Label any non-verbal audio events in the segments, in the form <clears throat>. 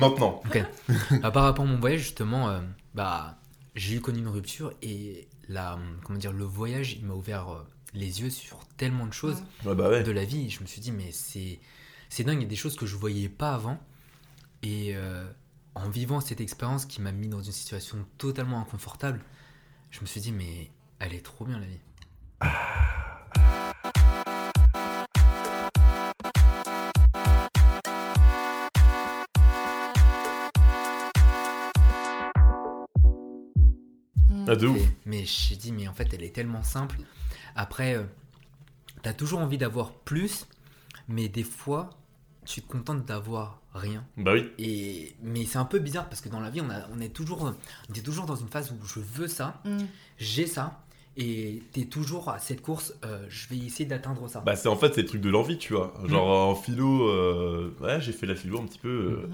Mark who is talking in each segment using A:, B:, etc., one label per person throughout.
A: Maintenant.
B: Ok. Bah, par rapport à mon voyage, justement, euh, bah, j'ai eu connu une rupture et la, comment dire, le voyage, il m'a ouvert euh, les yeux sur tellement de choses
A: Ouais, bah ouais.
B: de la vie. Je me suis dit, mais c'est, c'est dingue, il y a des choses que je voyais pas avant. Et euh, en vivant cette expérience qui m'a mis dans une situation totalement inconfortable, je me suis dit, mais elle est trop bien la vie.
A: Ah, de ouf.
B: Mais- Mais j'ai dit, mais en fait, elle est tellement simple. Après, euh, t'as toujours envie d'avoir plus, mais des fois, tu te contentes d'avoir rien.
A: Bah oui.
B: Et mais c'est un peu bizarre parce que dans la vie, on, a- on est toujours, on est toujours dans une phase où je veux ça,
C: Mm.
B: j'ai ça, et t'es toujours à cette course. euh, je vais essayer d'atteindre ça.
A: Bah c'est en fait c'est le truc de l'envie, tu vois. Genre en philo, euh, ouais, j'ai fait la philo un petit peu. euh,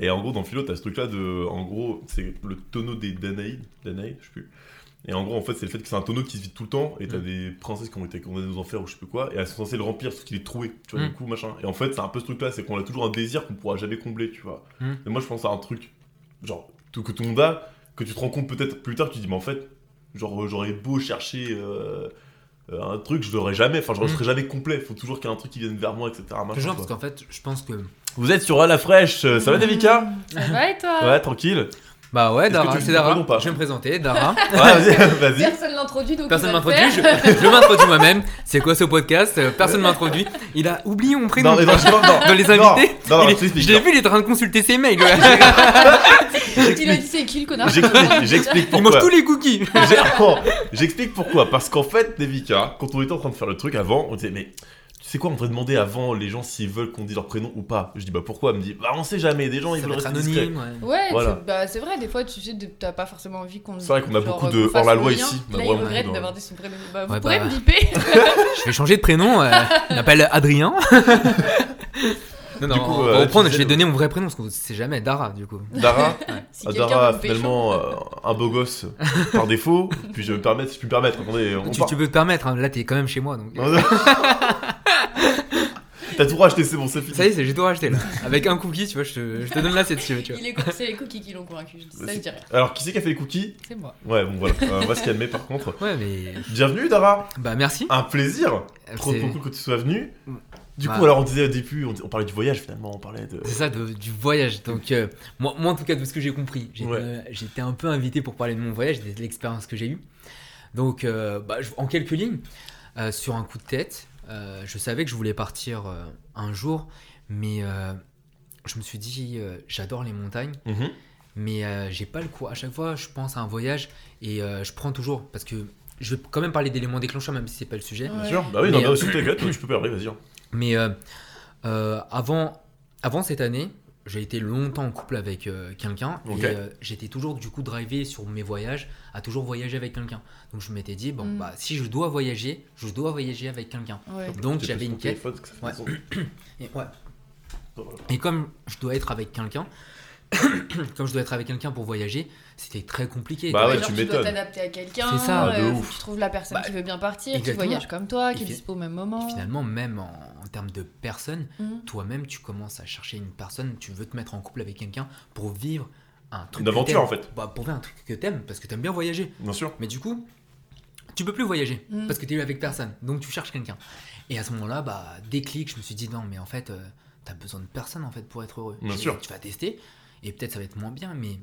A: Et en gros dans philo t'as ce truc là de, en gros c'est le tonneau des Danaïdes, Danaïdes, je sais plus. Et en gros en fait c'est le fait que c'est un tonneau qui se vide tout le temps et t'as
B: Mm.
A: des princesses qui ont été condamnées aux enfers ou je sais plus quoi et elles sont censées le remplir sauf qu'il est troué, tu vois
B: Mm.
A: du coup machin. Et en fait c'est un peu ce truc là, c'est qu'on a toujours un désir qu'on pourra jamais combler, tu vois.
B: Mm.
A: Et moi je pense à un truc genre tout que tout le monde a, que tu te rends compte peut-être plus tard, tu te dis mais en fait genre euh, j'aurais beau chercher euh, euh, un truc, je l'aurais jamais, enfin je
B: Mm.
A: serai jamais complet, faut toujours qu'il y ait un truc qui vienne vers moi, etc. machin,
B: toujours
A: quoi.
B: parce qu'en fait, je pense que
A: Vous êtes sur À la fraîche, euh,
B: Mm.
A: ça va Davika
C: Ça va et toi
A: Ouais, tranquille.
B: bah ouais,
A: Est-ce que tu
B: Dara,
A: veux
B: c'est
A: dire
B: Dara.
A: pardon ou pas
B: Je vais me présenter, <laughs> Dara.
A: Ouais, vas-y, <laughs> vas-y.
C: Personne l'introduit donc.
B: Personne
C: il va le
B: m'introduit, je,
C: faire.
B: je m'introduis moi-même. C'est quoi ce podcast Euh, Personne m'introduit. Il a oublié mon prénom.
A: Non, mais non, je- non, non,
B: Dans les
A: non,
B: invités,
A: non, non,
B: il est-
A: je t'explique,
B: je l'ai
A: non.
B: vu, il est en train de consulter ses mails.
C: Il a dit c'est qui le connard
A: J'explique, j'explique
B: Il mange
A: pourquoi.
B: tous les cookies.
A: J'ai- oh, J'explique pourquoi. Parce qu'en fait, Davika, quand on était en train de faire le truc avant, on disait, mais tu sais quoi, on devrait demander avant les gens s'ils veulent qu'on dise leur prénom ou pas. Je dis, bah pourquoi Elle me dit, bah on sait jamais, des gens ils
B: Ça
A: veulent
B: va être
A: rester discrets.
B: anonyme. ouais.
C: Ouais,
A: Voilà.
C: tu- bah, c'est vrai, des fois, tu sais, de- t'as pas forcément envie qu'on.
A: C'est vrai qu'on a
C: genre,
A: beaucoup de
C: qu'on fasse
A: hors-la-loi
C: le lien.
A: ici, on a
C: Là, ils
A: vraiment
C: regrettent
A: beaucoup
C: d'avoir dit son prénom. Bah, vous
B: Ouais,
C: pourrez
B: bah.
C: me biper
B: Je vais changer de prénom. euh, je m'appelle
A: <laughs>
B: Adrien. non, non,
A: Du coup,
B: on
A: euh,
B: va
A: tu
B: reprendre. Je
A: disais
B: vais
A: le-
B: donner mon vrai prénom parce qu'on sait jamais. Dara, du coup.
A: Dara,
C: <laughs> Si
A: Ah,
C: quelqu'un
A: Dara,
C: veut me pécho.
A: finalement, euh, un beau gosse par défaut. Puis je vais me permettre, si je puis me permettre, attendez, on
B: Tu,
A: part.
B: tu peux te permettre. hein, Là, t'es quand même chez moi. Donc... euh,
A: Non, <laughs> non. T'as tout racheté, c'est bon, c'est fini.
B: Ça y est, c'est- j'ai tout racheté là. Avec un cookie, tu vois, je te, je te donne là cette tu vois.
C: Il est con- C'est les cookies qui l'ont convaincu. je- Ça, je dirais.
A: Alors, qui c'est qui a fait les cookies
C: C'est moi.
A: Ouais, bon, voilà, Euh, on va se calmer par contre.
B: Ouais, mais.
A: Bienvenue, Dara
B: Bah, merci.
A: Un plaisir Ah, Trop,
B: C'est-
A: trop cool que tu sois venu. Du coup,
B: Bah.
A: alors, on disait au début, on, on parlait du voyage finalement, on parlait de.
B: C'est ça, de- du voyage. Donc, euh, moi, moi, en tout cas, de ce que j'ai compris, j'étais
A: Ouais.
B: euh, j'étais un peu invité pour parler de mon voyage, de l'expérience que j'ai eue. Donc, euh, bah, je- en quelques lignes, euh, sur un coup de tête, euh, je savais que je voulais partir euh, un jour, mais euh, je me suis dit, euh, j'adore les montagnes,
A: Mhm.
B: mais euh, j'ai pas le coup. À chaque fois, je pense à un voyage et euh, je prends toujours, parce que je vais quand même parler d'éléments déclencheurs, même si c'est pas le sujet.
A: Bien
C: Ouais.
A: sûr Bah oui, non,
B: Mais,
A: non,
B: euh,
A: sur ta gueule, tu peux parler, vas-y. hein.
B: Mais euh, euh, avant, avant cette année, j'ai été longtemps en couple avec euh, quelqu'un
A: Ok.
B: et euh, j'étais toujours du coup drivé sur mes voyages à toujours voyager avec quelqu'un. Donc je m'étais dit bon
C: Mm.
B: bah si je dois voyager, je dois voyager avec quelqu'un.
C: Ouais.
B: Donc
A: Tu
B: j'avais
A: poses
B: une
A: ton
B: quête.
A: téléphone, parce que ça fait
B: Ouais.
A: des sons.
B: Et, ouais.
A: Voilà.
B: Et comme je dois être avec quelqu'un, <coughs> comme je dois être avec quelqu'un pour voyager, c'était très compliqué.
A: Bah Ah ouais,
C: genre,
A: tu
C: dois
A: m'étonnes.
C: t'adapter à quelqu'un.
B: C'est ça.
A: Ah, de
C: euh,
A: ouf.
C: faut que Tu trouves la personne
B: Bah,
C: qui veut bien partir, qui
B: exactement.
C: voyage comme toi, qui
B: Et
C: est
B: fi-
C: dispo au même moment.
B: Et finalement, même en, en termes de personnes,
C: Mm.
B: toi-même, tu commences à chercher une personne, tu veux te mettre en couple avec quelqu'un pour vivre un truc.
A: Une
B: que
A: aventure en
B: t'aimes.
A: fait,
B: Bah, pour faire un truc que t'aimes, parce que t'aimes bien voyager.
A: bien sûr.
B: Mais du coup, tu peux plus voyager
C: Mm.
B: parce que t'es avec personne. Donc tu cherches quelqu'un. Et à ce moment-là, bah, déclic, je me suis dit non, mais en fait, euh, t'as besoin de personne en fait pour être heureux.
A: Bien
B: Et
A: sûr.
B: Tu vas tester et peut-être ça va être moins bien, mais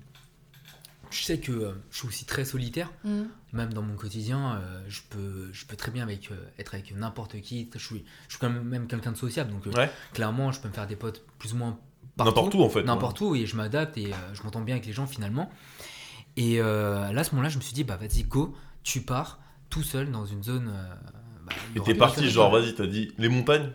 B: je sais que euh, je suis aussi très solitaire.
C: Mm.
B: Même dans mon quotidien, euh, je, peux, je peux très bien avec, euh, être avec n'importe qui. Je suis, je suis quand même, même quelqu'un de sociable, donc euh,
A: Ouais.
B: clairement, je peux me faire des potes plus ou moins partout
A: N'importe où en fait.
B: n'importe où et je m'adapte et euh, je m'entends bien avec les gens finalement. Et euh, là, à ce moment-là, je me suis dit, bah vas-y, go, tu pars tout seul dans une zone. euh, bah, il y
A: Et
B: aura
A: t'es
B: personne.
A: parti, genre, vas-y, t'as dit les montagnes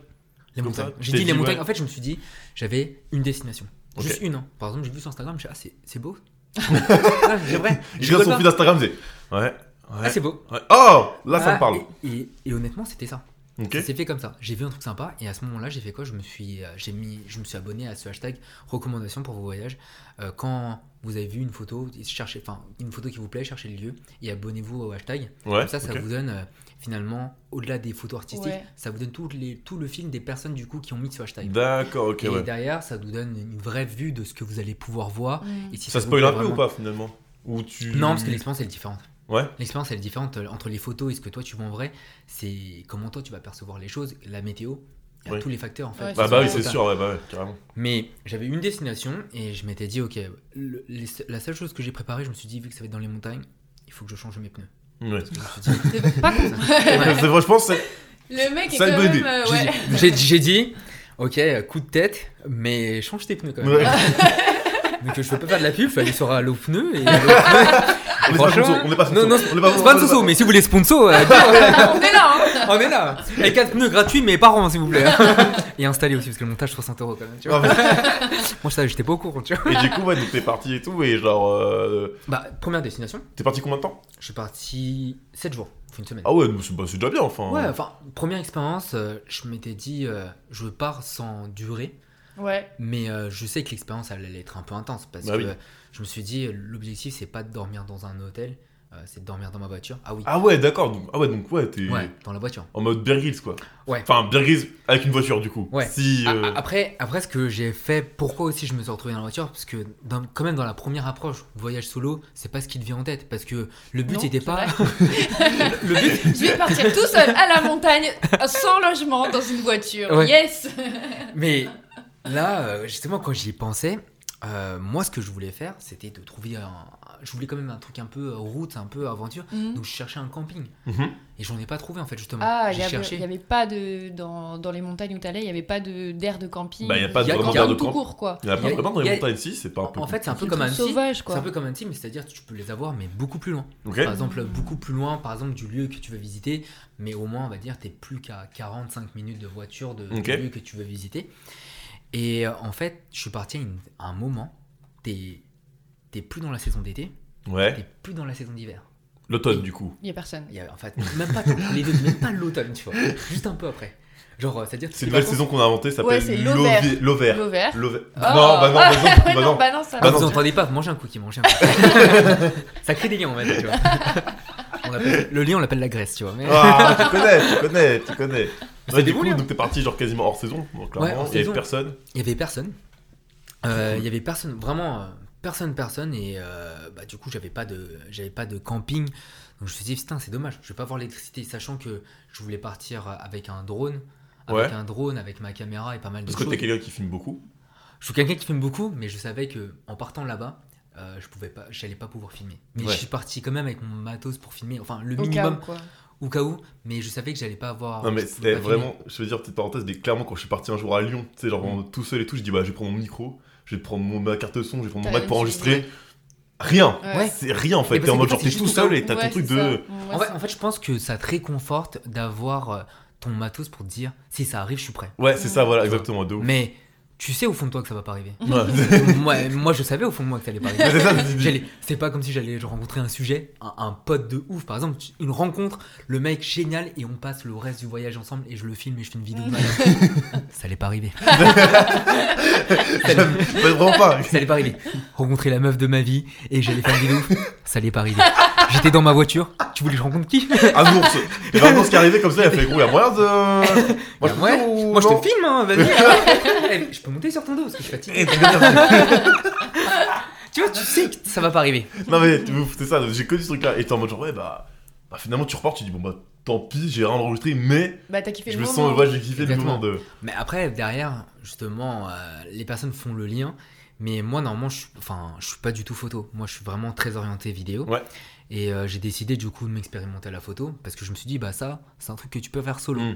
B: Les
A: comme ça,
B: montagnes. J'ai
A: t'es
B: dit les
A: dit,
B: montagnes.
A: ouais.
B: En fait, je me suis dit, j'avais une destination.
A: Ok.
B: Juste une. hein. Par exemple, j'ai vu sur Instagram, je me suis dit, ah,
A: <laughs>
B: c'est- c'est beau. Ouais, c'est vrai.
A: Je regarde
B: Je rigole
A: son
B: pas.
A: fil Instagram, c'est. Ouais.
B: Ah,
A: Ouais.
B: c'est beau.
A: ouais. Oh Là, ça
B: Ah,
A: me parle.
B: Et, et- et honnêtement, c'était ça.
A: Ok.
B: Ça s'est fait comme ça. J'ai vu un truc sympa et à ce moment-là, j'ai fait quoi Je me suis, euh, j'ai mis, je me suis abonné à ce hashtag recommandation pour vos voyages. Euh, quand vous avez vu une photo, cherchez, enfin une photo qui vous plaît, cherchez le lieu et abonnez-vous au hashtag.
A: Ouais.
B: comme ça, ça
A: ok.
B: vous donne euh, finalement, au-delà des photos artistiques,
C: Ouais.
B: ça vous donne toutes les, tout le film des personnes du coup qui ont mis ce hashtag.
A: D'accord, ok,
B: et
A: ouais.
B: derrière, ça vous donne une vraie vue de ce que vous allez pouvoir voir.
C: Mm.
B: Et si
A: Ça
B: vous
A: spoil
B: plaît
A: un peu ou
B: vraiment-
A: pas finalement Ou tu.
B: Non, parce que l'expérience elle est différente.
A: Ouais.
B: L'expérience elle est différente euh, entre les photos et ce que toi tu vois en vrai. C'est comment toi tu vas percevoir les choses, la météo, il y a
A: Oui.
B: tous les facteurs en fait.
C: Ouais,
A: Ah bah oui,
C: Ouais,
A: c'est
B: ça.
A: sûr, ouais, bah ouais, carrément.
B: Mais j'avais une destination et je m'étais dit, ok, le- les- la seule chose que j'ai préparée, je me suis dit, vu que ça va être dans les montagnes, il faut que je change mes pneus.
A: Ouais.
B: Parce que je me
C: <laughs>
B: suis dit,
C: C'est pas con.
A: C'est vrai, je pense que c'est-
C: Le mec est
A: Sale
C: quand
A: bonne
C: même.
A: idée.
C: euh,
B: j'ai-
C: ouais.
B: j'ai j'ai dit, ok, coup de tête, mais change tes pneus quand même.
A: Ouais.
B: Donc je peux pas faire de la pub, il faut aller sur Allo Pneus
A: <laughs>
B: et. Et
A: On est pas
B: franchement,
A: sponsor, on est pas
B: Non,
A: sponsor.
B: non,
A: on est pas
B: c'est pas de
A: on est
B: soso, mais si vous voulez sponsor, euh,
C: On est là, hein.
B: on est là. Avec 4 pneus gratuits, mais par an, s'il vous <laughs> plaît. Et installé aussi, parce que le montage 60 euros quand même. Tu vois.
A: Ah,
B: Moi, je savais, j'étais pas au courant, tu vois.
A: Et du coup, ouais, donc t'es parti et tout, et genre. euh,
B: Bah, première destination,
A: T'es parti combien de temps
B: je suis parti 7 jours, faut une semaine.
A: Ah ouais, donc c'est bah, c'est déjà bien, enfin.
B: Ouais, enfin, première expérience, euh, je m'étais dit, euh, je pars sans durée,
C: Ouais.
B: mais euh, je sais que l'expérience elle allait être un peu intense parce
A: Bah
B: que
A: oui.
B: euh, je me suis dit, euh, l'objectif c'est pas de dormir dans un hôtel, euh, c'est de dormir dans ma voiture. Ah oui,
A: Ah ouais, d'accord. donc- Ah ouais, donc ouais, t'es
B: ouais, dans la voiture.
A: en mode Bear Grylls, quoi.
B: Ouais.
A: Enfin, Bear Grylls avec une voiture, du coup.
B: Ouais. Ah,
A: Si.
B: A-
A: euh,
B: a- Après, après, ce que j'ai fait, pourquoi aussi je me suis retrouvé dans la voiture Parce que, dans- quand même, dans la première approche, voyage solo, c'est pas ce qui te vient en tête. Parce que le but
C: Non,
B: c'était
C: c'est
B: pas.
C: vrai.
B: <laughs> le but,
C: <laughs> Je vais partir tout seul à la montagne, sans logement, dans une voiture.
B: Ouais.
C: Yes
B: Mais là, euh, justement, quand j'y ai pensé, euh, moi, ce que je voulais faire, c'était de trouver un. un- Je voulais quand même un truc un peu euh, route, un peu aventure.
C: Mhm.
B: Donc, je cherchais un camping.
A: mhm.
B: Et j'en ai pas trouvé, en fait, justement.
C: Ah, il
B: J'ai
C: y avait,
B: cherché.
C: il y avait pas de. Dans, dans les montagnes où t'allais, il y avait pas de- d'air de, camping.
A: Bah, il y a pas
B: de- vraiment
C: camping
A: d'air de
C: tout
A: camp.
C: court, quoi.
A: Il y en a pas
B: y a-
A: vraiment dans
B: y
A: les
B: a-
A: montagnes, si, c'est pas un peu.
B: En fait, c'est un peu
C: C'est
B: comme
C: tout
B: Annecy.
C: sauvage,
B: C'est un
C: quoi.
B: peu comme Annecy, mais c'est-à-dire que tu peux les avoir, mais beaucoup plus loin.
A: Ok.
B: Par exemple, beaucoup plus loin, par exemple, du lieu que tu veux visiter, mais au moins, on va dire, t'es plus qu'à 45 minutes de voiture de,
A: Ok.
B: du lieu que tu veux visiter. Et euh, en fait, je suis parti à, une- à un moment, t'es t'es plus dans la saison d'été,
A: Ouais.
B: t'es plus dans la saison d'hiver.
A: L'automne, du coup.
C: Il y a personne.
B: Il y a, en fait, même pas tant- les deux, même pas l'automne, tu vois, juste un peu après. Genre, euh, c'est-à-dire que
A: C'est
B: tes
A: une nouvelle
B: vacances-
A: saison qu'on a inventée, ça
C: Ouais,
A: s'appelle
C: c'est l'ovaire.
A: l'over- l'ovaire.
C: L'ovaire.
A: L'ovaire. Non,
C: Oh.
A: bah non, bah
B: <laughs>
C: <laughs>
A: non,
C: Ah,
A: bah non.
C: bah non, ça.
B: Ah,
A: Bah
B: vous
A: non, tu-
B: entendez pas, mangez un cookie, mangez un cookie. <laughs> ça crée des liens, on va dire, tu vois. On l'appelle- le lien, on l'appelle la Grèce, tu vois. mais-
A: Ah, tu connais, tu connais, tu connais. Ouais,
B: des
A: du
B: bons
A: coup,
B: liens.
A: donc t'es parti genre quasiment hors saison, donc clairement,
B: Ouais, hors
A: il y avait
B: saison.
A: personne.
B: Il y avait personne. Euh,
A: cool.
B: Il y avait personne, vraiment euh, personne, personne. Et euh, bah, du coup, j'avais pas de, j'avais pas de camping. Donc je me suis dit, putain, c'est dommage. Je vais pas avoir l'électricité, sachant que je voulais partir avec un drone, avec
A: Ouais.
B: un drone, avec ma caméra et pas mal de
A: Parce que
B: choses.
A: t'es quelqu'un qui filme beaucoup.
B: Je suis quelqu'un qui filme beaucoup, mais je savais que en partant là-bas. euh, je pouvais pas, j'allais pas pouvoir filmer. Mais
A: Ouais.
B: je suis parti quand même avec mon matos pour filmer, enfin le
C: Au cas où,
B: minimum
C: quoi.
B: au cas où. Mais je savais que j'allais pas
C: Ah,
B: avoir.
A: non mais
B: je pouvais
A: c'était
B: pas filmer.
A: vraiment, je veux dire petite parenthèse, mais clairement quand je suis parti un jour à Lyon, tu sais genre vraiment
C: Mm.
A: tout seul et tout, je dis bah je vais prendre mon micro, je vais prendre mon, ma carte son, je vais prendre mon
C: T'as
A: Mac pour
C: rien
A: enregistrer. Rien,
C: Ouais.
B: Ouais.
A: c'est rien en fait.
B: Mais
A: T'es en
B: parce
A: mode
B: que
A: genre
B: c'est
A: t'es
B: juste
A: tout
B: au cas
A: seul
B: où.
A: et t'as
C: Ouais,
A: ton truc
C: c'est
A: de.
C: ça. Ouais,
B: En fait,
C: c'est-
B: en fait, je pense que ça te réconforte d'avoir euh, ton matos pour te dire si ça arrive, je suis prêt.
A: Ouais, c'est ça, voilà,
B: Ouais.
A: exactement,
C: <laughs>
A: de ouf.
B: Mais tu sais au fond de toi que ça va pas arriver.
A: Ouais.
B: moi, moi, je savais au fond de moi que ça allait pas
A: Mais <laughs> c'est
B: arriver.
A: ça, je me suis dit.
B: J'allais- C'est pas comme si j'allais rencontrer un sujet, un, un pote de ouf, par exemple, tu- une rencontre, le mec génial, et on passe le reste du voyage ensemble, et je le filme et je fais une vidéo. de malade. ça allait pas arriver.
A: J'aime- <laughs> mais vraiment
C: Ah,
A: pas.
B: Ça allait pas arriver. Rencontrer la meuf de ma vie, et j'allais faire une vidéo. Ça allait pas arriver. J'étais dans ma voiture. Tu voulais que je rencontre qui
A: Un ours. Et vraiment ce qui est arrivé comme ça, il a fait gros, il y a moyen de. Moi je
B: Bah ouais,
A: peux-
B: Moi je
A: non.
B: te filme, hein, vas-y. Eh, je peux monter sur ton dos parce que je suis fatigué.
A: Et puis, merde.
B: <laughs> Tu vois, tu sais que ça va pas arriver.
A: Non mais t'es ouf, c'est ça, j'ai connu ce truc là. Et t'es en mode genre ouais bah, bah, finalement tu repars, tu dis bon bah tant pis, j'ai rien enregistré, mais
C: Bah, t'as kiffé
A: je
C: le
A: me
C: moment.
A: sens, ouais j'ai kiffé le
B: Exactement.
A: moment de...
B: Mais après, derrière, justement, euh, les personnes font le lien. Mais moi, normalement, je suis, enfin, je suis pas du tout photo. Moi, je suis vraiment très orienté vidéo.
A: Ouais.
B: Et euh, j'ai décidé du coup de m'expérimenter à la photo parce que je me suis dit, bah ça, c'est un truc que tu peux faire solo.
A: Mm.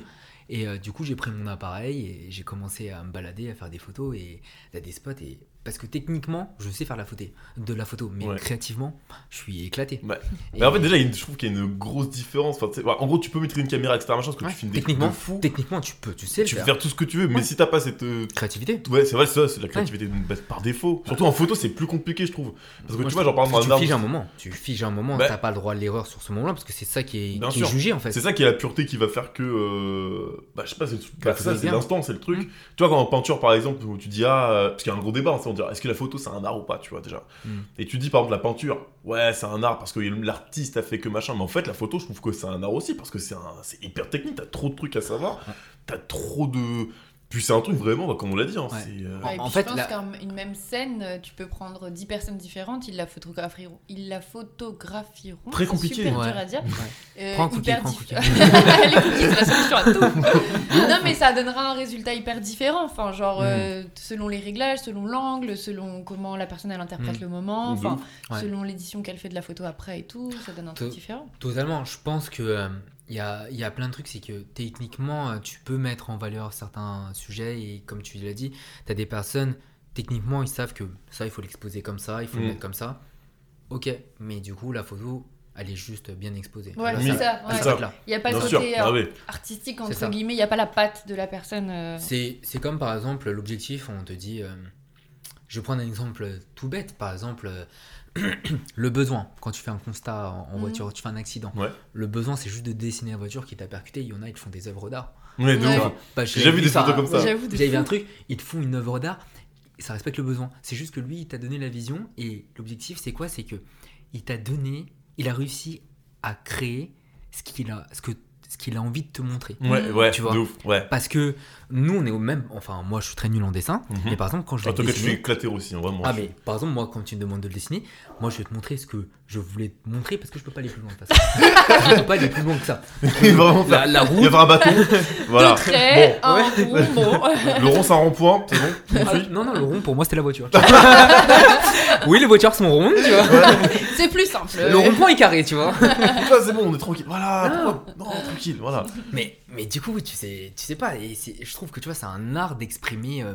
B: Et euh, du coup, j'ai pris mon appareil et j'ai commencé à me balader, à faire des photos et à des spots. Et Parce que techniquement, je sais faire la photo, de la photo, mais
A: Ouais.
B: créativement, je suis éclaté.
A: Ouais.
B: Et
A: Mais en fait, déjà, il y a une- je trouve qu'il y a une grosse différence. Enfin, tu sais, ouais, en gros, tu peux maîtriser une caméra, etc. Machin, parce que
B: ouais,
A: tu filmes des trucs de
B: techniquement,
A: fou.
B: techniquement, tu peux, tu sais le
A: Tu peux
B: faire.
A: faire tout ce que tu veux, mais
B: Ouais.
A: si t'as pas cette. euh,
B: Créativité.
A: Ouais, c'est vrai, ça, c'est la créativité bah, par défaut. Surtout en photo, c'est plus compliqué, je trouve. Parce que
B: Moi,
A: tu
B: je
A: vois, genre par
B: Parce
A: exemple,
B: que
A: un
B: tu figes un
A: arbre,
B: moment, tu figes un moment,
A: Bah-
B: t'as pas le droit à l'erreur sur ce moment-là parce que c'est ça qui
A: Bien
B: est, qui est
A: sûr.
B: jugé en fait.
A: c'est ça qui est la pureté qui va faire que. euh, Bah, je sais pas, c'est bah,
B: photo
A: ça,
B: est
A: c'est
B: bien.
A: l'instant, c'est le truc.
B: Mm.
A: Tu vois, quand en peinture, par exemple, où tu dis, ah, euh, parce qu'il y a un gros débat, hein, ça, on dirait, est-ce que la photo, c'est un art ou pas, tu vois, déjà.
B: Mm.
A: Et tu dis, par exemple, la peinture, ouais, c'est un art parce que l'artiste a fait que machin, mais en fait, la photo, je trouve que c'est un art aussi, parce que c'est un... c'est hyper technique, t'as trop de trucs à savoir, t'as trop de. Puis c'est un truc vraiment, bah, comme on l'a dit, hein,
B: Ouais.
A: c'est. euh,
B: En-
C: Ouais, et
B: en
C: puis
B: fait,
C: je pense
B: la-
C: qu'une même scène, euh, tu peux prendre 10 personnes différentes, ils la photographieront. Ils la photographieront.
A: Très
C: c'est
A: compliqué.
C: Super
B: Ouais.
C: dur à dire. Euh,
B: Prends un cookie,
C: hyper
B: prends un
C: diff-
B: cookie.
C: <laughs> Les cookies, c'est la solution à tout.
B: <laughs>
C: non, mais ça donnera un résultat hyper différent. Enfin, genre,
B: Mm.
C: euh, selon les réglages, selon l'angle, selon comment la personne elle interprète
B: Mm.
C: le moment,
A: De
C: enfin,
B: Ouais.
C: selon l'édition qu'elle fait de la photo après et tout, ça donne un truc
B: Te-
C: différent.
B: Totalement, je pense que euh, il y, a, y a plein de trucs, c'est que techniquement, euh, tu peux mettre en valeur certains sujets et comme tu l'as dit, tu as des personnes, techniquement, ils savent que ça, il faut l'exposer comme ça, il faut
A: Mm.
B: le mettre comme ça. Ok, mais du coup, la photo, elle est juste bien exposée.
C: Ouais,
B: Elle
A: Oui,
C: c'est
B: s'arrête-
C: ça.
B: elle
A: c'est
C: ouais.
A: ça.
B: s'arrête là.
C: Il n'y a pas
A: Bien
C: le
A: sûr,
C: côté euh,
A: ah ouais.
C: artistique,
B: C'est ça.
C: entre guillemets, il n'y a pas la patte de la personne. euh,
B: C'est c'est comme par exemple l'objectif, on te dit, euh, je vais prendre un exemple tout bête, par exemple euh, <clears throat> le besoin, quand tu fais un constat en, en
C: Mhm.
B: voiture, tu fais un accident,
A: Ouais.
B: le besoin c'est juste de dessiner la voiture qui t'a percuté, il y en a ils te font des œuvres d'art.
A: Ouais, de
C: Ouais.
A: ouf.
B: Bah,
A: J'ai déjà vu des
B: ça,
A: photos comme ça.
C: J'avoue, de
B: J'ai vu
C: fou.
B: un truc, ils te font une œuvre d'art, et ça respecte le besoin. C'est juste que lui, il t'a donné la vision et l'objectif, c'est quoi C'est que il t'a donné, il a réussi à créer ce qu'il a, ce que, ce qu'il a envie de te montrer.
A: Ouais, ouais,
B: Mmh. Tu vois.
A: de ouf, ouais.
B: Parce que nous, on est au même. Enfin, moi, je suis très nul en dessin,
A: Mhm.
B: mais par exemple, quand je
A: En
B: vais
A: tout cas, tu fais
B: dessiner,
A: éclater aussi, hein, vraiment.
B: ah mais par exemple moi quand tu me demandes de le dessiner, moi je vais te montrer ce que je voulais te montrer parce que je peux pas aller plus loin. de
A: <laughs>
B: toute façon. je peux pas aller plus loin que ça.
A: vraiment
B: La, la
A: Il y
B: roue,
A: avait un bâton.
B: <laughs>
A: voilà.
C: Deux traits,
B: Bon,
C: un rond, bon.
A: <laughs> Le rond, c'est un rond-point, c'est <laughs> bon
B: Ah, non, non, le rond, pour moi, c'était la voiture.
A: <laughs>
B: oui, les voitures sont rondes, tu vois.
C: <laughs> C'est plus simple.
B: Le rond-point est carré, tu vois.
A: Ah, C'est bon, on est tranquille. Voilà,
B: Ah.
A: pourquoi- non, tranquille, voilà.
B: Mais, mais du coup, tu sais, tu sais pas. Et c'est- je trouve que tu vois, c'est un art d'exprimer, euh,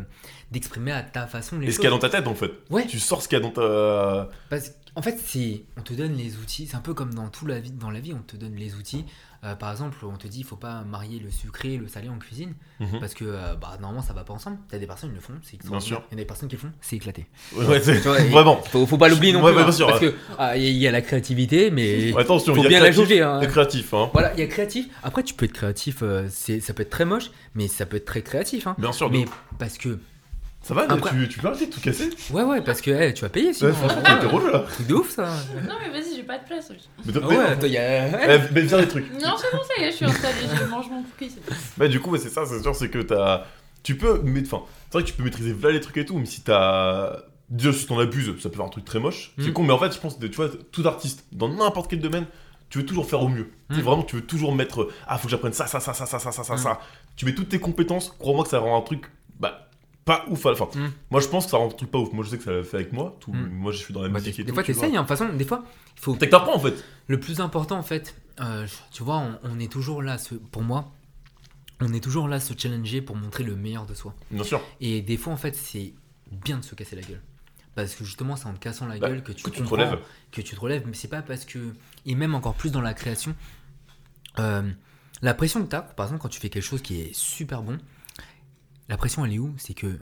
B: d'exprimer à ta façon
A: Et
B: les
A: ce
B: choses.
A: qu'il y a dans ta tête, en fait.
B: Ouais.
A: Tu sors ce qu'il y a dans ta.
B: Parce qu'en fait, c'est, on te donne les outils. C'est un peu comme dans tout la vie, dans la vie, on te donne les outils. Euh, par exemple, on te dit, il faut pas marier le sucré et le salé en cuisine
A: Mhm.
B: parce que, euh, bah, normalement, ça va pas ensemble. T'as des personnes qui le font, c'est
A: Bien sûr.
B: extraordinaire. Il y en a des personnes qui le font, c'est éclaté.
A: Ouais, ouais, c'est-
B: Bah, Tu vois, et-
A: Vraiment.
B: Faut, faut pas l'oublier non
A: Ouais,
B: plus.
A: ouais,
B: hein,
A: bien sûr,
B: parce
A: ouais.
B: que ah, il y a la créativité, mais
A: Attention,
B: faut
A: il y a
B: bien la
A: créatif,
B: jauger. hein.
A: il y a créatif, hein.
B: Voilà, il y a créatif. Après, tu peux être créatif, euh, c'est, ça peut être très moche, mais ça peut être très créatif. hein.
A: Bien sûr, de
B: Mais
A: ouf.
B: parce que.
A: ça va,
B: Après-
A: tu, tu peux arrêter de tout casser
B: Ouais, ouais, parce que eh, tu vas payer sinon.
A: Ouais, franchement, t'es
B: Ouais,
A: relou, là.
B: truc de ouf ça.
C: Non, mais vas-y, j'ai pas de place.
A: Mais t'as-
B: Ah
A: mais
B: ouais,
A: non.
B: attends, il y a. ouais.
A: Eh, mais viens des trucs.
C: Non, c'est bon, ça y est, je suis installée, je mange mon cookie. c'est bon.
A: Bah, du coup, ouais, c'est ça, c'est sûr, c'est que t'as. Tu peux. mais- Enfin, c'est vrai que tu peux maîtriser là les trucs et tout, mais si t'as. Déjà, si t'en abuses, ça peut faire un truc très moche. C'est
B: Mm.
A: con, mais en fait, je pense que tu vois, tout artiste, dans n'importe quel domaine, tu veux toujours faire au mieux. Tu sais,
B: Mm.
A: vraiment, tu veux toujours mettre. Ah, faut que j'apprenne ça, ça, ça, ça, ça, ça, ça, ça,
B: Mm.
A: ça. Tu mets toutes tes compétences, crois-moi que ça rend un truc. Bah, pas ouf à la fin.
B: Mm.
A: Moi, je pense que ça rend un truc pas ouf. Moi, je sais que ça l'a fait avec moi. Tout...
B: Mm.
A: Moi, je suis dans la
B: Bah,
A: musique et
B: des
A: tout,
B: fois,
A: tu
B: t'essayes.
A: vois.
B: hein. De toute façon, des fois, il faut.
A: T'as que t'apprends en fait.
B: Le plus important, en fait, euh, tu vois, on, on est toujours là, ce- pour moi, on est toujours là à se challenger pour montrer le meilleur de soi.
A: Bien sûr.
B: Et des fois, en fait, c'est bien de se casser la gueule. Parce que justement, c'est en te cassant la
A: Bah,
B: gueule que tu,
A: que tu te
B: comprends,
A: relèves.
B: Que tu te relèves, mais c'est pas parce que. Et même encore plus dans la création, euh, la pression que t'as, par exemple, quand tu fais quelque chose qui est super bon, la pression, elle est où C'est que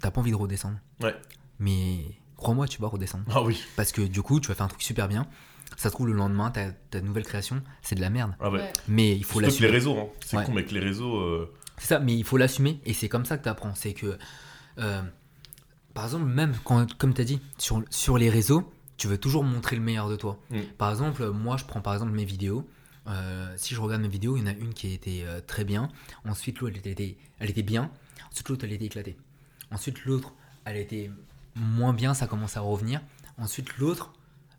B: t'as pas envie de redescendre.
A: Ouais.
B: Mais crois-moi, tu vas redescendre.
A: Ah oui.
B: Parce que du coup, tu vas faire un truc super bien. Ça se trouve, le lendemain, ta, ta nouvelle création, c'est de la merde.
A: Ah ouais.
C: Ouais.
B: Mais il
A: Surtout
B: faut
A: que les
B: l'assumer.
A: réseaux, hein. c'est
B: Ouais.
A: con, mais avec les réseaux. euh,
B: C'est ça, mais il faut l'assumer et c'est comme ça que tu apprends. C'est que, euh, par exemple, même quand, comme tu as dit, sur, sur les réseaux, tu veux toujours montrer le meilleur de toi.
A: Mm.
B: Par exemple, moi, je prends par exemple mes vidéos. Euh, si je regarde mes vidéos, il y en a une qui était euh, très bien. Ensuite, l'autre, elle était, elle était bien. Ensuite, l'autre, elle était éclatée. Ensuite, l'autre, elle était moins bien, ça commence à revenir. Ensuite, l'autre,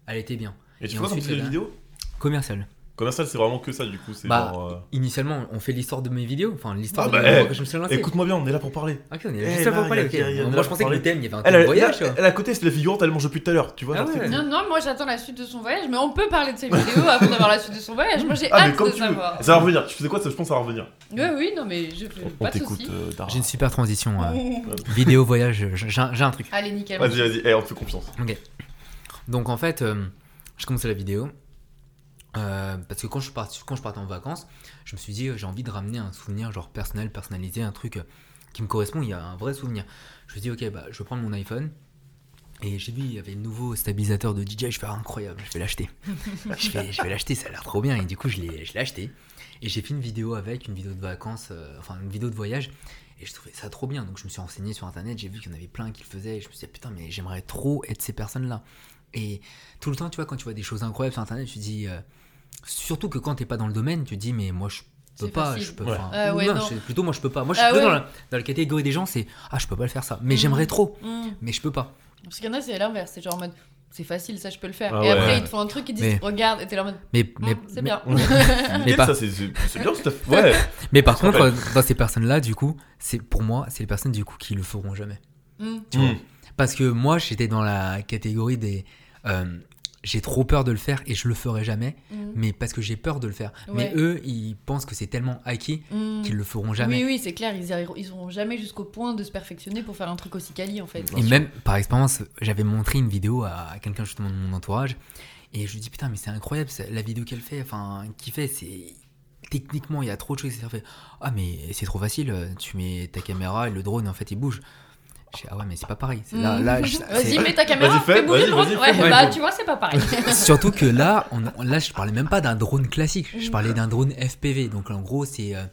B: elle était bien.
A: Et tu
B: Et
A: vois quand tu
B: ensuite,
A: fais des
B: là-
A: vidéos
B: Commercial.
A: Commercial, c'est vraiment que ça, du coup. C'est
B: Bah,
A: genre, euh,
B: Initialement, on fait l'histoire de mes vidéos, enfin l'histoire
A: Bah,
B: de
A: bah,
B: moi,
A: eh,
B: quand je me suis lancé.
A: Écoute-moi bien, on est là pour parler.
B: Ok, on est
A: eh,
B: juste là
A: là,
B: pour parler.
A: y a-
B: ok.
A: y a- y en a
B: Moi,
A: là
B: je
A: pour
B: pensais que le
A: parler.
B: thème, il y avait un
A: Elle,
B: thème
A: elle,
B: voyage.
A: elle- elle est à côté, c'est la figurante, elle mange depuis tout à l'heure, tu vois.
B: Ah
A: genre, c'est
B: ouais.
A: cool.
C: Non, non, moi j'attends la suite de son voyage, mais on peut parler de ses vidéos avant d'avoir la suite de son voyage. Moi j'ai
A: Ah, mais
C: hâte
A: comme
C: de
A: tu veux. Ça
C: savoir.
A: va revenir, tu faisais quoi ça, Je pense ça va revenir.
C: Oui, oui, non, mais je pas de soucis.
A: euh, Dara.
B: J'ai une super transition. euh,
C: Ouh.
A: Oh.
B: vidéo voyage, j'ai j'ai un truc.
C: <laughs> Allez, nickel.
A: Vas-y, vas-y, eh, on te fait confiance.
B: <laughs> Donc en fait, euh, je commençais la vidéo euh, parce que quand je, partais, quand je partais en vacances, je me suis dit euh, j'ai envie de ramener un souvenir genre personnel, personnalisé, un truc euh, qui me correspond, il y a un vrai souvenir. Je me suis dit ok, bah, je vais prendre mon iPhone. Et j'ai vu, il y avait le nouveau stabilisateur de DJI, je fais ah, incroyable, je vais
C: <laughs>
B: l'acheter. je vais, je vais l'acheter, ça a l'air trop bien. Et du coup, je l'ai je l'ai acheté. Et j'ai fait une vidéo avec, une vidéo de vacances, euh, enfin une vidéo de voyage. Et je trouvais ça trop bien. Donc je me suis renseigné sur internet, j'ai vu qu'il y en avait plein qui le faisaient. Et je me suis dit putain, mais j'aimerais trop être ces personnes-là. Et tout le temps, tu vois, quand tu vois des choses incroyables sur Internet, tu dis, euh, surtout que quand t'es pas dans le domaine, tu dis, mais moi je peux
C: C'est
B: pas,
C: facile.
B: je peux
A: Ouais.
B: enfin,
C: Ah ouais,
B: non,
C: non.
B: je- plutôt moi je peux pas. Moi je suis
C: Ah
B: plutôt
C: ouais.
B: dans, la, dans la catégorie des gens, c'est ah je peux pas le faire ça, mais
C: Mhm.
B: j'aimerais trop,
C: Hmm.
B: mais je peux pas.
C: Parce qu'il y en a, c'est l'inverse. C'est genre en mode, c'est facile, ça je peux le faire.
A: Ah
C: et
A: ouais.
C: après, ils te font un truc, ils disent,
B: Mais-
C: regarde, et t'es là en mode,
B: Mais, mais,
C: Hmm, c'est
B: mais,
C: bien.
A: Nickel,
B: pas-
A: ça, c'est c'est- c'est bien, tout à fait. Ouais,
B: mais par contre,
A: rappelle.
B: euh, dans ces personnes-là, du coup, c'est pour moi, c'est les personnes du coup qui le feront jamais.
C: Hmm.
B: tu vois. Parce que moi j'étais dans la catégorie des euh, j'ai trop peur de le faire et je le ferai jamais,
C: Hmm.
B: mais parce que j'ai peur de le faire. Mais
C: Ouais.
B: eux, ils pensent que c'est tellement acquis
C: Hmm.
B: qu'ils le feront jamais.
C: Oui, oui, c'est clair, ils iront- ils iront jamais jusqu'au point de se perfectionner pour faire un truc aussi quali en fait.
A: Bien
B: Et
A: sûr.
B: même, par expérience, j'avais montré une vidéo à quelqu'un justement de mon entourage, et je lui dis putain, mais c'est incroyable ça, la vidéo qu'elle fait, enfin, qu'il fait, c'est techniquement il y a trop de choses qui sont faites. Ah mais c'est trop facile, euh, tu mets ta caméra et le drone en fait il bouge. Je dis, ah ouais mais c'est pas pareil. C'est Là,
C: Hmm.
B: là, je-
C: Vas-y,
B: c'est- <laughs>
C: mets ta caméra,
A: Mm. <laughs> Vas-y, fais,
C: fais bouger
A: vas-y,
C: le drone.
A: vas-y,
C: Ouais,
A: fais,
C: bah
A: ouais.
C: tu vois, c'est pas pareil.
B: Surtout que là, on, on- là, je parlais même pas d'un drone classique. Je
A: Mm.
B: parlais d'un drone FPV. Donc en gros, c'est, euh,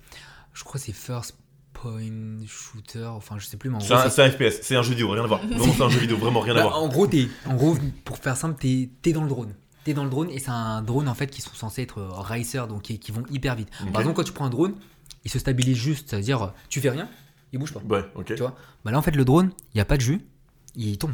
B: je crois, que c'est first point shooter. Enfin, je sais plus. Mais en
A: C'est
B: gros,
A: un,
B: c'est-
A: c'est un FPS, c'est un jeu vidéo, rien à voir. Vraiment, c'est un jeu vidéo, vraiment rien à
B: Bah,
A: voir.
B: en gros, t'es- en gros, pour faire simple, t'es, t'es dans le drone. T'es dans le drone et c'est un drone en fait qui sont censés être euh, racers, donc qui, qui vont hyper vite.
A: Ok.
B: Par exemple, quand tu prends un drone, il se stabilise juste, c'est-à-dire euh, tu fais rien, il bouge pas.
A: Ouais, ok.
B: Tu vois Bah là en fait le drone, il n'y a pas de jus, il tombe.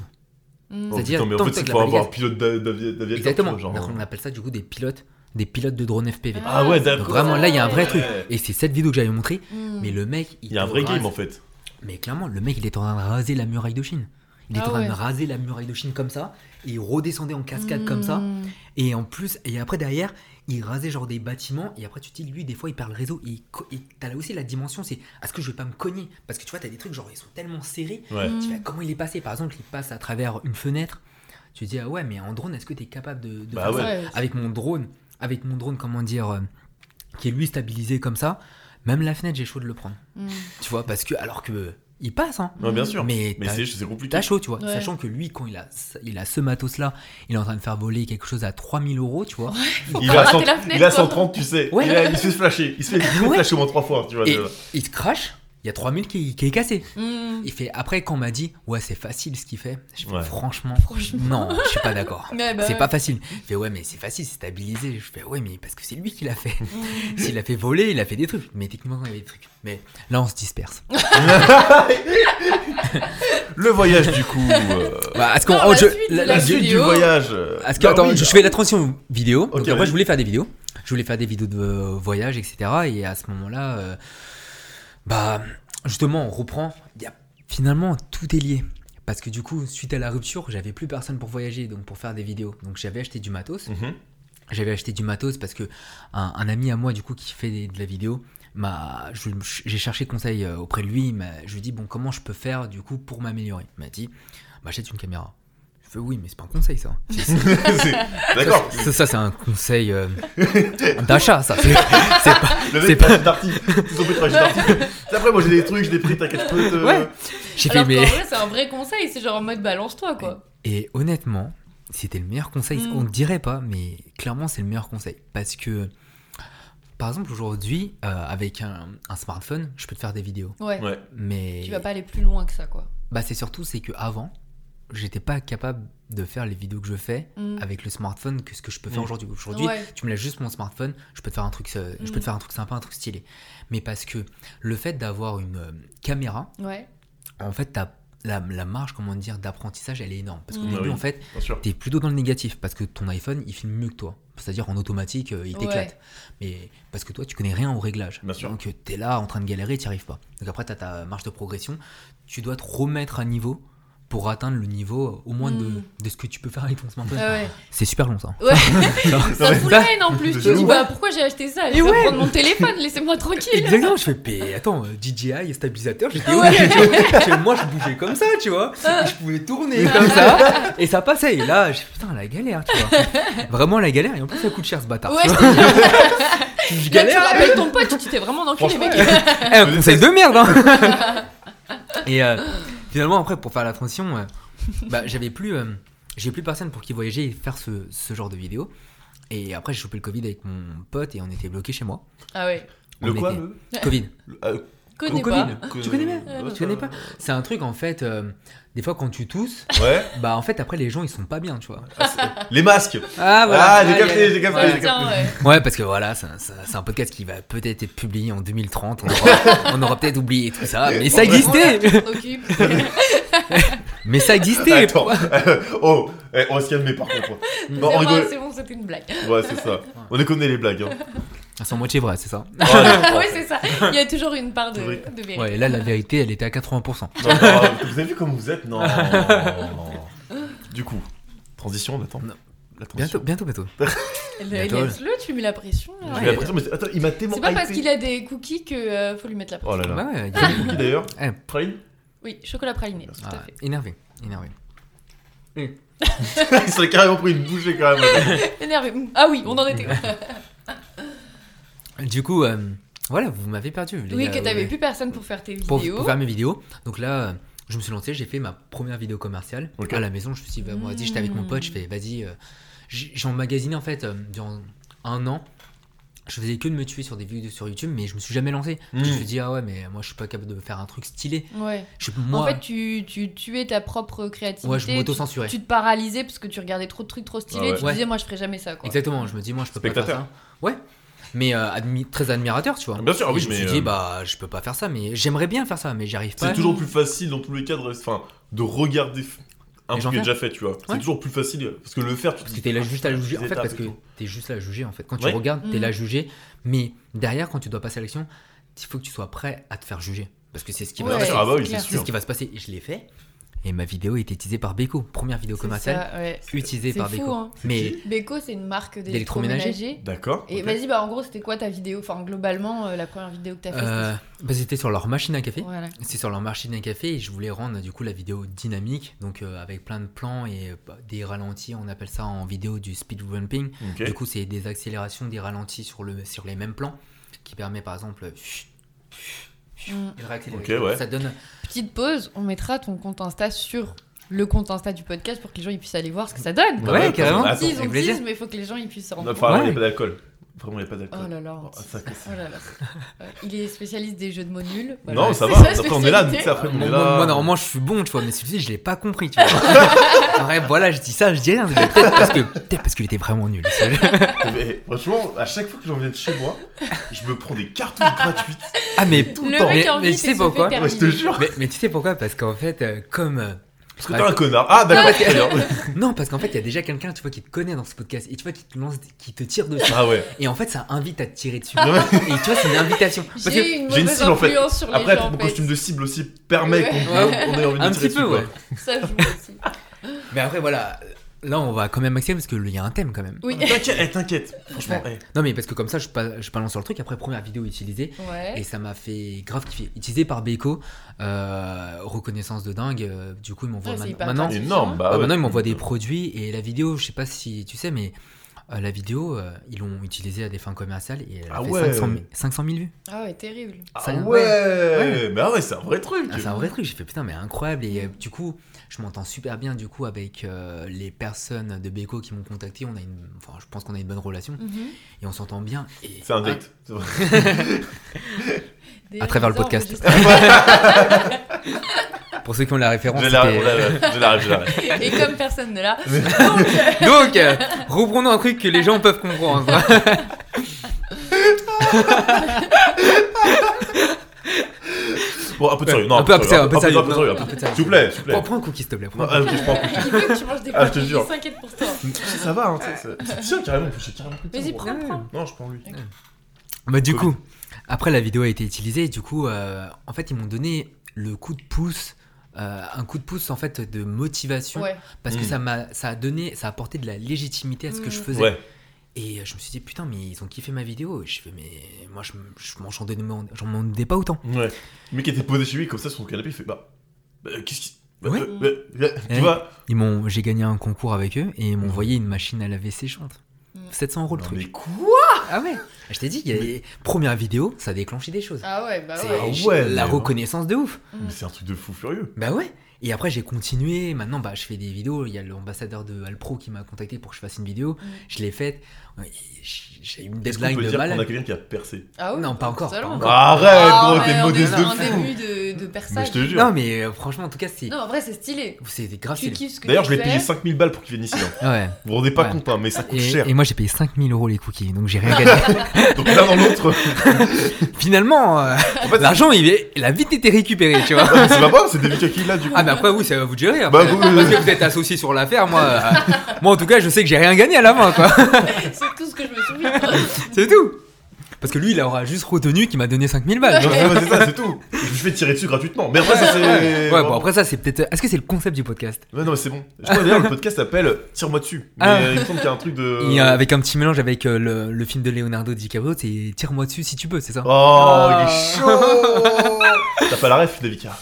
C: Hmm.
A: Oh,
B: c'est-à-dire,
A: putain, mais en
B: tant
A: fait,
B: que
A: c'est
B: t'as
A: pour
B: la
A: avoir
B: baguette.
A: pilote d'avi- d'aviateur.
B: Exactement.
A: tu vois, genre. euh.
B: on appelle ça du coup des pilotes, des pilotes de drone FPV.
A: Ah ouais,
B: Donc
A: d'accord.
B: vraiment là il y a un vrai
A: Ouais.
B: truc. Et c'est cette vidéo que j'avais montrée,
C: Hmm.
B: mais le mec, il,
A: Il y a un
B: te
A: vrai
B: rase-
A: game en fait.
B: Mais clairement, le mec, il est en train de raser la muraille de Chine. Il est
C: Ah
B: en train
C: ouais.
B: de raser la muraille de Chine comme ça, et il redescendait en cascade
C: Hmm.
B: comme ça. Et en plus, et après derrière, il rasait genre des bâtiments. Et après, tu te dis, lui, des fois, il perd le réseau. Et, co- et t'as là aussi la dimension, c'est est-ce que je vais pas me cogner Parce que tu vois, t'as des trucs genre, ils sont tellement serrés.
A: Ouais.
C: Hmm.
B: Tu fais, comment il est passé Par exemple, il passe à travers une fenêtre. Tu te dis, ah ouais, mais en drone, est-ce que t'es capable de, de
A: Bah
B: faire
A: ouais.
B: ça
C: Ouais.
B: Avec mon drone, avec mon drone, comment dire, euh, qui est lui stabilisé comme ça, même la fenêtre, j'ai chaud de le prendre.
C: Hmm.
B: Tu vois, parce que, alors que, il passe, hein.
A: Ouais, bien sûr.
B: Mais,
A: Mais
B: t'as-
A: c'est c'est compliqué.
B: T'as chaud, tu vois.
C: Ouais.
B: Sachant que lui, quand il a, il a ce matos-là, il est en train de faire voler quelque chose à 3000 euros, tu vois.
A: Il
C: pas
A: a,
C: rater
A: 100
C: la fenêtre,
A: il a
C: quoi.
A: 130, tu sais.
B: Ouais.
A: Il, a- il se fait flasher. Il se fait, il se fait
B: Ouais.
A: flasher au moins 3 fois. Tu vois,
B: Et
A: déjà.
B: il se crache, il y a 3000 qui, qui est cassé.
C: Hmm.
B: Il fait, après, quand on m'a dit, ouais, c'est facile ce qu'il fait, je fais,
A: Ouais.
B: franchement,
C: Franchement.
B: non, je suis pas d'accord.
C: Ouais, <laughs> bah
B: c'est
C: ouais.
B: pas facile. Il fait, ouais, mais c'est facile, c'est stabilisé. Je fais, ouais, mais parce que c'est lui qui l'a fait. <laughs>
C: Hmm.
B: S'il a fait voler, il a fait des trucs. Mais techniquement, il y avait des trucs. Mais là, on se
C: <laughs>
B: disperse.
A: Le voyage, du coup. euh,
B: Bah, parce qu'on-
C: Non,
B: oh,
C: la
B: je-
C: suite,
B: la-
C: <laughs> la
A: la
B: je-
A: suite du
C: vidéo.
A: voyage.
B: Ah, Parce que,
A: Bah
B: attends,
A: oui.
B: je fais la transition vidéo.
A: Ok,
B: donc après,
A: vas-y.
B: je voulais faire des vidéos. Je voulais faire des vidéos de euh, voyage, etc. Et à ce moment-là, euh, bah, justement, on reprend. Il y a- finalement, tout est lié. Parce que du coup, suite à la rupture, j'avais plus personne pour voyager, donc pour faire des vidéos. Donc j'avais acheté du matos.
A: Mhm. <laughs>
B: J'avais acheté du matos parce que un, un ami à moi, du coup, qui fait des- de la vidéo, m'a- je- j'ai cherché conseil euh, auprès de lui. Il m'a- je lui ai dit, bon, comment je peux faire, du coup, pour m'améliorer Il m'a dit, bah, achète une caméra. Je fais, oui, mais c'est pas un conseil, ça.
A: C'est- D'accord.
B: Ça, ça, c'est un conseil euh, d'achat, ça. C'est- c'est pas-
A: Le
B: C'est
A: mec,
B: pas-
A: pas... Darty. Ils ont fait trash Darty. C'est Après, moi, j'ai des trucs, j'ai des prix, t'inquiète pas. euh,
B: Ouais. J'ai fait,
C: Alors qu'en
B: mais...
C: vrai, c'est un vrai conseil, c'est genre en mode balance-toi quoi.
B: Et honnêtement, c'était le meilleur conseil.
C: Mm.
B: On ne dirait pas, mais clairement, c'est le meilleur conseil. Parce que, par exemple, aujourd'hui, euh, avec un, un smartphone, je peux te faire des vidéos.
C: Ouais.
A: Ouais.
B: Mais
C: Tu vas pas aller plus loin que ça quoi.
B: bah, c'est surtout, c'est que avant, j'étais pas capable de faire les vidéos que je fais
C: Hmm.
B: avec le smartphone que ce que je peux faire
A: Mm.
B: aujourd'hui. Ah, Aujourd'hui,
C: Ouais.
B: tu me laisses juste mon smartphone, je peux te faire un truc, euh, je peux te
C: Mm.
B: faire un truc sympa, un truc stylé. Mais parce que le fait d'avoir une euh, caméra,
C: Ouais.
B: en fait, t'as la, la marge, comment dire, d'apprentissage, elle est énorme. Parce qu'au
C: Mm.
A: Ah
B: début,
A: oui.
B: en fait,
A: Bien sûr.
B: t'es plutôt dans le négatif parce que ton iPhone, il filme mieux que toi. C'est-à-dire en automatique, euh, il
C: Ouais.
B: t'éclate. Mais parce que toi, tu connais rien au réglage.
A: Bien sûr.
B: Donc euh, t'es là en train de galérer, t'y arrives pas. Donc après, t'as ta marge de progression. Tu dois te remettre à niveau pour atteindre le niveau euh, au moins de,
C: Mm.
B: de ce que tu peux faire avec ton smartphone.
C: Ah ouais.
B: C'est super long ça. <laughs>
C: Ouais. ça
A: mais-
C: fout la haine en plus. Tu
A: De
C: te dis,
A: ouf.
C: bah pourquoi j'ai acheté ça Je
B: Et
C: vais
B: ouais.
C: prendre mon téléphone, laissez-moi tranquille.
B: Exactement, je fais, mais attends, euh, DJI et stabilisateur, j'étais
C: Ouais. Ah.
B: ok, tu vois. Parce que Moi, je bougeais comme ça, tu vois. Et je pouvais tourner comme ça. Et ça passait. Et là, j'ai fait, putain, la galère, tu vois. Vraiment la galère. Et en plus, ça coûte cher ce bâtard.
C: Ouais,
B: tu
C: je
B: vois.
C: te jure.
B: Je
C: Là, tu
B: galère.
C: rappelles ton pote, tu t'es vraiment enculé,
A: Franchement,
C: mec.
B: Eh, un conseil de merde, hein.
C: <laughs>
B: Et euh, finalement, après, pour faire la transition, euh, bah, j'avais plus, euh, j'ai plus personne pour qui voyager et faire ce, ce genre de vidéo. Et après, j'ai chopé le Covid avec mon pote et on était bloqués chez moi.
C: Ah ouais.
A: Le
B: On
A: quoi
B: était-
A: le...
B: Covid.
A: le- ah,
C: Connais
B: Au
C: pas.
B: Covid. Ah, Tu connais bien
A: Ouais, euh,
C: Tu
A: ça-
B: connais pas C'est un truc en fait, euh, des fois quand tu tousses,
A: Ouais.
B: bah en fait après les gens ils sont pas bien, tu vois.
A: Ah, c'est- les
C: <laughs>
A: masques.
B: Ah
A: Ah, j'ai
B: Ouais,
A: capté,
B: ouais.
A: j'ai capté.
C: Ouais,
A: j'ai
C: tiens,
A: capté.
C: ouais.
B: Ouais, parce que voilà, c'est un, c'est un- c'est un podcast qui va peut-être être publié en 2030. On aura, <laughs> on aura peut-être oublié tout ça, mais ça existait
C: On s'en occupe.
B: Mais ça existait
A: Attends. <laughs> oh, eh, on va se calmer par
C: <laughs>
A: contre. Non, on
C: C'est bon,
A: rigole.
C: c'est bon, c'était une blague. <laughs>
A: Ouais, c'est ça. On les connaît les blagues. Hein.
B: Elles sont moitié vraies, Ah, c'est ça
A: Ouais.
C: Ah Ouais, c'est ça. Il y a toujours une part de,
A: Oui.
C: de vérité.
B: Ouais, et là la vérité elle était à 80%.
A: Non, non, vous avez vu comme vous êtes Non. Du coup, transition, on attend.
B: Non.
A: La transition.
B: Bientôt, bientôt, bientôt.
C: Le-
B: Bientôt.
C: Laisse-le, tu lui mets la pression. là.
A: J'ai l'impression, mais attends, il m'a tellement.
C: C'est pas parce
A: hypé.
C: qu'il a des cookies que euh, faut lui mettre la pression.
A: Oh là là.
B: Bah
C: <laughs>
B: ouais, il y a-
A: Quel cookie d'ailleurs
B: Eh.
A: Praline
C: Oui, chocolat praliné, tout à
B: Ah,
C: fait.
B: énervé, énervé.
A: <laughs> Il s'est carrément pris une bouchée quand
B: <laughs>
A: même.
C: Énervé. Mm. Ah oui, on en était.
B: Du coup, euh, voilà, vous m'avez perdu. les
C: oui,
B: gars, euh,
C: que t'avais
B: ouais.
C: plus personne pour faire tes
B: pour,
C: vidéos.
B: pour faire mes vidéos. Donc là, euh, je me suis lancé, j'ai fait ma première vidéo commerciale
A: Ok.
B: à la maison. Je me suis dit, bah, moi, vas-y, j'étais avec mon pote, je fais, vas-y. euh, j'ai j'ai emmagasiné en fait euh, durant un an. Je faisais que de me tuer sur des vidéos sur YouTube, mais je me suis jamais lancé. Je me
A: Mm.
B: suis dit, ah ouais, mais moi, je suis pas capable de faire un truc stylé.
C: Ouais.
B: Je suis- moi,
C: En fait, tu, tu tuais ta propre créativité.
B: ouais, je m'auto-censurais.
C: tu, tu te paralysais parce que tu regardais trop de trucs trop stylés.
A: Ah ouais.
C: Tu
B: Ouais.
C: disais, moi, je ferais jamais ça. Quoi.
B: Exactement, je me dis, moi, je peux pas
A: Spectateur.
B: faire ça. Ouais. Mais euh, admi- très admirateur, tu vois.
A: Bien sûr,
B: Et
A: oui,
B: je me
A: mais,
B: suis
A: euh,
B: dit, bah, je peux pas faire ça, mais j'aimerais bien faire ça, mais j'arrive
A: C'est
B: pas.
A: toujours plus facile dans tous les cadres enfin, de regarder f- un
B: Les gens
A: truc qui est déjà
B: faire.
A: fait, tu vois. C'est
B: Ouais.
A: toujours plus facile parce que le faire, tu te
B: Parce que
A: dis.
B: t'es là juste à le juger. En
A: Des
B: fait,
A: étapes
B: parce
A: et
B: que
A: tout.
B: t'es juste là à juger, en fait. Quand tu
A: Ouais.
B: regardes, t'es
C: Mm.
B: là à juger. Mais derrière, quand tu dois passer à l'action, il faut que tu sois prêt à te faire juger. Parce que c'est ce qui va
A: Ouais,
B: se
A: sûr,
B: passer.
A: ah bah oui,
C: clair.
A: c'est
B: C'est
A: sûr.
B: ce qui va se passer. Et je l'ai fait. Et ma vidéo a été utilisée par Beko. Première vidéo
C: C'est
B: commerciale
C: ça, ouais.
B: utilisée
C: C'est
B: par
C: fou,
B: Beko.
C: hein.
B: Mais
C: Beko, c'est une marque
B: D'électroménager.
C: d'électroménager.
A: D'accord.
C: Et
A: ok.
C: vas-y, bah en gros, c'était quoi ta vidéo Enfin, globalement, euh, la première vidéo que t'as faite
B: euh, bah, c'était sur leur machine à
C: c'était-
B: café.
C: Voilà.
B: C'est sur leur machine à café et je voulais rendre du coup la vidéo dynamique, donc euh, avec plein de plans et euh, bah, des ralentis. On appelle ça en vidéo du speed ramping.
A: Ok.
B: Du coup, c'est des accélérations, des ralentis sur, le, sur les mêmes plans qui permet par exemple. euh,
C: Mm.
B: et de réaccélérer.
A: Ok, ouais.
B: Ça donne.
C: Petite pause, on mettra ton compte Insta sur le compte Insta du podcast pour que les gens ils puissent aller voir ce que ça donne.
A: Ouais,
B: Ouais, Ah,
A: ouais,
B: carrément.
A: attends,
C: On tease, on
B: avec
C: tease,
B: plaisir.
C: mais il faut que les gens ils puissent se rendre compte.
A: Enfin, il n'y a
B: Ouais.
A: pas d'alcool. Vraiment, il n'y a pas
C: Oh
A: d'alcool.
C: là là, on
A: Oh,
C: tease.
A: ça casse.
C: Oh là là. Euh, il est spécialiste des jeux de mots nuls. Voilà.
A: Non, ça
C: Bah, C'est
A: va.
C: sa
A: Après, on est là.
C: spécialité.
A: tu sais, Après, on
B: Moi,
A: Ah, est
B: moi-
A: là.
B: moi, normalement, je suis bon, tu vois, mais celui-ci, je l'ai pas compris, tu vois. <laughs> Bref, voilà, je dis ça, je dis rien. mais Peut-être parce que- peut-être parce qu'il était vraiment nul. ce jeu.
A: <laughs> Mais franchement, à chaque fois que j'en viens de chez moi, je me prends des cartouches gratuites.
B: <laughs> Ah, mais tout
C: Le
B: temps.
C: mec
B: Mais,
C: en
B: mais
C: vie,
B: tu
C: c'est
B: sais
C: se
B: pourquoi
C: fait
A: Ouais, je te
C: terminer.
A: jure.
B: mais, mais tu sais pourquoi Parce qu'en fait, euh, comme. euh,
A: Parce que
B: bah,
A: t'es un connard. Ah, d'accord. très
B: <laughs>
A: bien.
B: Non, parce qu'en fait, il y a déjà quelqu'un, tu vois, qui te connaît dans ce podcast et tu vois, qui te lance, qui te tire dessus.
A: Ah ouais.
B: Et en fait, ça invite à te tirer dessus.
A: Non, mais-
B: Et tu vois, c'est une
C: <laughs>
B: invitation. Parce que-
C: J'ai eu une
A: j'ai une
C: mauvaise
A: cible, en fait.
C: influence sur les
A: Après,
C: gens. en
A: mon
C: fait.
A: costume de cible aussi permet qu'on
B: Ouais.
A: on ait envie de
B: Un
A: tirer
B: petit
A: dessus,
B: peu,
A: quoi.
B: ouais.
C: Ça joue aussi.
B: Mais après, voilà. euh, Là, on va quand même accélérer parce qu'il y a un thème quand même.
C: Oui.
A: T'inquiète, eh, t'inquiète. Franchement, eh.
B: Non, mais parce que comme ça, je, pa- je balance sur le truc. Après, première vidéo utilisée. Et
C: Ouais.
B: ça m'a fait grave kiffer. Utilisé par Beko, euh, reconnaissance de dingue. euh, du coup, ils m'envoient
C: Ouais, c'est
B: man-
C: hyper
B: maintenant.
C: pratique.
A: énorme. Bah,
B: ouais,
A: ouais.
B: maintenant, ils m'envoient des produits et la vidéo, je sais pas si tu sais, mais euh, la vidéo, euh, ils l'ont utilisée à des fins commerciales et elle a
A: Ah
B: fait
A: ouais.
B: 500, 000 500 000 vues.
C: Ah ouais, terrible.
A: Ah
B: Ça-
A: ouais. Mais ah ouais, c'est un vrai truc.
B: Ah, c'est un vrai truc. J'ai fait putain, mais incroyable. Et euh, du coup, je m'entends super bien du coup avec euh, les personnes de Beko qui m'ont contacté. On a une, enfin, je pense qu'on a une bonne relation
C: Mhm.
B: et on s'entend bien. Et
A: C'est un date. C'est vrai.
C: Des
B: À travers le
C: réseaux
B: podcast.
C: enregistrés.
B: Pour ceux qui ont la référence,
A: Je l'arrête,
B: c'était- euh,
A: je l'arrête, je l'arrête, je
B: <laughs>
A: l'arrête.
C: Et comme personne ne
A: <laughs>
C: l'a,
B: Donc, euh, reprenons un truc que les gens peuvent comprendre.
A: Bon, un peu de sérieux. Non,
B: un peu
A: de sérieux,
B: un peu de
A: un
B: sérieux.
A: peu de sérieux. un peu de- S'il vous plaît, s'il vous plaît.
B: <laughs> Prends, prends un cookie, s'il te plaît. prends
A: Non,
B: un
A: ah, ok, je prends un
B: <laughs>
A: coup.
C: Il veut que tu manges des
A: Ah, je te
C: cookies,
A: jure.
C: il s'inquiète pour toi.
A: Tu sais, Ça va, hein, tu sais, ça- Tiens, carrément, j'ai carrément pris le
C: Vas-y,
A: tien,
C: prends,
B: Ouais.
C: prends.
A: moi. Non, je prends lui.
B: Bah du
A: Covid.
B: coup, après la vidéo a été utilisée, et du coup, euh, en fait, ils m'ont donné le coup de pouce, euh, un coup de pouce en fait de motivation,
C: Ouais.
B: parce que
A: Mm.
B: ça m'a, ça a donné, ça a apporté de la légitimité à ce que je
C: Mm.
B: faisais.
A: Ouais,
B: Et euh, je me suis dit putain, mais ils ont kiffé ma vidéo. Et je fais mais moi je, m- je m'en j'en donnais- j'en m'en donnais pas autant.
A: ouais. Le mec était posé chez lui, comme ça, sur son canapé, il fait Bah, euh, qu'est-ce qui. bah,
B: Ouais.
A: euh, euh, euh,
B: Eh.
A: Tu vois
B: Ils m'ont, j'ai gagné un concours avec eux et ils m'ont envoyé une machine à laver séchante.
C: Mm.
B: 700 euros le
A: Mhm. Non,
B: truc.
A: mais quoi
B: Ah ouais. Je t'ai dit, il y a les premières vidéos, ça déclenchait des choses.
C: Ah ouais, bah
B: C'est
C: ouais.
A: Ah ouais,
B: la
A: mais-
B: reconnaissance de ouf.
A: Mais c'est un truc de fou furieux.
B: Bah ouais. Et après j'ai continué. Maintenant bah je fais des vidéos. Il y a l'ambassadeur de Alpro qui m'a contacté pour que je fasse une vidéo.
C: Mm.
B: Je l'ai faite. Ouais, et j- J'ai eu une
A: Est-ce qu'on
B: deadline
A: peut
B: de
A: dire qu'on a
B: malade.
A: quelqu'un qui a percé
C: Ah ouais
B: Non, pas encore,
C: totalement.
B: pas encore.
A: Arrête,
C: Ah,
A: gros,
C: ouais,
A: t'es
C: on
A: modeste
C: est-
A: de
C: un
A: fou
C: début de, de
A: Mais
C: perçage.
A: je te jure.
B: Non mais euh, franchement en tout cas c'est
C: Non, en vrai, c'est stylé.
B: c'est grave
C: Tu
B: stylé.
C: kiffes ce que
A: D'ailleurs,
C: tu
A: je l'ai
C: fais.
A: payé 5000 balles pour qu'il vienne ici. hein.
B: Ouais.
A: Vous vous rendez pas
B: Ouais.
A: compte, hein, mais ça coûte
B: Et,
A: cher.
B: et moi j'ai payé 5000 euros les cookies donc j'ai rien gagné.
A: <laughs> Donc l'un dans
B: <laughs>
A: l'autre.
B: Finalement euh,
A: En fait,
B: l'argent il est il a vite été récupéré
A: <laughs>
B: tu vois.
A: c'est pas grave, c'est des qui là, du coup.
B: Ah mais après vous c'est à vous de gérer.
A: Bah,
B: après.
A: vous-
B: <laughs> Parce que vous êtes associé sur l'affaire moi. euh, <laughs> moi en tout cas je sais que j'ai rien gagné à la fin quoi. <laughs>
C: <laughs> C'est tout ce que je me souviens.
B: C'est tout. Parce que lui il aura juste retenu qu'il m'a donné 5000 balles. tu
A: Non,
B: vois.
A: c'est- c'est ça, c'est tout. Je me fais tirer dessus gratuitement. Mais après, ça c'est.
B: Ouais bon après ça c'est peut-être. euh, Est-ce que c'est le concept du podcast?
A: Ouais, non, mais c'est bon. Je
B: <laughs>
A: crois d'ailleurs le podcast s'appelle Tire-moi dessus. Mais
B: Ah.
A: euh, il me semble qu'il y a un truc de.
B: Et, euh, avec un petit mélange avec euh, le, le film de Leonardo DiCaprio, c'est Tire-moi dessus si tu peux, c'est ça
A: Oh,
B: Ah.
A: il est chaud T'as pas la ref, Davika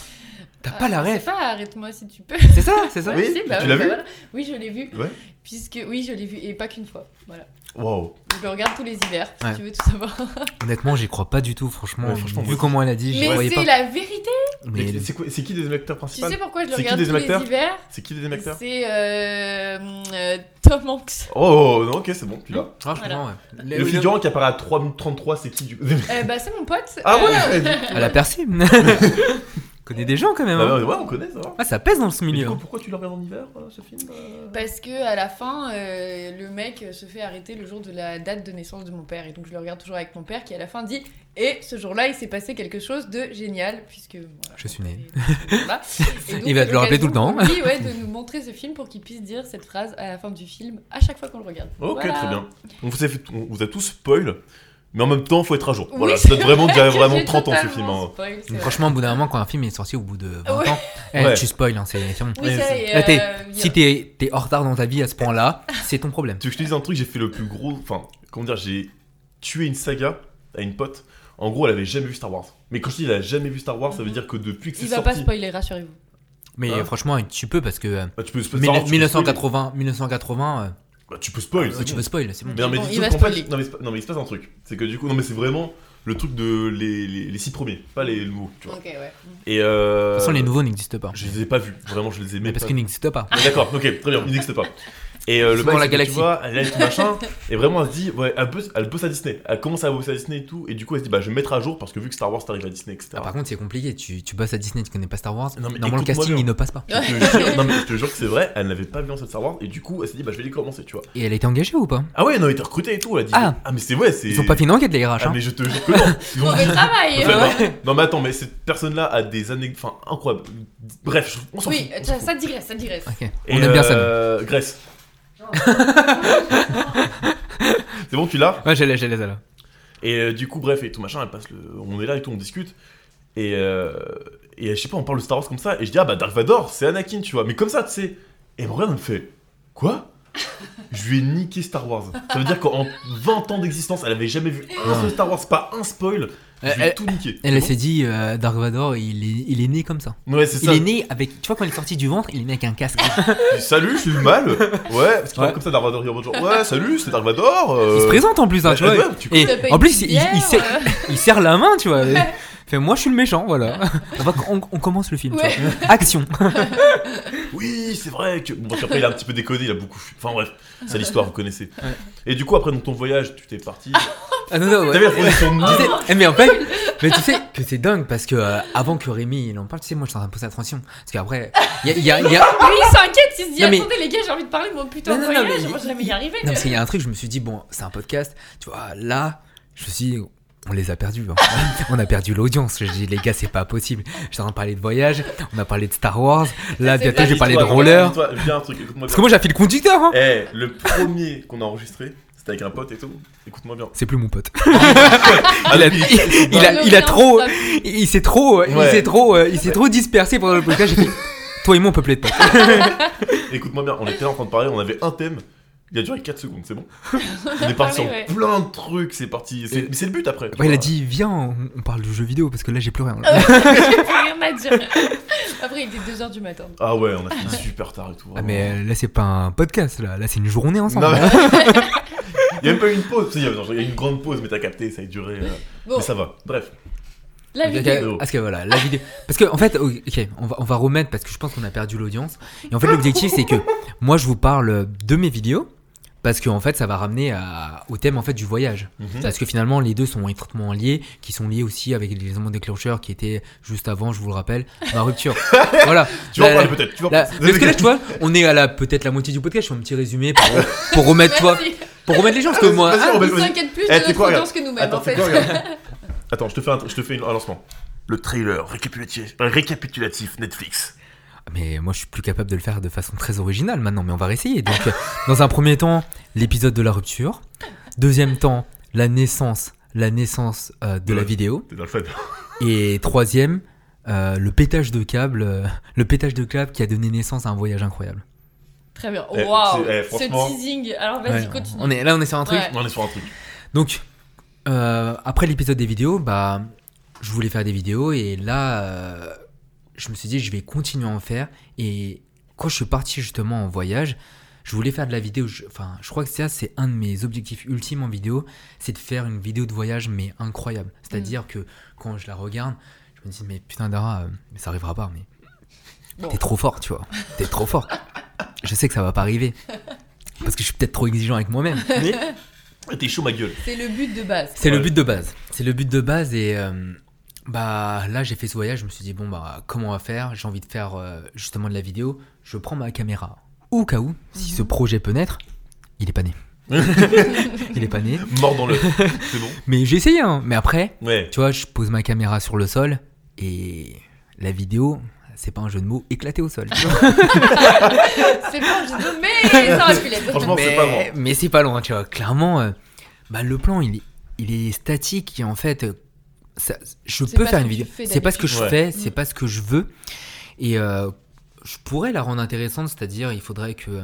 B: T'as pas la
C: rêve.
B: ref,
C: C'est Ah, pas arrête-moi si tu peux.
B: c'est ça, c'est ça
A: Ah Oui,
C: <laughs> Ouais, si, bah
A: tu
C: ouais,
A: l'as
C: bah
A: vu
C: voilà. Oui, je l'ai vu.
A: Ouais.
C: Puisque oui, je l'ai vu et pas qu'une fois. Voilà.
A: Wow.
C: Je le regarde tous les hivers, si
B: Ouais.
C: tu veux tout savoir.
B: Honnêtement, j'y crois pas du tout, franchement.
A: Ouais, franchement,
B: vu
A: moi-
B: comment elle a dit, j'y
C: Mais
B: croyais
C: c'est
B: pas.
C: la vérité.
B: Mais
A: Et C'est quoi- c'est qui des acteurs
C: Tu
A: principaux
C: sais pourquoi je le
A: C'est qui
C: regarde
A: les
C: tous les
A: acteurs
C: hivers
A: C'est qui des acteurs
C: C'est euh, euh, Tom Hanks.
A: Oh, non, ok, c'est bon, tu l'as.
B: franchement, euh, ouais.
A: Et
B: Le-
A: Le
B: le-
A: figurant qui apparaît à 3 minutes 33, c'est qui du coup <laughs>
C: Euh, bah c'est mon pote.
A: Ah
C: Euh,
A: ouais
B: <laughs> Elle
A: <laughs>
B: a percé. Connais des gens quand même.
A: Bah
B: hein.
A: ouais, ouais, on connaît ça. va.
B: Ah, ça pèse dans ce
A: Mais du
B: milieu.
A: coup, pourquoi tu le regardes en hiver, euh, ce film euh
C: Parce que à la fin, euh, le mec se fait arrêter le jour de la date de naissance de mon père, et donc je le regarde toujours avec mon père qui à la fin dit et ce jour-là il s'est passé quelque chose de génial puisque voilà,
B: Je suis né. <laughs>
C: Voilà. Et donc,
B: Il va te le rappeler tout le temps.
C: l'occasion pour lui, ouais, de nous montrer ce film pour qu'il puisse dire cette phrase à la fin du film à chaque fois qu'on le regarde.
A: Ok,
C: Voilà.
A: très bien. On vous, a fait- on vous a tous spoil, mais en même temps, faut être à jour.
C: Oui,
A: voilà,
C: c'est
A: ça date vraiment,
C: <laughs>
A: déjà
C: J'ai
A: vraiment 30 ans ce
C: totalement
A: film. hein.
C: spoil, c'est
B: Donc,
C: vrai.
B: Franchement, au bout d'un moment, quand un film est sorti au bout de 20
C: Euh, Ouais.
B: ans, eh,
A: Ouais.
B: tu spoil, hein, c'est c'est bon.
C: Oui,
A: Ouais,
C: ça,
A: c'est-
C: et,
B: Là, t'es-
C: euh, il y a-
B: Si t'es t'es en retard dans ta vie à ce
C: <laughs>
B: point-là, c'est ton problème.
A: Tu veux que je te dise un truc, j'ai fait le plus gros. Enfin, comment dire, j'ai tué une saga à une pote. En gros, elle avait jamais vu Star Wars. Mais quand je dis elle a jamais vu Star Wars, ça veut dire que depuis que c'est
C: Mhm. il va
A: sorti.
C: pas spoiler, rassurez-vous.
B: Mais
A: Hein
B: franchement, tu peux parce que euh,
A: Bah, tu peux spoil. Star Wars,
B: 19-
A: tu peux
B: 1980, 1980,
A: spoil.
B: euh,
A: Bah, tu peux spoil.
B: euh,
A: c'est
B: tu
A: bon.
B: peux spoil, c'est bon.
A: Mais non, mais
C: Bon, il
A: dis-toi
C: va
A: qu'en fait-
C: spoiler.
A: non, mais, c'est pas- non, mais il se passe un truc. C'est que du coup, non, mais c'est vraiment le truc de les, les, les six premiers, pas les nouveaux. Tu vois.
C: Ok, <laughs> ouais.
A: Et euh,
B: De toute façon, les nouveaux n'existent pas.
A: Je les ai pas vus. Vraiment, je les ai
B: Mais
A: même
B: parce
A: pas Ah,
B: qu'ils n'existent pas.
A: Mais D'accord, ok, très bien, il n'existe pas. Et euh, le
B: Souvent
A: mec,
B: la
A: c'est que
B: galaxie.
A: tu vois, elle a tout machin, et vraiment elle se dit, ouais, elle bosse, elle bosse à Disney, elle commence à bosser à Disney et tout, et du coup elle se dit, bah je vais me mettre à jour parce que vu que Star Wars arrive à Disney, etc.
B: Ah, par contre, c'est compliqué. Tu, tu bosses à Disney, tu connais pas Star Wars.
A: Non, mais
B: Normalement, le
A: écoute-moi
B: casting,
A: bien.
B: il ne passe pas.
A: je te jure, non mais je te jure que c'est vrai, elle n'avait pas vu ancien Star Wars, et du coup elle s'est dit, bah je vais les commencer, tu vois.
B: Et elle a été engagée ou pas
A: Ah ouais, non, elle était recrutée et tout, elle a dit,
B: Ah.
A: ah, mais c'est ouais, c'est.
B: Ils ont pas fait une enquête, les RH.
A: Ah,
B: hein.
A: mais je te jure que non. Ils
C: <laughs>
A: ont
C: Mauvais
A: dit-
C: travail
A: Enfin,
C: euh.
A: non, Non, mais attends, mais cette personne-là a des anecdotes, enfin incroyables. Bref, je- on s'en
C: Oui,
A: fout, on s'en
C: ça,
A: fout.
C: ça digresse, ça digresse.
B: Ok.
A: Et,
B: On aime bien ça.
A: euh,
B: <laughs>
A: Grèce. c'est bon, tu l'as
B: Ouais, j'allais, j'allais, là.
A: Et euh, du coup, bref, et tout machin, elle passe le... on est là et tout, on discute. Et, euh, et je sais pas, on parle de Star Wars comme ça. Et je dis, ah bah Dark Vador, c'est Anakin, tu vois. Mais comme ça, tu sais. Et elle me regarde, elle me fait, quoi Je lui ai niqué Star Wars. Ça veut dire qu'en 20 ans d'existence, elle avait jamais vu un seul Star Wars, pas un spoil. Je lui ai
B: Ah. Elle-
A: tout niqué.
B: Elle
A: C'est
B: s'est dit, euh, Dark Vador, il est, il est né comme ça.
A: bon Ouais, c'est
B: Il
A: ça.
B: est né avec. Tu vois, quand il est sorti du ventre, il est né avec un casque.
A: Je dis, Salut, c'est du mal. Ouais, parce qu'il
B: Ouais.
A: parle comme ça, Dark Vador, il est en mode genre, ouais, salut, c'est Dark Vador. euh,
B: Il se présente en plus, hein,
A: ouais,
B: tu vois.
A: ouais, tu-
B: Et
C: Il te paye
B: en plus,
C: une
B: il, il,
C: bière,
B: serre,
C: euh.
B: <laughs> il serre la main, tu vois. Fait, moi, je suis le méchant, voilà. On, va- on- on commence le film, tu
C: Ouais.
A: <laughs>
B: vois. Action.
A: Oui, c'est vrai que. Bon, parce qu'après, il a un petit peu déconné, il a beaucoup. fumé. Enfin, bref, c'est l'histoire, vous connaissez.
B: Ouais.
A: Et du coup, après, dans ton voyage, tu t'es parti.
B: Ah non, non, ouais.
A: T'avais la proposition de
B: Tu
A: nid. <laughs>
B: sais- eh, mais en fait, mais tu sais que c'est dingue parce que euh, avant que Rémi il en parle, tu sais, moi je suis en train de poser attention. Parce qu'après, il y a, il y a- il y a-
C: Lui, il s'inquiète, il se dit
B: Non, mais-
C: attendez les gars, j'ai envie de parler de mon putain
B: Non,
C: de
B: non, non,
C: voyage,
B: mais
C: moi je vais jamais y arriver.
B: Non, parce qu'il y a un truc, je me suis dit, bon, c'est un podcast, tu vois, là, je me suis dit, on les a perdus. hein. <laughs> on a perdu l'audience. J'ai dit, les gars, c'est pas possible. J'étais en train de parler de voyage, on a parlé de Star Wars. Là,
C: c'est
B: bientôt,
C: vrai.
B: je vais parler de
A: Dis-toi,
B: roller.
A: dis-toi, Viens un truc, écoute-moi
B: Parce que moi, j'ai fait le conducteur. hein.
A: bien. Eh, le premier qu'on a enregistré, c'était avec un pote et tout. Écoute-moi bien.
B: C'est plus mon pote.
A: Ah,
B: il, a,
A: oui,
B: il- il a- il a trop. Il il s'est trop. euh,
A: Ouais.
B: Il s'est trop. euh, Il s'est trop dispersé pendant le podcast. J'ai fait, toi et moi, on peut plus être potes.
A: Écoute-moi bien, on était en train de parler, on avait un thème. Il a duré 4 secondes, c'est bon On euh, est parti
C: oui,
A: sur
C: ouais. <laughs>
A: plein de trucs, c'est parti. C'est mais c'est le but après. tu
B: Ouais, il
A: vois.
B: a dit, viens, on, on parle du jeu vidéo parce que là, j'ai
A: <laughs>
B: plus rien. là.
C: rien à dire. Après, il était 2h du matin.
A: Ah ouais, on a fini super tard et tout.
B: Ah,
A: vraiment.
B: mais euh, là, c'est pas un podcast. Là, là, c'est une journée ensemble.
A: Non,
B: hein.
A: mais- Il y a même pas eu une pause. Si, Il y a non, il y a eu une grande pause, mais t'as capté, ça a duré. euh,
B: Oh.
C: Bon,
A: Mais ça Eh, va, bref.
C: la
B: Ok,
C: vidéo.
A: vidéo.
B: Parce que voilà, la vidéo. Parce que en fait, oh, ok, on va, on va remettre parce que je pense qu'on a perdu l'audience. Et en fait, l'objectif c'est que moi je vous parle de mes vidéos parce que en fait ça va ramener à- au thème en fait du voyage.
A: Mhm.
B: Parce que finalement les deux sont étroitement liés, qui sont liés aussi avec les éléments déclencheurs qui étaient juste avant, je vous le rappelle, ma
C: <laughs>
B: rupture. voilà.
A: Tu vas en
B: Là,
A: parler peut-être. Tu vas en
B: Bah, là,
A: parler.
B: parce que là, tu vois, on est à la peut-être la moitié du podcast. Je fais un petit résumé pour,
C: <laughs>
B: pour remettre toi,
C: Merci.
B: pour remettre les gens parce que moi,
A: Vas-y, eh, on va-
C: Ils s'inquiètent plus
A: Eh, t'es
C: de notre
A: quoi, regarde.
C: audience que nous-mêmes,
A: Attends,
C: en
A: fais
C: fait.
A: quoi,
B: <laughs>
A: regarde. Attends, je te fais un, je te fais une- un lancement. Le trailer récapitulatif, récapitulatif Netflix.
B: Mais moi, je suis plus capable de le faire de façon très originale maintenant, mais on va réessayer. Donc, euh, dans un premier temps, l'épisode de la rupture. Deuxième temps, la naissance, la naissance euh, de la
A: Ouais.
B: vidéo.
A: T'es dans le fait.
B: Et troisième, euh, le pétage de câble, euh, le pétage de câble qui a donné naissance à un voyage incroyable.
C: Très bien.
A: Eh,
C: Waouh.
A: c'est- eh, franchement-
C: Ce teasing. Alors, vas-y,
B: Ouais,
C: continue.
B: on est là, on est sur un truc.
C: Ouais.
A: <laughs> On est sur un truc.
B: Donc, euh, après l'épisode des vidéos, bah, je voulais faire des vidéos et là, euh, je me suis dit, je vais continuer à en faire. Et quand je suis parti justement en voyage, je voulais faire de la vidéo. Je- Enfin, je crois que ça, c'est un de mes objectifs ultimes en vidéo, c'est de faire une vidéo de voyage, mais incroyable. C'est-à-dire que quand je la regarde, je me dis, mais putain, Dara, euh, mais ça arrivera pas, mais
C: Bon.
B: t'es trop fort, tu vois. T'es trop fort. Je sais que ça va pas arriver. Parce que je suis peut-être trop exigeant avec moi-même. Mais
A: T'es chaud ma gueule.
C: C'est le but de base.
B: c'est le
A: Ouais.
B: but de base. C'est le but de base et euh, bah là j'ai fait ce voyage, je me suis dit bon bah comment on va faire J'ai envie de faire euh, justement de la vidéo. Je prends ma caméra. Au cas où, si
C: Mhm.
B: ce projet peut naître, il est pas né. il est pas né.
A: Mort <laughs> dans le. C'est bon.
B: Mais j'ai essayé. hein. Mais après,
A: Ouais.
B: tu vois, je pose ma caméra sur le sol et la vidéo, c'est pas un jeu de mots éclaté au sol.
C: C'est bon, je dis,
A: <laughs>
C: mais ça aurait pu l'être.
A: Franchement, c'est
B: mais,
A: pas vrai.
B: mais c'est pas loin, tu vois. Clairement, euh, bah, le plan, il est, il est statique et en fait, euh, ça- je
C: C'est
B: peux
C: pas
B: faire
C: ce
B: une
C: que tu
B: vidéo.
C: fais
B: C'est pas ce que je
A: d'habitude.
B: fais, c'est
C: Mm.
B: pas ce que je veux. Et euh, je pourrais la rendre intéressante, c'est-à-dire, il faudrait que euh,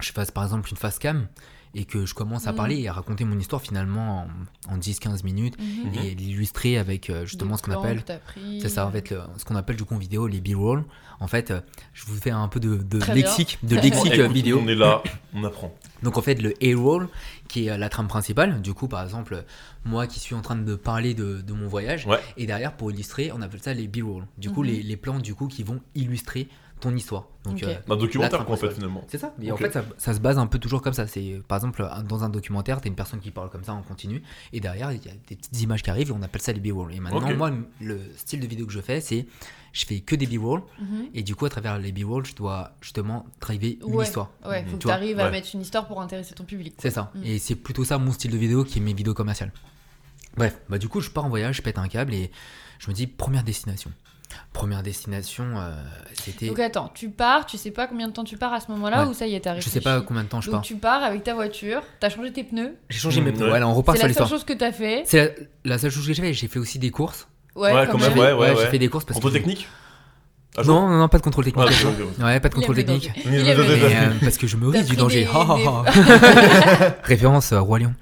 B: je fasse par exemple une face cam et que je commence à
C: Mm.
B: parler et à raconter mon histoire finalement en, en 10-15 minutes
C: Mhm.
A: Mhm.
B: et l'illustrer avec euh, justement
C: Des
B: ce qu'on
C: plans
B: appelle
C: que t'as pris.
B: c'est ça, en fait, le- ce qu'on appelle du coup en vidéo les b-roll. En fait, euh, je vous fais un peu de, de
C: Très bien.
B: lexique,
A: <laughs>
B: de
A: Bon,
B: lexique euh,
A: écoute,
B: vidéo.
A: On est là, on apprend.
B: Donc en fait, le A-roll, qui est euh, la trame principale, du coup, par exemple, moi qui suis en train de parler de, de mon voyage,
A: Ouais.
B: et derrière, pour illustrer, on appelle ça les b-roll. Du coup,
C: Mhm.
B: les, les plans du coup, qui vont illustrer ton histoire. Donc,
C: Ok.
B: euh,
A: Un documentaire
B: L'attrape,
A: quoi en fait
B: ouais.
A: finalement.
B: c'est ça. Et en
A: Ok.
B: fait, ça, ça se base un peu toujours comme ça. C'est euh, par exemple un- dans un documentaire, t'as une personne qui parle comme ça en continu, et derrière il y a des petites images qui arrivent et on appelle ça les b-roll. Et maintenant,
A: Ok.
B: moi, le style de vidéo que je fais, c'est je fais que des b-roll,
C: Mhm.
B: et du coup, à travers les b-roll, je dois justement driver une
C: Ouais.
B: histoire.
C: Ouais,
A: Mhm.
C: faut
B: Tu
C: que
B: vois,
C: t'arrives à
A: ouais.
C: mettre une histoire pour intéresser ton public.
B: C'est ça.
C: Mm.
B: Et c'est plutôt ça mon style de vidéo qui est mes vidéos commerciales. Bref, bah du coup, je pars en voyage, je pète un câble et je me dis première destination. Première destination, euh, c'était.
C: Donc attends, tu pars, tu sais pas combien de temps tu pars à ce moment-là
B: Ouais.
C: ou ça y est, t'as
B: Je
C: réfléchi
B: sais pas combien de temps je
C: Donc
B: pars.
C: tu pars avec ta voiture, t'as changé tes pneus,
B: J'ai changé mes
A: Mm,
B: pneus.
A: ouais.
B: Voilà, on repart
C: c'est
B: sur
C: la seule
B: l'histoire.
C: chose que t'as fait.
B: C'est la, la seule chose que j'ai fait. J'ai fait aussi des courses.
C: Ouais,
A: Ouais,
C: quand
A: quand
C: même.
A: même, ouais.
B: j'ai fait des courses parce
A: Contrôle
B: que.
A: technique Ah, je-
B: Non, non, non, pas de contrôle technique.
A: Ah, ok, ok.
B: Ouais, pas de
C: Il
B: contrôle
C: aime le
B: technique.
C: danger.
A: Il
C: Il
A: aime le
C: aime le
A: danger.
B: Mais, euh, parce que je me
C: T'as
B: ris du
C: pris
B: danger.
C: des-
B: Ah, ah, ah. <laughs> Référence euh, Roi Lion.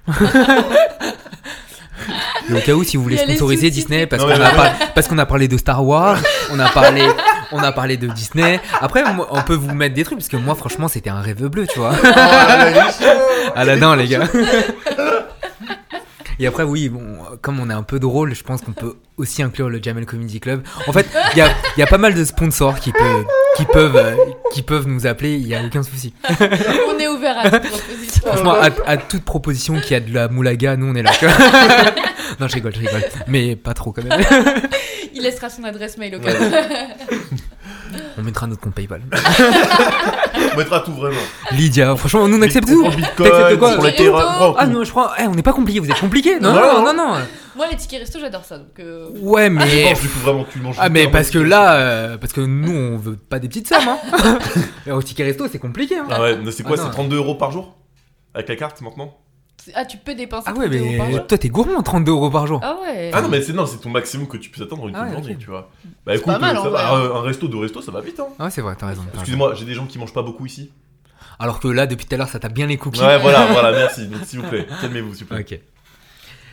B: Mais au cas où, si vous voulez
C: Il y a les
B: sponsoriser
C: sous-titres.
B: Disney, parce
A: Non,
B: qu'on
A: mais
B: a,
A: ouais.
B: par- parce qu'on a parlé de Star Wars, on a parlé, on a parlé de Disney. Après, moi, on peut vous mettre des trucs, parce que moi, franchement, c'était un rêve bleu, tu vois.
A: Ah,
B: Aladdin, les gars. Et après, oui, bon, comme on est un peu drôle, je pense qu'on peut aussi inclure le Jamel Comedy Club. En fait, il y a, il y a pas mal de sponsors qui peuvent, qui peuvent, euh, qui peuvent nous appeler, il n'y a aucun souci.
C: On est ouvert à toute proposition.
B: Franchement, à, à toute proposition qui a de la moulaga, nous on est là. tu vois. non, je rigole, je rigole. Mais pas trop quand même.
C: Il laissera son adresse mail au cas
A: Ouais.
C: où.
B: On mettra notre compte PayPal.
A: On mettra tout vraiment.
B: Lydia, franchement, nous on accepte
A: On
B: tout.
A: prend Bitcoin,
B: T'acceptes quoi
A: sur les
C: Crypto
A: terrains, on prend
B: Ah
A: tout.
B: non, je crois. eh, on n'est pas compliqué, vous êtes compliqué. Non,
A: Non,
B: non, non, non.
C: Moi, les tickets resto, j'adore ça. Donc, euh,
B: Ouais, mais.
A: du coup, vraiment, tu manges.
B: Ah mais
A: vraiment
B: parce
A: du
B: que
A: tout.
B: là, euh, parce que nous on veut pas des petites sommes. Hein. Et Au ticket resto c'est compliqué. Hein.
A: Ah ouais, mais c'est quoi
B: Ah non.
A: C'est 32 euros par jour Avec la carte maintenant
C: c'est- Ah, tu peux dépenser.
B: Ah ouais
C: 30 euros par
B: mais
C: jour.
B: toi t'es gourmand 32 euros par jour.
C: Ah ouais.
A: Ah non, mais c'est non, c'est ton maximum que tu puisses attendre une
B: Ah ouais,
A: journée,
B: ok.
A: tu vois. Bah
C: C'est
A: écoute,
C: pas mal,
A: euh,
C: en
A: ça va,
C: vrai.
A: un- un resto, deux restos, ça va vite, hein.
B: Ah ouais c'est vrai t'as raison. t'as raison.
A: Excusez-moi, j'ai des gens qui mangent pas beaucoup
B: <laughs>
A: ici.
B: Alors que là depuis tout à l'heure ça t'a bien les cookies.
A: Ouais, voilà, voilà, merci. Donc s'il vous plaît, calmez-vous, s'il vous plaît.
B: Ok.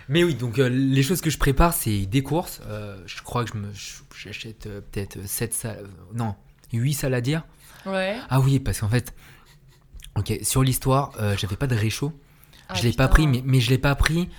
B: Mais oui, donc euh, les choses que je prépare, c'est des courses. Euh, je crois que je me, je- j'achète euh, peut-être 7 salades. Non, 8 saladières.
C: Ouais.
B: Ah oui, parce qu'en fait, ok, sur l'histoire, euh, j'avais pas de réchaud.
C: Ah,
B: je l'ai pas
C: putain.
B: pris, mais, mais je l'ai pas pris.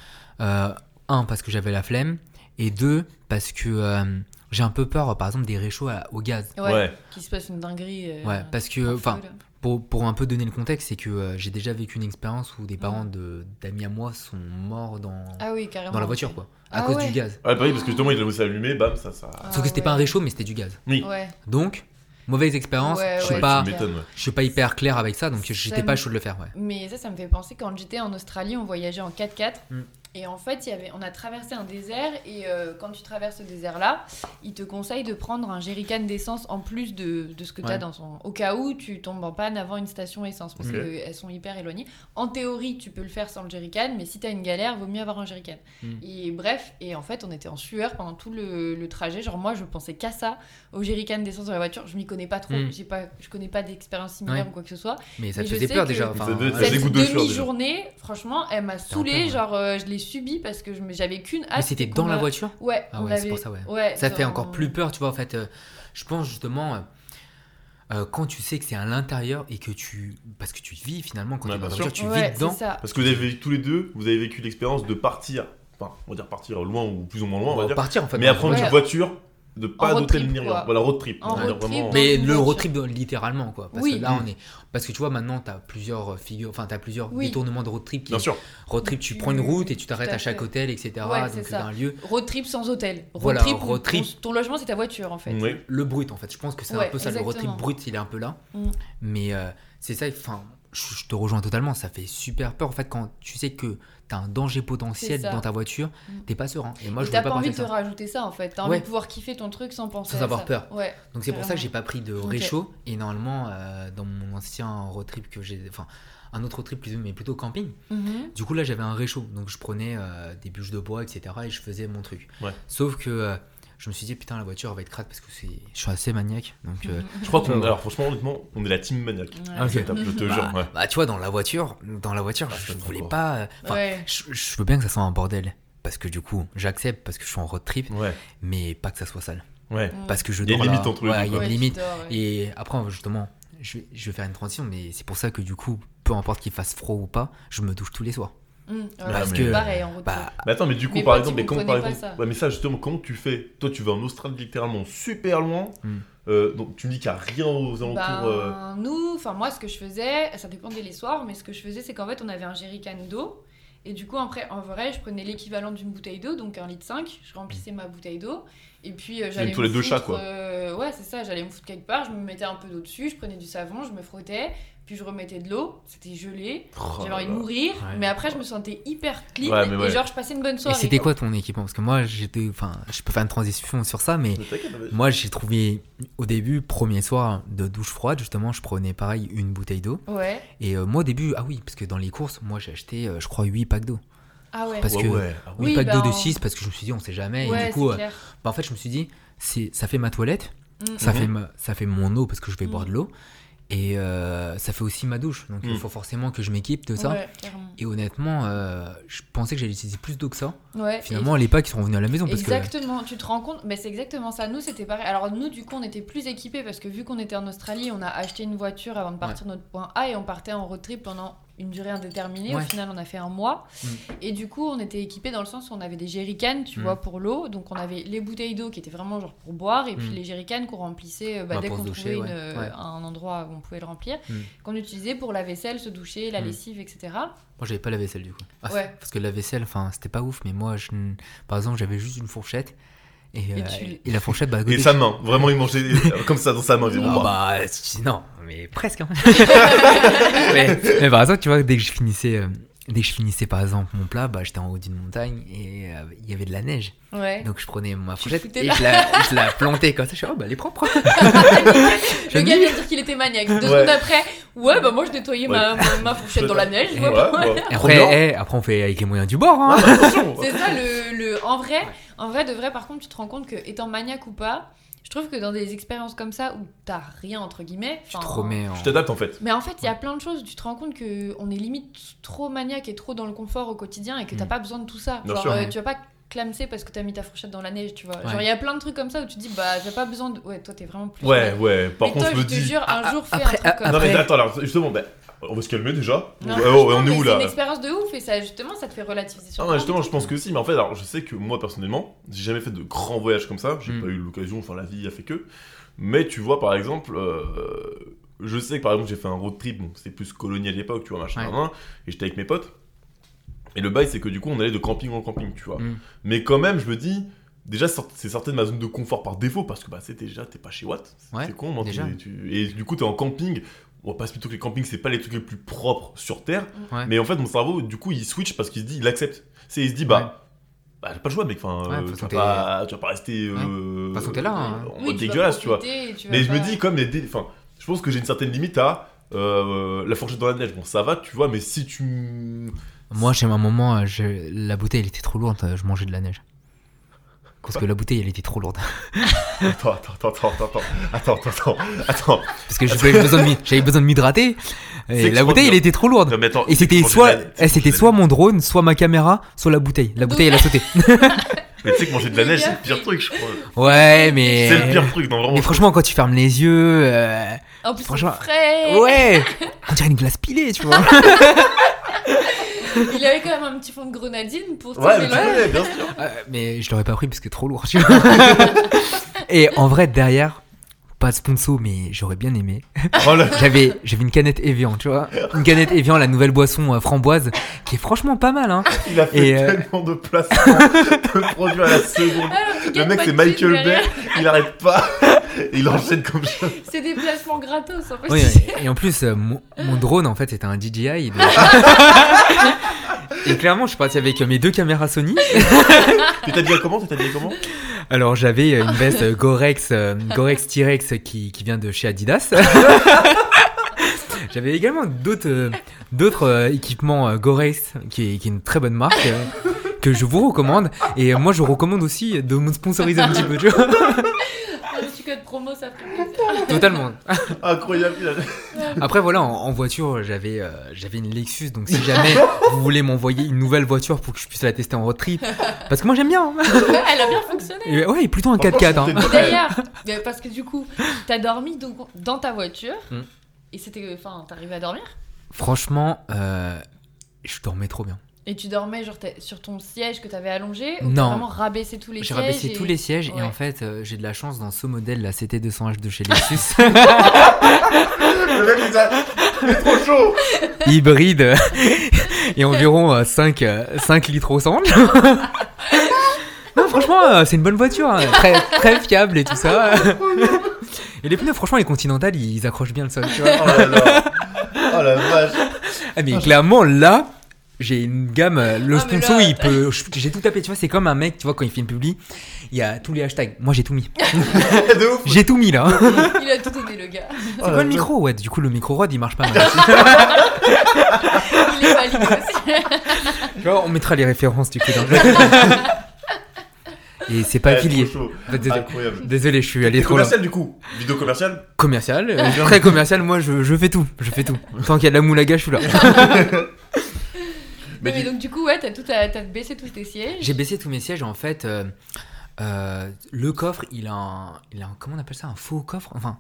B: euh, un, parce que j'avais la flemme. Et deux, parce que euh, j'ai un peu peur, euh, par exemple, des réchauds à- au gaz.
C: Ouais.
A: Ouais.
C: Qu'il se passe une dinguerie. euh,
B: Ouais, parce que,
C: un
B: enfin,
C: feu, là.
B: pour, pour un peu donner le contexte, c'est que euh, j'ai déjà vécu une expérience
C: Mm.
B: où des parents de- d'amis à moi sont morts dans,
C: Ah oui, carrément.
B: dans la voiture, quoi, à
C: Ah
B: cause
C: ouais.
B: du gaz.
A: Ouais, pareil, bah parce que justement, il a s'est allumé, bam, ça, ça.
C: Ah
B: Sauf que c'était pas un
C: ouais.
B: réchaud, mais c'était du gaz.
C: Ouais.
B: Donc, mauvaise expérience.
C: Ouais,
B: je
A: Ouais,
B: suis
A: tu
B: pas,
A: m'étonnes, ouais.
B: je suis pas hyper clair avec ça, donc
C: Ça
B: j'étais
C: me-
B: pas chaud de le faire. Ouais.
C: Mais ça, ça me fait penser quand j'étais en Australie, on voyageait en 4x4.
B: Mm.
C: Et en fait, il y avait, on a traversé un désert. Et euh, quand tu traverses ce désert-là, ils te conseillent de prendre un jerrycan d'essence en plus de, de ce que tu as
B: Ouais.
C: dans son. Au cas où tu tombes en panne avant une station essence, parce
A: Ok.
C: qu'elles sont hyper éloignées. En théorie, tu peux le faire sans le jerrycan, mais si tu as une galère, vaut mieux avoir un jerrycan.
B: Mm.
C: Et bref, et en fait, on était en sueur pendant tout le, le trajet. Genre, moi, je pensais qu'à ça, au jerrycan d'essence dans la voiture. Je m'y connais pas trop.
B: Mm.
C: J'ai Pas, je connais pas d'expérience similaire
B: Ouais.
C: ou quoi que ce soit.
B: Mais ça
C: Mais
B: te
C: je
B: faisait
C: sais
B: peur
C: que-
B: déjà.
C: Ça
B: enfin,
A: te devait-
B: ouais.
A: ça faisait
C: cette
A: goût de chaud, déjà.
C: demi-journée, franchement, elle m'a
B: en peur,
C: saoulée.
B: ouais.
C: Genre, euh, je l'ai subie parce que je me- j'avais qu'une hâte.
B: Mais c'était dans
C: Ah, qu'on
B: la
C: me-
B: voiture.
C: Ouais,
B: Ah
C: on
B: ouais, c'est
C: avait-
B: pour ça, ouais.
C: ouais,
B: Ça fait
C: dans-
B: encore plus peur, tu vois. En fait, euh, je pense justement. euh, euh, quand tu sais que c'est à l'intérieur et que tu. Parce que tu vis finalement, quand
A: Ouais,
B: t'es dans la
A: bien
B: voiture,
A: sûr.
B: tu
C: Ouais,
B: vis dedans.
C: c'est ça.
A: Parce que vous avez vécu- tous les deux, vous avez vécu l'expérience de partir, enfin, on va dire partir loin ou plus ou moins loin, on va dire.
B: partir en fait.
A: mais
B: dans
A: à prendre
B: la
C: Ouais.
A: une voiture, de pas
C: road
A: d'hôtel
C: trip,
A: ni rien.
C: quoi.
A: Voilà, road trip.
C: En
A: on va
C: road
A: dire
C: trip,
A: vraiment-
C: dans
B: Mais
C: une
B: le road
C: voiture.
B: trip, littéralement, quoi. Parce
C: Oui.
B: que là, on est. Parce que tu vois, maintenant, t'as plusieurs euh, figures. Enfin, t'as plusieurs
C: Oui.
B: détournements de road trip. Qui...
A: Bien sûr.
B: Road trip, tu
C: Tu-
B: prends une route et tu t'arrêtes
C: Tout à
B: à chaque
C: fait.
B: hôtel, etc.
C: Ouais, c'est
B: donc, euh,
C: ça.
B: dans un lieu.
C: Road trip sans hôtel. Road
B: Voilà,
C: trip. où
B: road
C: ton-
B: trip.
C: Ton logement, c'est ta voiture, en fait.
A: Oui.
B: le brut en fait. Je pense que c'est
C: Ouais,
B: un peu ça, le road trip
C: exactement.
B: brut, il est un peu là.
C: Mm.
B: Mais euh, c'est ça, enfin, je, je te rejoins totalement, ça fait super peur en fait quand tu sais que t'as un danger potentiel
C: C'est ça.
B: dans ta voiture,
C: Mm.
B: t'es pas serein. Et moi,
C: Et
B: je
C: t'as
B: voulais
C: pas,
B: pas
C: envie
B: penser
C: de te
B: ça.
C: rajouter ça, en fait. T'as envie
B: Ouais.
C: de pouvoir kiffer ton truc sans penser.
B: Sans
C: à
B: avoir
C: ça.
B: peur.
C: Ouais.
B: Donc c'est pour ça que j'ai pas pris de
C: Ok.
B: réchaud. Et normalement, euh, dans mon ancien road trip que j'ai, enfin, un autre road trip plus- mais plutôt camping.
C: <laughs> Mhm.
B: Du coup, là, j'avais un réchaud. Donc, je prenais euh, des bûches de bois, etc. Et je faisais mon truc.
A: Ouais.
B: Sauf que euh, je me suis dit, putain, la voiture va être crade parce que c'est... je suis assez maniaque. Donc, euh,
A: Je crois qu'on. Alors, franchement, honnêtement, on est la team maniaque.
C: Ouais.
B: Ok.
A: Je te
B: bah,
A: jure, ouais. Ah,
B: bah, tu vois, dans la voiture, dans la voiture, je
A: je comprends
B: voulais
A: pas.
B: pas. euh, enfin,
C: Ouais.
B: je, je veux bien que ça soit un bordel. Parce que du coup, j'accepte parce que je suis en road trip,
A: Ouais.
B: mais pas que ça soit sale.
A: Ouais.
C: Mm.
B: Parce que je
A: Il y a
B: dors
A: une
B: là.
A: limite entre les
B: Ouais,
A: deux,
B: il y a
A: quoi.
B: une
C: Ouais, tu
B: limite.
C: dors, ouais.
B: Et après, justement, je, vais- je vais faire une transition, mais c'est pour ça que du coup, peu importe qu'il fasse froid ou pas, je me douche tous les soirs.
C: Mm. Ouais,
B: Parce
C: c'est
B: que-
C: Pareil, en road trip.
B: Bah,
A: Mais attends, mais du coup,
C: Mais
A: par
C: Paty
A: exemple, mais comment, par
C: comprenait pas
A: exemple,
C: ça.
A: ouais, mais ça justement, comment tu fais Toi, tu vas en Australie littéralement super loin.
B: Hmm.
A: Euh, donc tu me dis qu'il n'y a rien aux alentours.
C: Ben,
A: euh,
C: nous, enfin moi, ce que je faisais, ça dépendait les soirs, mais ce que je faisais, c'est qu'en fait, on avait un jerrycan d'eau. Et du coup, après, en vrai, je prenais l'équivalent d'une bouteille d'eau, donc un litre 5. Je remplissais ma bouteille d'eau. Et puis, euh, j'allais.
A: une toilette
C: me
A: de chat,
C: foutre,
A: quoi.
C: euh, ouais, c'est ça. J'allais me foutre quelque part. Je me mettais un peu d'eau dessus. Je prenais du savon. Je me frottais. Puis, je remettais de l'eau. C'était gelé.
A: oh
C: J'avais
A: là
C: envie de
A: là.
C: mourir.
B: Ouais.
C: Mais après, je me sentais hyper clean.
A: Ouais, mais ouais.
C: Et genre, je passais une bonne
B: et
C: soirée.
B: c'était quoi ton équipement Parce que moi, j'étais. Enfin, je peux faire une transition sur ça, mais
A: Mais t'inquiète, mais-
B: Moi, j'ai trouvé au début, premier soir de douche froide, justement, je prenais pareil une bouteille d'eau.
C: Ouais.
B: Et euh, moi, au début, ah oui, parce que dans les courses, moi, j'ai acheté, euh, je crois, 8 packs d'eau.
C: Ah ouais.
B: Parce
A: Ouais,
B: que-
A: ouais. Ah ouais.
C: Oui,
B: 8 packs
C: bah,
B: d'eau de
C: on-
B: 6 parce que je me suis dit, on sait jamais. et
C: Ouais,
B: du coup,
C: c'est
B: euh,
C: clair.
B: bah, en fait, je me suis dit, c'est, ça fait ma toilette,
C: Mm.
B: euh, ça,
A: Mhm.
B: fait ma- ça fait mon eau parce que je vais
C: Mhm.
B: boire de l'eau. Et euh, ça fait aussi ma douche. Donc, il
A: Mhm.
B: faut forcément que je m'équipe de ça.
C: Ouais, clairement.
B: Et honnêtement, euh, je pensais que j'allais utiliser plus d'eau que ça.
C: Ouais, et
B: Finalement, les packs ils sont revenus à la maison parce que.
C: Exactement, tu te rends compte, mais c'est exactement ça. Nous, c'était pareil. Alors, nous, du coup, on était plus équipés parce que vu qu'on était en Australie, on a acheté une voiture avant de partir notre point A et on partait en road trip pendant une durée indéterminée.
B: Ouais.
C: Au final, on a fait un mois.
B: Mm.
C: Et du coup, on était équipés dans le sens où on avait des jerrycans, tu
B: Mm.
C: vois, pour l'eau. Donc, on avait les bouteilles d'eau qui étaient vraiment genre pour boire et puis
B: Mm.
C: les jerrycans qu'on remplissait euh, bah,
B: Bah,
C: dès
B: pour
C: qu'on
B: se
C: trouvait
B: doucher, ouais.
C: une, euh,
B: Ouais.
C: un endroit où on pouvait le remplir,
B: Mm.
C: qu'on utilisait pour la vaisselle, se doucher, la
B: Mm.
C: lessive, etc.
B: Moi, j'avais pas la vaisselle du coup. Ah,
C: Ouais.
B: Parce que la vaisselle, enfin, c'était pas ouf, mais moi, je... n- par exemple, j'avais juste une fourchette. Et, euh,
C: tu-
B: et la fourchette, bah, à côté-
A: Et sa main, vraiment, il mangeait euh, comme ça dans sa main. il faisait,
B: Ah
A: waouh.
B: bah,
C: <laughs>
B: c'est- non, mais presque. hein. mais, mais par exemple, tu vois, dès que je finissais euh, dès que je finissais par exemple mon plat, bah, j'étais en haut d'une montagne et euh, il y avait de la neige.
C: Ouais.
B: Donc je prenais ma
C: Tu
B: fourchette
C: foutais
B: et
C: là.
B: je la, je la plantais comme ça. Je suis oh bah elle est
C: <laughs>
B: propre.
C: le
B: J'aime
C: gars
B: bien.
C: vient de dire qu'il était maniaque. Deux
A: Ouais.
C: secondes après, ouais, bah moi je nettoyais ma, ma, ma fourchette dans la neige.
B: Et
C: ouais,
A: Ouais,
C: bah,
A: ouais.
B: Après,
A: Première-
B: eh, après on fait avec les moyens du bord. hein.
A: Attention.
C: C'est ça le, le- en vrai, en vrai de vrai par contre tu te rends compte que étant maniaque ou pas, je trouve que dans des expériences comme ça où t'as rien entre guillemets,
B: Tu te
C: enfin,
B: remets en...
A: Tu t'adaptes en fait.
C: Mais en fait il y a plein de choses, tu te rends compte que on est limite trop maniaque et trop dans le confort au quotidien et que t'as
B: Mm.
C: pas besoin de tout ça.
A: Bien
C: Genre
A: sûr.
C: euh, tu vas pas clamser parce que t'as mis ta fourchette dans la neige, tu vois. Genre
B: Ouais.
C: il y a plein de trucs comme ça où tu te dis bah j'ai pas besoin de ouais, toi t'es vraiment plus
A: Ouais,
C: maniaque.
A: ouais. Par
C: mais
A: contre,
C: toi,
A: je
C: je
A: me
C: te
A: dis.
C: jure, un jour, fais
B: après-
C: un truc comme
B: ah,
A: Non,
C: ça.
A: mais
B: Après-
A: attends, alors justement, ben, on va se calmer déjà. Ouais,
C: Non,
A: oh, on
C: mais justement,
A: est où
C: mais
A: là
C: C'est une expérience de ouf et ça, justement, ça te fait relativiser sur
A: Ah,
C: plein
A: ouais,
C: de
A: justement, je
C: trucs.
A: pense que si, mais en fait, alors je sais que moi personnellement, j'ai jamais fait de grands voyages comme ça, j'ai
B: Mm.
A: pas eu l'occasion, enfin la vie a fait que. Mais tu vois, par exemple, euh, je sais que par exemple, j'ai fait un road trip, bon, c'était plus colonial à l'époque, tu vois, machin,
B: Ouais.
A: nan, nan, et j'étais avec mes potes. Et le bail, c'est que du coup, on allait de camping en camping, tu vois.
B: Mm.
A: Mais quand même, je me dis, déjà, sort- c'est sorti de ma zone de confort par défaut, parce que bah, c'est déjà, t'es pas chez Watt, c'est
B: Ouais,
A: c'est con, moi,
B: déjà.
A: t'es- tu- et du coup, t'es en camping. On va pas se plutôt que les campings, c'est pas les trucs les plus propres sur Terre.
B: Mm. Ouais.
A: Mais en fait, mon cerveau, du coup, il switch parce qu'il se dit, il accepte. C'est, il se dit, bah,
B: Ouais.
A: bah, j'ai pas le choix, mec. Enfin,
B: Ouais,
A: euh,
B: de toute
A: tu, vas
B: façon,
A: pas, tu vas pas rester. euh,
B: toute façon, t'es là, hein.
A: en
C: Oui,
A: mode
C: tu vas
A: dégueulasse, tu vois.
C: profiter et tu vas
A: Mais je me
C: pas-
A: dis, comme les. dé- Enfin, je pense que j'ai une certaine limite à. euh, la fourchette dans la neige, bon ça va, tu vois, mais si tu. m-
B: Moi, j'ai un moment, euh, je- la bouteille elle était trop lourde, euh, je mangeais de la neige. Parce que la bouteille elle était trop lourde.
A: Attends,
B: <laughs>
A: attends, attends, attends, attends, attends, attends, attends, attends.
B: Parce que j'avais besoin de m'hy- j'avais besoin de m'hydrater.
A: C'est
B: Et la bouteille
A: extraordinaire.
B: elle était trop lourde.
A: Non, mais attends,
B: Et
A: c'est que
B: c'était
A: je mange
B: soit,
A: de la-
B: eh,
A: c'est que
B: c'était
A: je mange de la-
B: soit mon drone, soit ma caméra, soit la bouteille. La bouteille elle
A: <laughs>
B: a sauté.
A: Mais tu sais que manger de la
C: Les
A: neige,
C: gars,
A: c'est le pire truc, je crois.
B: Ouais, mais.
A: C'est le pire truc, non, vraiment.
B: Mais franchement, quand tu fermes les yeux, euh,
C: En plus,
B: Franchement,
C: c'est frais.
B: ouais, on dirait une glace pilée, tu vois.
C: Il avait quand même un petit fond de grenadine pour
A: Ouais, mais
C: se
A: tu connais, bien sûr.
B: <laughs> Euh, mais je l'aurais pas pris parce que trop lourd. tu vois. Et en vrai, derrière, pas de sponsor, mais j'aurais bien aimé.
A: Oh là-
B: J'avais, j'avais une canette Evian, tu vois. Une canette Evian, la nouvelle boisson euh, framboise, qui est franchement pas mal. Hein.
A: Il a fait
B: Et, euh,
A: tellement de placements <laughs> de produits à la seconde. Le mec, c'est Michael Bay, il arrête pas, <laughs> il enchaîne comme ça.
C: C'est des placements gratos en fait.
B: Oui,
C: c'est-
B: et en plus, euh, mon, mon drone, en fait, c'était un DJI. donc- Et clairement, je suis parti avec euh, mes deux caméras Sony.
A: T'es habillé comment T'es habillé comment
B: Alors, j'avais euh, une veste euh, Gorex, euh, Gorex T-Rex qui, qui vient de chez Adidas. j'avais également d'autres euh, d'autres euh, équipements euh, Gorex, qui est, qui est une très bonne marque, euh, que je vous recommande. Et euh, moi, je vous recommande aussi de me sponsoriser un petit peu, tu vois.
C: Un petit code promo, ça ferait plaisir.
B: Totalement.
A: Incroyable. il a-
B: Après, voilà, en, en voiture, j'avais euh, j'avais une Lexus, donc si <laughs> jamais vous voulez m'envoyer une nouvelle voiture pour que je puisse la tester en road trip, parce que moi, j'aime bien. hein.
C: Ouais, Ah, Elle a bien fonctionné.
B: Et ouais, et plutôt un 4x4. hein.
A: Franchement, c'était-
C: D'ailleurs, mais parce que du coup, t'as dormi donc, dans ta voiture
B: Hmm.
C: et c'était, enfin, t'arrivais à dormir
B: Franchement, euh, je dormais trop bien.
C: et tu dormais genre t'as- sur ton siège que t'avais allongé ou t'as
B: Non.
C: vraiment rabaissé tous les
B: J'ai
C: sièges
B: rabaissé
C: et-
B: tous les sièges
C: Ouais.
B: et en fait, euh, j'ai de la chance dans ce modèle, la CT200H de chez Lexus,
A: Le mec, il a- il est trop chaud.
B: <laughs> hybride, et environ euh, 5, litres au <laughs> 100. non, franchement, euh, c'est une bonne voiture, hein, très, très fiable et tout <laughs> ça. et les pneus, franchement, les Continental, ils accrochent bien le sol, tu vois.
A: Oh là là. Oh la vache.
B: Ah, mais clairement, là, j'ai une gamme. euh, Le
C: Ah, mais
B: sponsor,
C: là-
B: il peut. je- J'ai tout tapé. Tu vois, c'est comme un mec, tu vois, quand il fait une publi, il y a tous les hashtags. Moi, j'ai tout mis.
C: Ah,
A: De ouf.
B: J'ai tout mis là.
C: <laughs> Il a tout donné le gars.
A: C'est
B: C'est quoi le micro Ouais, du coup, le micro Rode, il marche <laughs> pas hein. mal.
C: Il est valide aussi.
B: Tu vois, on mettra les références du coup <laughs> dans le. Et c'est pas affilié. Désolé.
A: Incroyable.
B: Désolé, je suis allé
A: T'es
B: trop loin.
A: commercial du coup Vidéo commerciale
B: Commercial, euh, <laughs> très commercial, moi je, je fais tout, je fais tout. Tant qu'il y a de la moulaga, je suis là.
A: Mais du-
C: Mais, donc du coup, ouais, t'as tout, à- t'as baissé tous tes sièges.
B: <laughs> J'ai baissé tous mes sièges en fait. euh, euh, le coffre, il a, un, il a un- Comment on appelle ça Un faux coffre Enfin,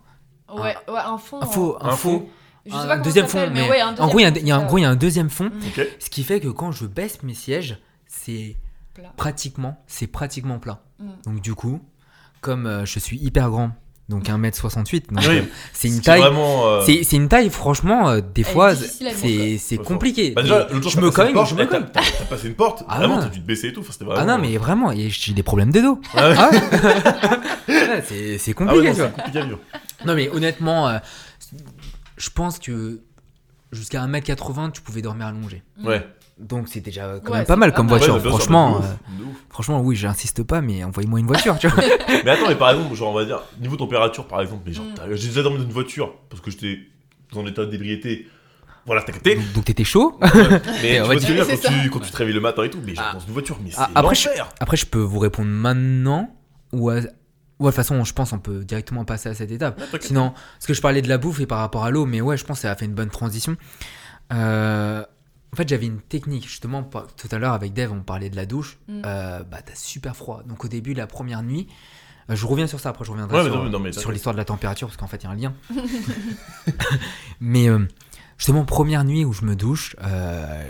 C: Ouais, ouais, un fond. euh,
B: un faux. Un,
A: Un
B: faux.
A: fond.
C: Je
B: un
C: sais pas comment
B: deuxième
C: ça
B: fond,
C: s'appelle,
B: mais
C: ouais, un
B: En gros, il y a un-
C: deuxième
B: il y, a un-
C: fond, euh,
B: en gros, il y a un deuxième fond.
C: Mm.
A: Ok.
B: Ce qui fait que quand je baisse mes sièges, c'est
C: Plat.
B: pratiquement, c'est pratiquement plat.
C: Mm.
B: Donc du coup, comme euh, je suis hyper grand, donc
C: Mm.
B: 1m68, donc,
A: Oui.
B: euh, c'est
A: Ce qui
B: une
A: est
B: taille
A: Vraiment. euh,
B: C'est c'est une taille, franchement, euh, des
C: Elle est
B: fois,
C: difficile à vivre,
B: c'est c'est
A: Faut-
B: compliqué.
A: Bah déjà, l'autre jour,
B: je
A: t'as passé une
B: me cogne,
A: porte,
B: je me
A: eh, t'as-
B: cogne.
A: T'as t'as passé une porte,
B: Ah
A: vraiment,
B: ouais.
A: t'as dû te baisser et tout. Enfin, c'était vraiment.
B: Ah non, mais vraiment, et j'ai des problèmes de dos.
A: <laughs> Ah ouais.
B: Ah ouais. <laughs> Ouais, c'est c'est
A: Ah ouais,
B: compliqué,
A: non,
B: tu vois.
A: c'est compliqué à vivre.
B: Non, mais honnêtement, euh, je pense que jusqu'à 1m80, tu pouvais dormir allongé.
A: Ouais.
B: Donc c'est déjà quand
C: Ouais,
B: même pas
C: c'est
B: mal
C: pas
B: comme
C: mal.
A: Ouais,
B: voiture.
A: mais bien sûr,
B: franchement,
A: de ouf,
B: euh,
A: de ouf.
B: franchement, oui, j'insiste pas, mais envoyez-moi une
A: <laughs>
B: voiture, tu vois.
A: Mais attends, mais par exemple, genre, on va dire, niveau température, par exemple, mais genre,
C: Mm.
A: t'as- j'ai déjà dormi dans une voiture parce que j'étais dans l'état d'ébriété. Voilà, t'as
B: <laughs>
A: capté
B: Donc, donc t'étais chaud.
A: Ouais. Mais tu
B: on va
A: vois ce que je veux
C: dire-
A: dire, quand,
C: c'est
A: tu, quand tu te réveilles le matin et tout, mais genre
B: Ah.
A: dans une voiture, mais c'est
B: Ah, après, je-
A: l'enfer
B: Après, je peux vous répondre maintenant ou à... ou à- de toute façon, je pense on peut directement passer à cette étape.
A: Ouais, Ah, t'inquiète.
B: Sinon, parce que je parlais de la bouffe et par rapport à l'eau, mais ouais, je pense que ça a fait une bonne transition. Euh, En fait, j'avais une technique, justement, par- tout à l'heure avec Dave, on parlait de la douche.
C: Mm.
B: Euh, bah, t'as super froid. Donc, au début, la première nuit, euh, je reviens sur ça, après, je reviendrai
A: Ouais, mais
B: sur,
A: non, mais non, mais
B: sur
A: t'inquiète.
B: l'histoire de la température, parce qu'en fait, il y a un
C: <laughs>
B: lien. <laughs> mais euh, justement, première nuit où je me douche, euh,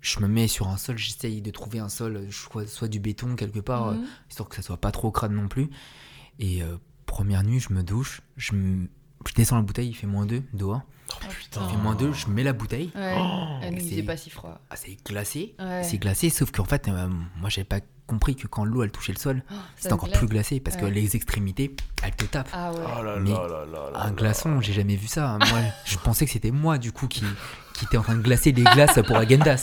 B: je me mets sur un sol, j'essaye de trouver un sol, je crois, soit du béton quelque part, euh,
C: Mhm.
B: histoire que ça soit pas trop crade non plus. Et euh, première nuit, je me douche, je, me- je descends la bouteille, il fait moins 2 dehors.
C: Ah,
A: putain.
B: Il fait moins 2, je mets la bouteille.
C: Ouais,
A: Oh.
C: elle nous
B: C'est-
C: faisait pas si froid.
B: Ah, c'est glacé.
C: Ouais.
B: C'est glacé, sauf qu'en fait, euh, moi, j'avais pas compris que quand l'eau, elle touchait le sol,
C: Oh,
B: c'était
C: ça
B: encore
C: glace.
B: plus glacé parce que
C: Ouais.
B: les extrémités, elles te tapent.
C: Ah ouais.
A: Oh là
B: Mais
A: là là là là là.
B: Un glaçon, j'ai jamais vu ça. hein. Moi, je pensais que c'était moi, du coup, qui, qui était en train de glacer des glaces pour Agendas.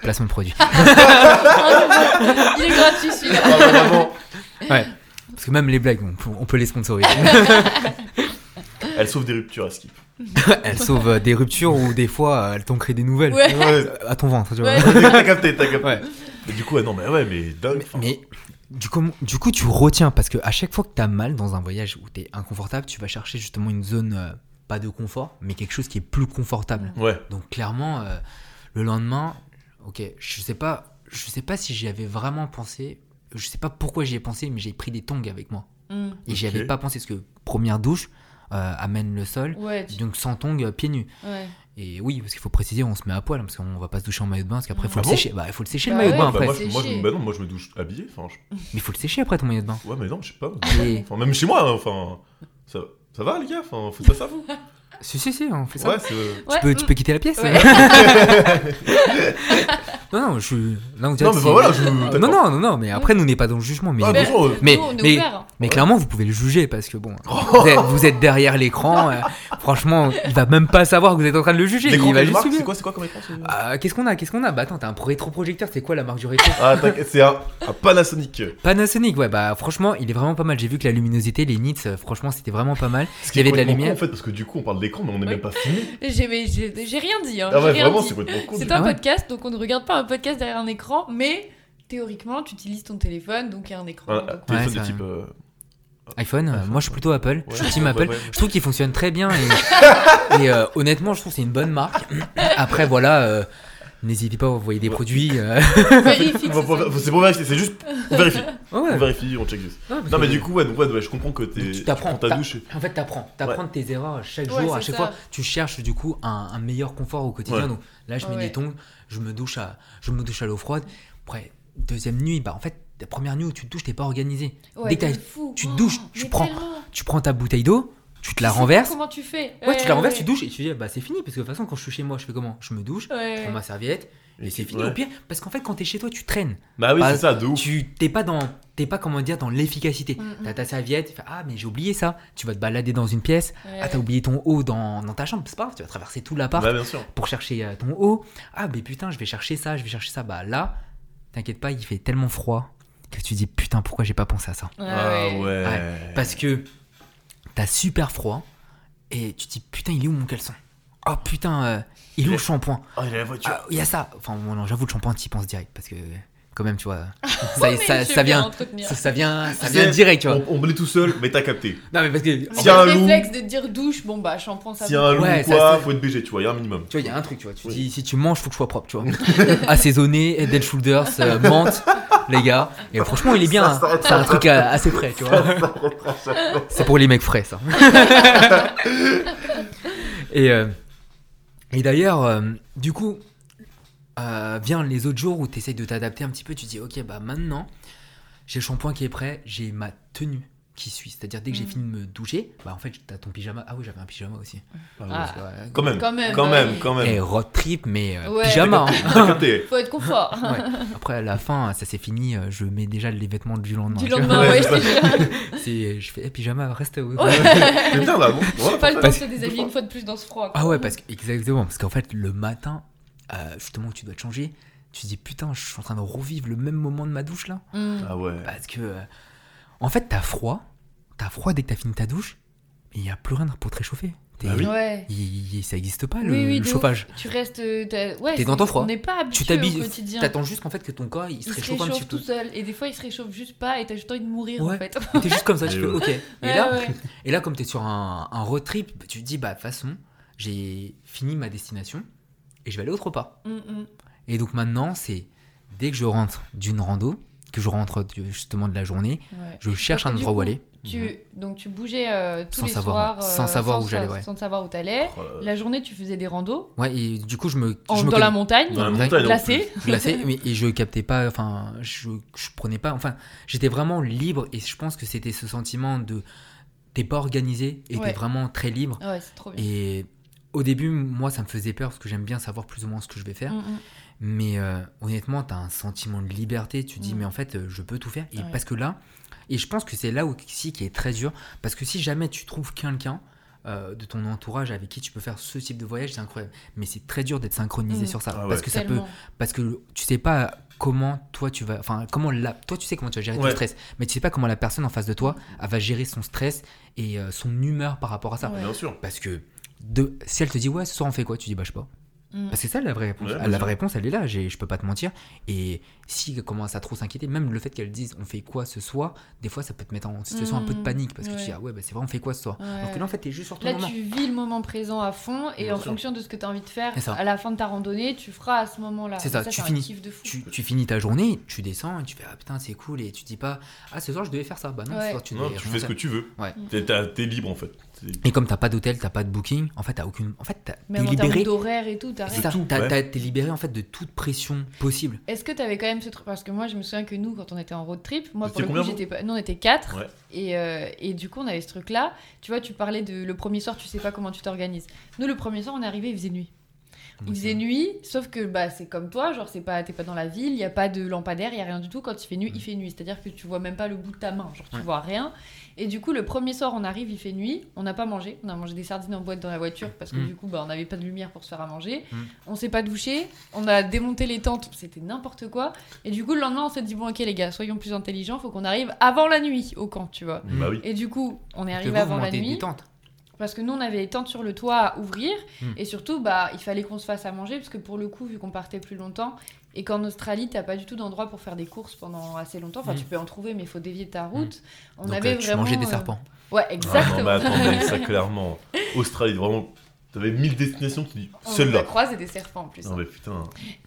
B: Placement de produit.
C: <laughs> Il est gratuit celui-là.
A: Ah, vraiment.
B: Ouais. Parce que même les blagues, on peut, on peut les sponsoriser.
A: Elle sauve des ruptures à
B: <laughs>
A: skip.
B: elles sauvent euh, des ruptures ou des fois, euh, elles t'ont créé des nouvelles. Euh,
C: Ouais.
A: Ouais,
B: À ton ventre, tu vois.
C: Ouais.
A: t'as capté, t'as capté.
B: <laughs> Ouais.
A: Mais du coup, ouais, non, mais ouais, mais dingue. enfin.
B: Mais du coup, du coup, tu retiens parce que à chaque fois que t'as mal dans un voyage où t'es inconfortable, tu vas chercher justement une zone euh, pas de confort, mais quelque chose qui est plus confortable.
A: Ouais,
B: Donc clairement, euh, le lendemain, ok, je sais pas, je sais pas si j'y avais vraiment pensé. Je sais pas pourquoi j'y ai pensé, mais j'ai pris des tongs avec moi
C: Mm.
B: et j'y
A: Ok.
B: avais pas pensé parce que première douche euh, amène le sol,
C: Ouais, tu-
B: donc sans tongs, euh, pieds nus.
C: ouais.
B: Et oui, parce qu'il faut préciser, on se met à poil hein, parce qu'on va pas se doucher en maillot de bain parce qu'après faut
A: Ah
B: le
A: bon
B: sécher. Bah, il faut le sécher
C: Bah
B: le maillot
C: ouais,
B: de bain
A: Bah,
B: après.
A: moi, je- moi, je-
C: Sécher.
A: bah non, moi je me douche habillé, enfin, je-
B: Mais il faut le sécher après ton maillot de bain.
A: ouais, mais non, je sais pas.
B: Et-
A: Enfin, même chez moi, hein, enfin, ça, ça va les gars, enfin, faut ça, ça vous.
B: Si, si, si, on fait ça.
A: Ouais, c'est. euh,
B: Tu,
C: Ouais,
B: peux, Ah, tu
C: mm.
B: peux quitter la pièce hein.
C: Ouais.
B: Non, non, je suis. Là, on dirait
A: Non, mais bah,
B: que c'est- Ah,
A: voilà, je. d'accord.
B: non, non, non, non, mais après, nous, on n'est pas dans le jugement. Mais,
A: Ah,
B: mais,
A: bonjour. bonjour.
B: mais-
C: nous, on est
B: mais-
C: ouverts, hein.
A: ouais.
B: clairement, vous pouvez le juger parce que
A: <laughs>
B: bon, vous êtes, vous êtes derrière l'écran. euh, franchement, il va même pas savoir que vous êtes en train de le juger.
A: L'écran
B: Il va
A: quelle
B: juste
A: marque,
B: subir.
A: C'est quoi, c'est quoi comme écran ce-
B: Ah, Qu'est-ce qu'on a Qu'est-ce qu'on a Bah attends, t'as un rétroprojecteur, c'est quoi la marque du rétro
A: Ah, t'inquiète, c'est un, un Panasonic.
B: Panasonic, ouais, bah franchement, il est vraiment pas mal. J'ai vu que la luminosité, les nits, euh, franchement, c'était vraiment pas mal.
A: Ce
B: Il y avait de la
A: complètement con,
B: lumière.
A: En fait, parce que du coup, on parle d'écran, mais on n'est
C: Ouais.
A: même pas fini.
C: J'ai mais j'ai- j'ai rien dit. hein,
A: Ah ouais,
C: j'ai rien
A: vraiment,
C: dit.
A: c'est complètement con. du
C: C'est
A: coup.
B: Ah
C: un
B: ouais.
C: podcast, donc on ne regarde pas un podcast derrière un écran, mais théoriquement, tu utilises ton téléphone, donc il y a un écran.
A: Un
C: donc-
A: téléphone
B: c'est
A: de
B: vrai.
A: type. euh,
B: iPhone, euh,
A: iPhone,
B: moi je suis plutôt Apple, je suis
A: ouais,
B: team
A: ouais,
B: Apple.
A: ouais.
B: Je trouve qu'il fonctionne très bien et, et, euh, honnêtement, je trouve que c'est une bonne marque. Après, voilà, euh, n'hésitez pas à envoyer des
A: Ouais.
B: produits. euh, <laughs>
C: Vérifie que
A: Faut-
C: ce
A: faut-
C: soit-
A: faut- C'est pour vérifier, c'est juste. On vérifie.
B: ouais,
A: On vérifie, on check juste.
B: non, parce
A: Non, mais
B: que-
A: du coup, ouais, donc, ouais, ouais, je comprends que t'es.
B: Donc, tu t'apprends,
A: prends ta
B: t'as-
A: douche.
B: En fait, t'apprends, t'apprends de tes erreurs chaque
C: Ouais,
B: jour. À
C: c'est
B: chaque
C: ça.
B: fois, tu cherches du coup un, un meilleur confort au quotidien.
A: Ouais.
B: Donc là, je mets
C: Ouais.
B: des tongs, je me douche à, je me douche à l'eau froide. Après, deuxième nuit, bah en fait, la première nuit où tu te douches, t'es pas organisé.
C: Ouais,
B: Dès que
C: de
B: t'as-
C: fou.
B: tu te
C: Oh,
B: douches, tu
C: mais
B: prends.
C: tellement.
B: tu prends ta bouteille d'eau, tu te la
C: Tu sais pas
B: renverses.
C: Comment tu fais
B: Ouais, tu la renverses, tu te douches et tu dis bah c'est fini parce que de toute façon quand je suis chez moi je fais comment Je me douche, je
C: Ouais.
B: prends ma serviette et, c'est fini.
A: Ouais.
B: Au pire parce qu'en fait quand t'es chez toi tu traînes,
A: Bah oui,
B: Bah,
A: c'est ça, de ouf.
B: tu t'es pas dans t'es pas comment dire dans l'efficacité.
C: Mm, mm.
B: T'as ta serviette, tu fais, ah mais j'ai oublié ça. Tu vas te balader dans une pièce,
C: Ouais.
B: ah t'as oublié ton haut dans, dans ta chambre, c'est pas grave, tu vas traverser tout l'appart
A: Bah, bien sûr.
B: pour chercher euh, ton haut. Ah mais putain je vais chercher ça, je vais chercher ça. Bah là, t'inquiète pas il fait tellement froid que tu dis putain pourquoi j'ai pas pensé à ça.
C: Ouais,
A: Ah
C: ouais.
A: ouais.
B: Parce que t'as super froid et tu te dis putain il est où mon caleçon Oh putain euh, il est où le shampoing
A: Oh, il a la voiture.
B: Ah, Il y a ça. Enfin bon, non, j'avoue le shampoing t'y penses direct parce que quand même tu
C: <laughs>
B: vois ça,
C: Oh, Mais
B: ça,
C: je sais
B: ça
C: bien
B: vient
C: entretenir.
B: ça, ça vient ça
A: Tu
B: vient
A: sais,
B: direct tu vois.
A: On, on blé tout seul, mais t'as capté.
B: Non mais parce que
C: Mais
A: S'il y a
C: t'as
A: un
C: le
A: loup-
C: réflexe de te dire douche, bon bah shampoing ça
A: S'il y a un loup
B: Ouais,
A: ou
B: ça,
A: quoi,
B: c'est-
A: faut être BG, tu vois, il y a un minimum.
B: tu vois il y a un truc tu vois tu
A: Oui.
B: dis si tu manges faut que je sois propre tu vois. <laughs> Assaisonné, head and shoulders, euh, menthe les gars et franchement il est bien. hein. C'est un truc euh, assez frais tu vois. C'est pour les mecs frais, ça. et euh, et d'ailleurs, euh, du coup, euh, vient les autres jours où tu essayes de t'adapter un petit peu. Tu dis, ok, bah maintenant, j'ai le shampoing qui est prêt, j'ai ma tenue qui suis. C'est-à-dire, dès que j'ai
C: Mhm.
B: fini de me doucher, bah en fait, t'as ton pyjama. Ah oui, j'avais un pyjama aussi.
C: Ah.
B: Parce que,
A: Quand même,
C: Quand même,
A: quand
C: bah
A: même,
C: oui.
A: quand
B: eh,
A: même.
B: road trip, mais euh,
C: Ouais. <laughs>
B: pyjama. hein.
A: T'as capté.
C: Faut être confort.
B: <laughs> Ouais. Après, à la fin, ça s'est fini. euh, Je mets déjà les vêtements du lendemain.
C: Du
B: tu vois.
C: lendemain,
A: Ouais,
C: ouais,
A: c'est
C: <laughs> c'est bien.
B: <laughs> C'est- Je fais eh, pyjama, reste où
A: C'est bien là, bon.
C: J'ai
A: voilà,
C: pas le temps de
A: parfait.
C: se déshabiller une fois de plus dans ce froid. quoi.
B: Ah ouais, parce que, exactement, parce qu'en fait, le matin, euh, justement, où tu dois te changer, tu te dis putain, je suis en train de revivre le même moment de ma douche là.
C: Mm.
A: Ah ouais.
B: Parce que, euh, en fait, t'as froid, t'as froid dès que t'as fini ta douche, mais il n'y a plus rien pour te réchauffer. T'es-
A: Bah oui.
C: Ouais.
B: il- il- ça n'existe pas le,
C: Oui, oui,
B: le
C: de ouf.
B: chauffage.
C: Tu restes. euh, t'as- Ouais,
B: T'es dans ton froid.
C: On n'est pas habitué
B: Tu
C: au
B: t'habilles,
C: quotidien.
B: t'attends juste qu'en fait que ton corps il se
C: Il se
B: réchauffe un petit
C: réchauffe tout
B: peu.
C: seul. Et des fois, il se réchauffe juste pas et t'as juste envie de mourir
B: Ouais.
C: en fait.
B: Et T'es juste comme ça, tu
A: Et
B: fais
A: ouais.
B: ok. Et
C: Ouais,
B: là,
C: <laughs> ouais.
B: <laughs> Et là, comme tu es sur un, un road trip, bah, tu te dis, bah, de toute façon, j'ai fini ma destination et je vais aller autre part.
C: Mm, mm.
B: Et donc maintenant, c'est dès que je rentre d'une rando, que je rentre du- justement de la journée,
C: Ouais.
B: je cherche un
C: Parce que du
B: endroit où
C: coup,
B: aller.
C: Tu... Donc, tu bougeais euh, tous
B: Mhm. Sans
C: les
B: savoir,
C: soirs.
B: ouais. Sans savoir où
C: sa-
B: j'allais, ouais.
C: Sans savoir où t'allais.
A: Oh là là.
C: La journée, tu faisais des randos.
B: Ouais, et du coup, je me.
C: en-
B: je me
C: Dans la
B: cap-
C: montagne.
A: Dans la
B: Ouais.
A: montagne. en
C: Glacée.
B: <laughs> je glacais, mais- et je captais pas, enfin, je, je prenais pas, enfin, j'étais vraiment libre et je pense que c'était ce sentiment de. T'es pas organisé et
C: Ouais.
B: t'es vraiment très libre.
C: Ah Ouais, c'est trop bien.
B: Et au début, moi, ça me faisait peur parce que j'aime bien savoir plus ou moins ce que je vais faire.
C: Mm, mm.
B: Mais euh, honnêtement, tu as un sentiment de liberté, tu te dis
C: Mm.
B: mais en fait, euh, je peux tout faire. Et
C: Ouais.
B: parce que là, et je pense que c'est là aussi qui est très dur, parce que si jamais tu trouves quelqu'un euh, de ton entourage avec qui tu peux faire ce type de voyage, c'est incroyable. Mais c'est très dur d'être synchronisé
C: Mm.
B: sur ça,
A: Ah
B: parce
A: ouais.
B: que ça peut,
C: Tellement.
B: parce que tu sais pas comment toi tu vas, enfin comment la, toi tu sais comment tu vas gérer
A: Ouais.
B: ton stress, mais tu sais pas comment la personne en face de toi
C: Mm.
B: elle va gérer son stress et euh, son humeur par rapport à ça.
C: Ouais.
A: Bien sûr.
B: Parce que de, si elle te dit ouais, ce soir on fait quoi Tu dis bah je sais pas.
C: Mm.
B: Bah, c'est ça la vraie réponse.
A: Ouais, bien
B: la
A: sûr.
B: vraie réponse, elle est là, j'ai- je peux pas te mentir. Et si elle commence à trop s'inquiéter, même le fait qu'elle dise on fait quoi ce soir, des fois ça peut te mettre en situation un peu de
C: Mhm,
B: panique parce que
C: ouais.
B: tu dis ah ouais, bah, c'est vrai, on fait quoi ce soir
C: Ouais.
B: Alors que là en fait, t'es juste sur ton
C: Là,
B: moment.
C: tu vis le moment présent à fond et
A: Bien
C: en
A: sûr.
C: fonction de ce que tu as envie de faire,
B: C'est ça.
C: à la fin de ta randonnée, tu feras à ce moment-là.
B: C'est ça,
C: Et
B: tu
C: un
B: finis.
C: kiff de fou.
B: Tu, tu finis ta journée, tu descends et tu fais ah putain, c'est cool. Et tu dis pas ah ce soir je devais faire ça. Bah non,
C: Ouais.
B: ce soir tu
A: Non,
B: devais
A: tu
B: rien
A: fais ce
B: faire.
A: que tu veux.
B: Ouais.
C: Mm.
A: T'es- t'as- T'es libre en fait. C'est-
B: Et comme t'as pas d'hôtel, t'as pas de booking, en fait, t'as aucune. En fait, t'as- t'es
C: Même en termes
B: libéré.
C: d'horaire et tout, t'arrêtes.
B: C'est ça,
A: tout,
B: t'as-
A: ouais.
B: t'as- t'es libéré en fait de toute pression possible.
C: Est-ce que tu avais quand même ce truc Parce que moi, je me souviens que nous, quand on était en road trip, moi,
A: Vous étiez
C: pour le coup,
A: combien, vous
C: j'étais pas... nous, on était quatre.
A: Ouais.
C: Et, euh, et du coup, on avait ce truc-là. Tu vois, tu parlais de le premier soir, tu sais pas comment tu t'organises. Nous, le premier soir, on est arrivé, il faisait nuit. Il
B: euh,
C: faisait nuit, sauf que bah, c'est comme toi, genre, c'est pas, t'es pas dans la ville, il n'y a pas de lampadaire, il n'y a rien du tout. Quand il fait nuit,
B: Mm.
C: il fait nuit. C'est-à-dire que tu vois même pas le bout de ta main, genre, tu
B: Ouais.
C: vois rien. Et du coup, le premier soir, on arrive, il fait nuit, on n'a pas mangé, on a mangé des sardines en boîte dans la voiture parce que
B: Mm.
C: du coup, bah, on n'avait pas de lumière pour se faire à manger.
B: Mm.
C: On s'est pas douché, on a démonté les tentes, c'était n'importe quoi. Et du coup, le lendemain, on s'est dit, bon, ok, les gars, soyons plus intelligents, faut qu'on arrive avant la nuit au camp, tu
B: Mm.
C: vois.
A: Bah oui.
C: Et du coup, on est
B: Parce que
C: arrivé
B: vous,
C: avant
B: vous
C: la
B: montez
C: nuit.
B: des tentes.
C: Parce que nous, on avait les tentes sur le toit à ouvrir.
B: Mm.
C: Et surtout, bah, il fallait qu'on se fasse à manger. Parce que pour le coup, vu qu'on partait plus longtemps, et qu'en Australie, t'as pas du tout d'endroit pour faire des courses pendant assez longtemps. Enfin,
B: Mm.
C: tu peux en trouver, mais il faut dévier ta route. On
B: Donc,
C: avait
B: euh, tu
C: vraiment.
B: mangeais des
C: euh,
B: serpents.
C: Ouais,
A: Ah
C: exactement.
A: non, mais
C: <laughs>
A: attendez, ça clairement. Australie, vraiment. T'avais 1000 destinations, tu dis
C: On
A: celle-là.
C: a croisé des serpents en plus.
A: Non mais putain.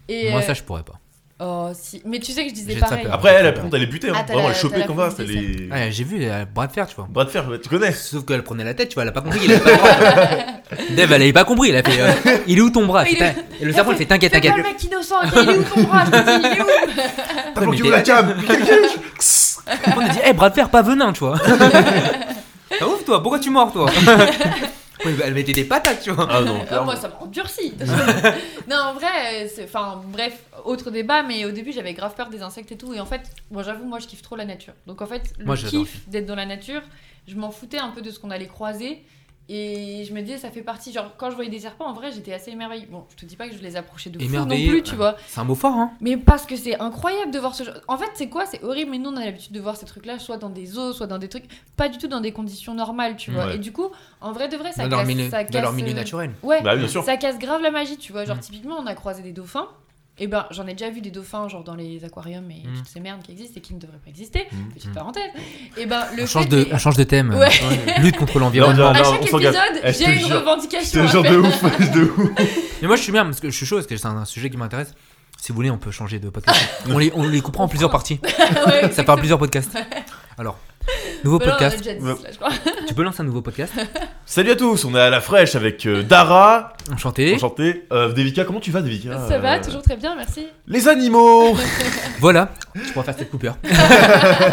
C: Et,
B: Moi,
C: euh,
B: ça, je pourrais pas.
C: oh, si. Mais tu sais que je disais
B: J'ai très
C: pareil.
B: peur.
A: Après, elle, elle, par contre, elle est butée. hein.
C: Ah, t'as
A: Vraiment, elle
C: la-
A: est
C: t'as
A: chopée
C: la
A: comme ça.
C: folie
A: Elle
C: des
A: est.
B: Ouais, j'ai vu euh, bras de fer, tu vois.
A: Bras de fer, ouais, tu connais.
B: Sauf qu'elle prenait la tête, tu vois, elle a pas compris. Il avait pas
C: <laughs>
B: compris. Dave, elle avait pas compris. Elle a fait euh, Il est où ton bras
C: Il est
B: Putain. Et le serpent, il fait T'inquiète,
C: Fais
B: t'inquiète.
C: pas le mec innocent, ok, il est où ton bras Je te dis, il est où
A: T'as
B: mais
A: planqué où
B: t'es-
A: la cam
B: <laughs> On a dit Hé, bras de fer, pas venin, tu
C: <laughs>
B: vois. T'as ouf, toi. Pourquoi tu mords, toi Ouais, bah, Elle mettait des patates, tu vois.
A: Ah non,
C: Ah,
A: clairement.
C: moi, ça m'a endurci. <laughs> non, en vrai, euh, c'est- enfin, bref, autre débat, mais au début, j'avais grave peur des insectes et tout. Et en fait, bon, j'avoue, moi, je kiffe trop la nature. Donc, en fait, le
B: Moi, j'adore.
C: kiff d'être dans la nature, je m'en foutais un peu de ce qu'on allait croiser. Et je me disais, ça fait partie. Genre, quand je voyais des serpents, en vrai, j'étais assez émerveillée. Bon, je te dis pas que je les approchais de fou non
B: Émerveillée,
C: plus, tu
B: ouais.
C: vois.
B: C'est un mot fort, hein.
C: Mais parce que c'est incroyable de voir ce genre. En fait, c'est quoi C'est horrible, mais nous, on a l'habitude de voir ces trucs-là, soit dans des eaux, soit dans des trucs. Pas du tout dans des conditions normales, tu vois.
A: Ouais.
C: Et du coup, en vrai de vrai, ça
B: Dans leur
C: casse.
B: milieu,
C: ça
B: dans leur
C: casse,
B: milieu
C: euh,
B: naturel.
C: Ouais,
A: Bah, bien sûr.
C: ça casse grave la magie, tu vois. Genre,
B: Mm.
C: typiquement, on a croisé des dauphins. Et ben, j'en ai déjà vu des dauphins, genre dans les aquariums et
B: Mm.
C: toutes ces merdes qui existent et qui ne devraient pas exister.
A: Mm.
C: Petite
B: Mm.
C: parenthèse. Et ben, le
B: On
C: fait
B: change, de,
C: que-
B: on change de thème.
C: Ouais.
B: Lutte contre
A: Non,
B: l'environnement.
A: non,
C: à
A: non.
C: chaque
A: on s'en gaffe.
C: épisode,
A: Eh, je te
C: j'ai une
A: jure. C'est
C: revendication.
A: le
C: à
A: genre
C: faire.
A: de ouf, de ouf.
B: Mais moi, je suis bien parce que je suis chaud parce que c'est un, un sujet qui m'intéresse. Si vous voulez, on peut
C: <laughs>
B: changer de podcast. on, les, on les coupera en plusieurs parties.
C: Ah Ouais,
B: Ça fera
C: exactement.
B: plusieurs podcasts. Alors, Nouveau
C: Bah non, on a
B: podcast.
C: déjà dit
B: <laughs>
C: cela, je crois.
B: Tu peux lancer un
A: <laughs>
B: nouveau podcast
A: Salut à tous, on est à la fraîche avec euh, Dara.
B: Enchanté.
A: Enchanté. Euh, Devika, comment tu vas, Devika
C: Ça va,
A: Euh,
C: toujours très bien, merci.
A: Les
C: <laughs>
A: animaux
B: Voilà. Je pourrais faire
A: <laughs>
B: cette coupure.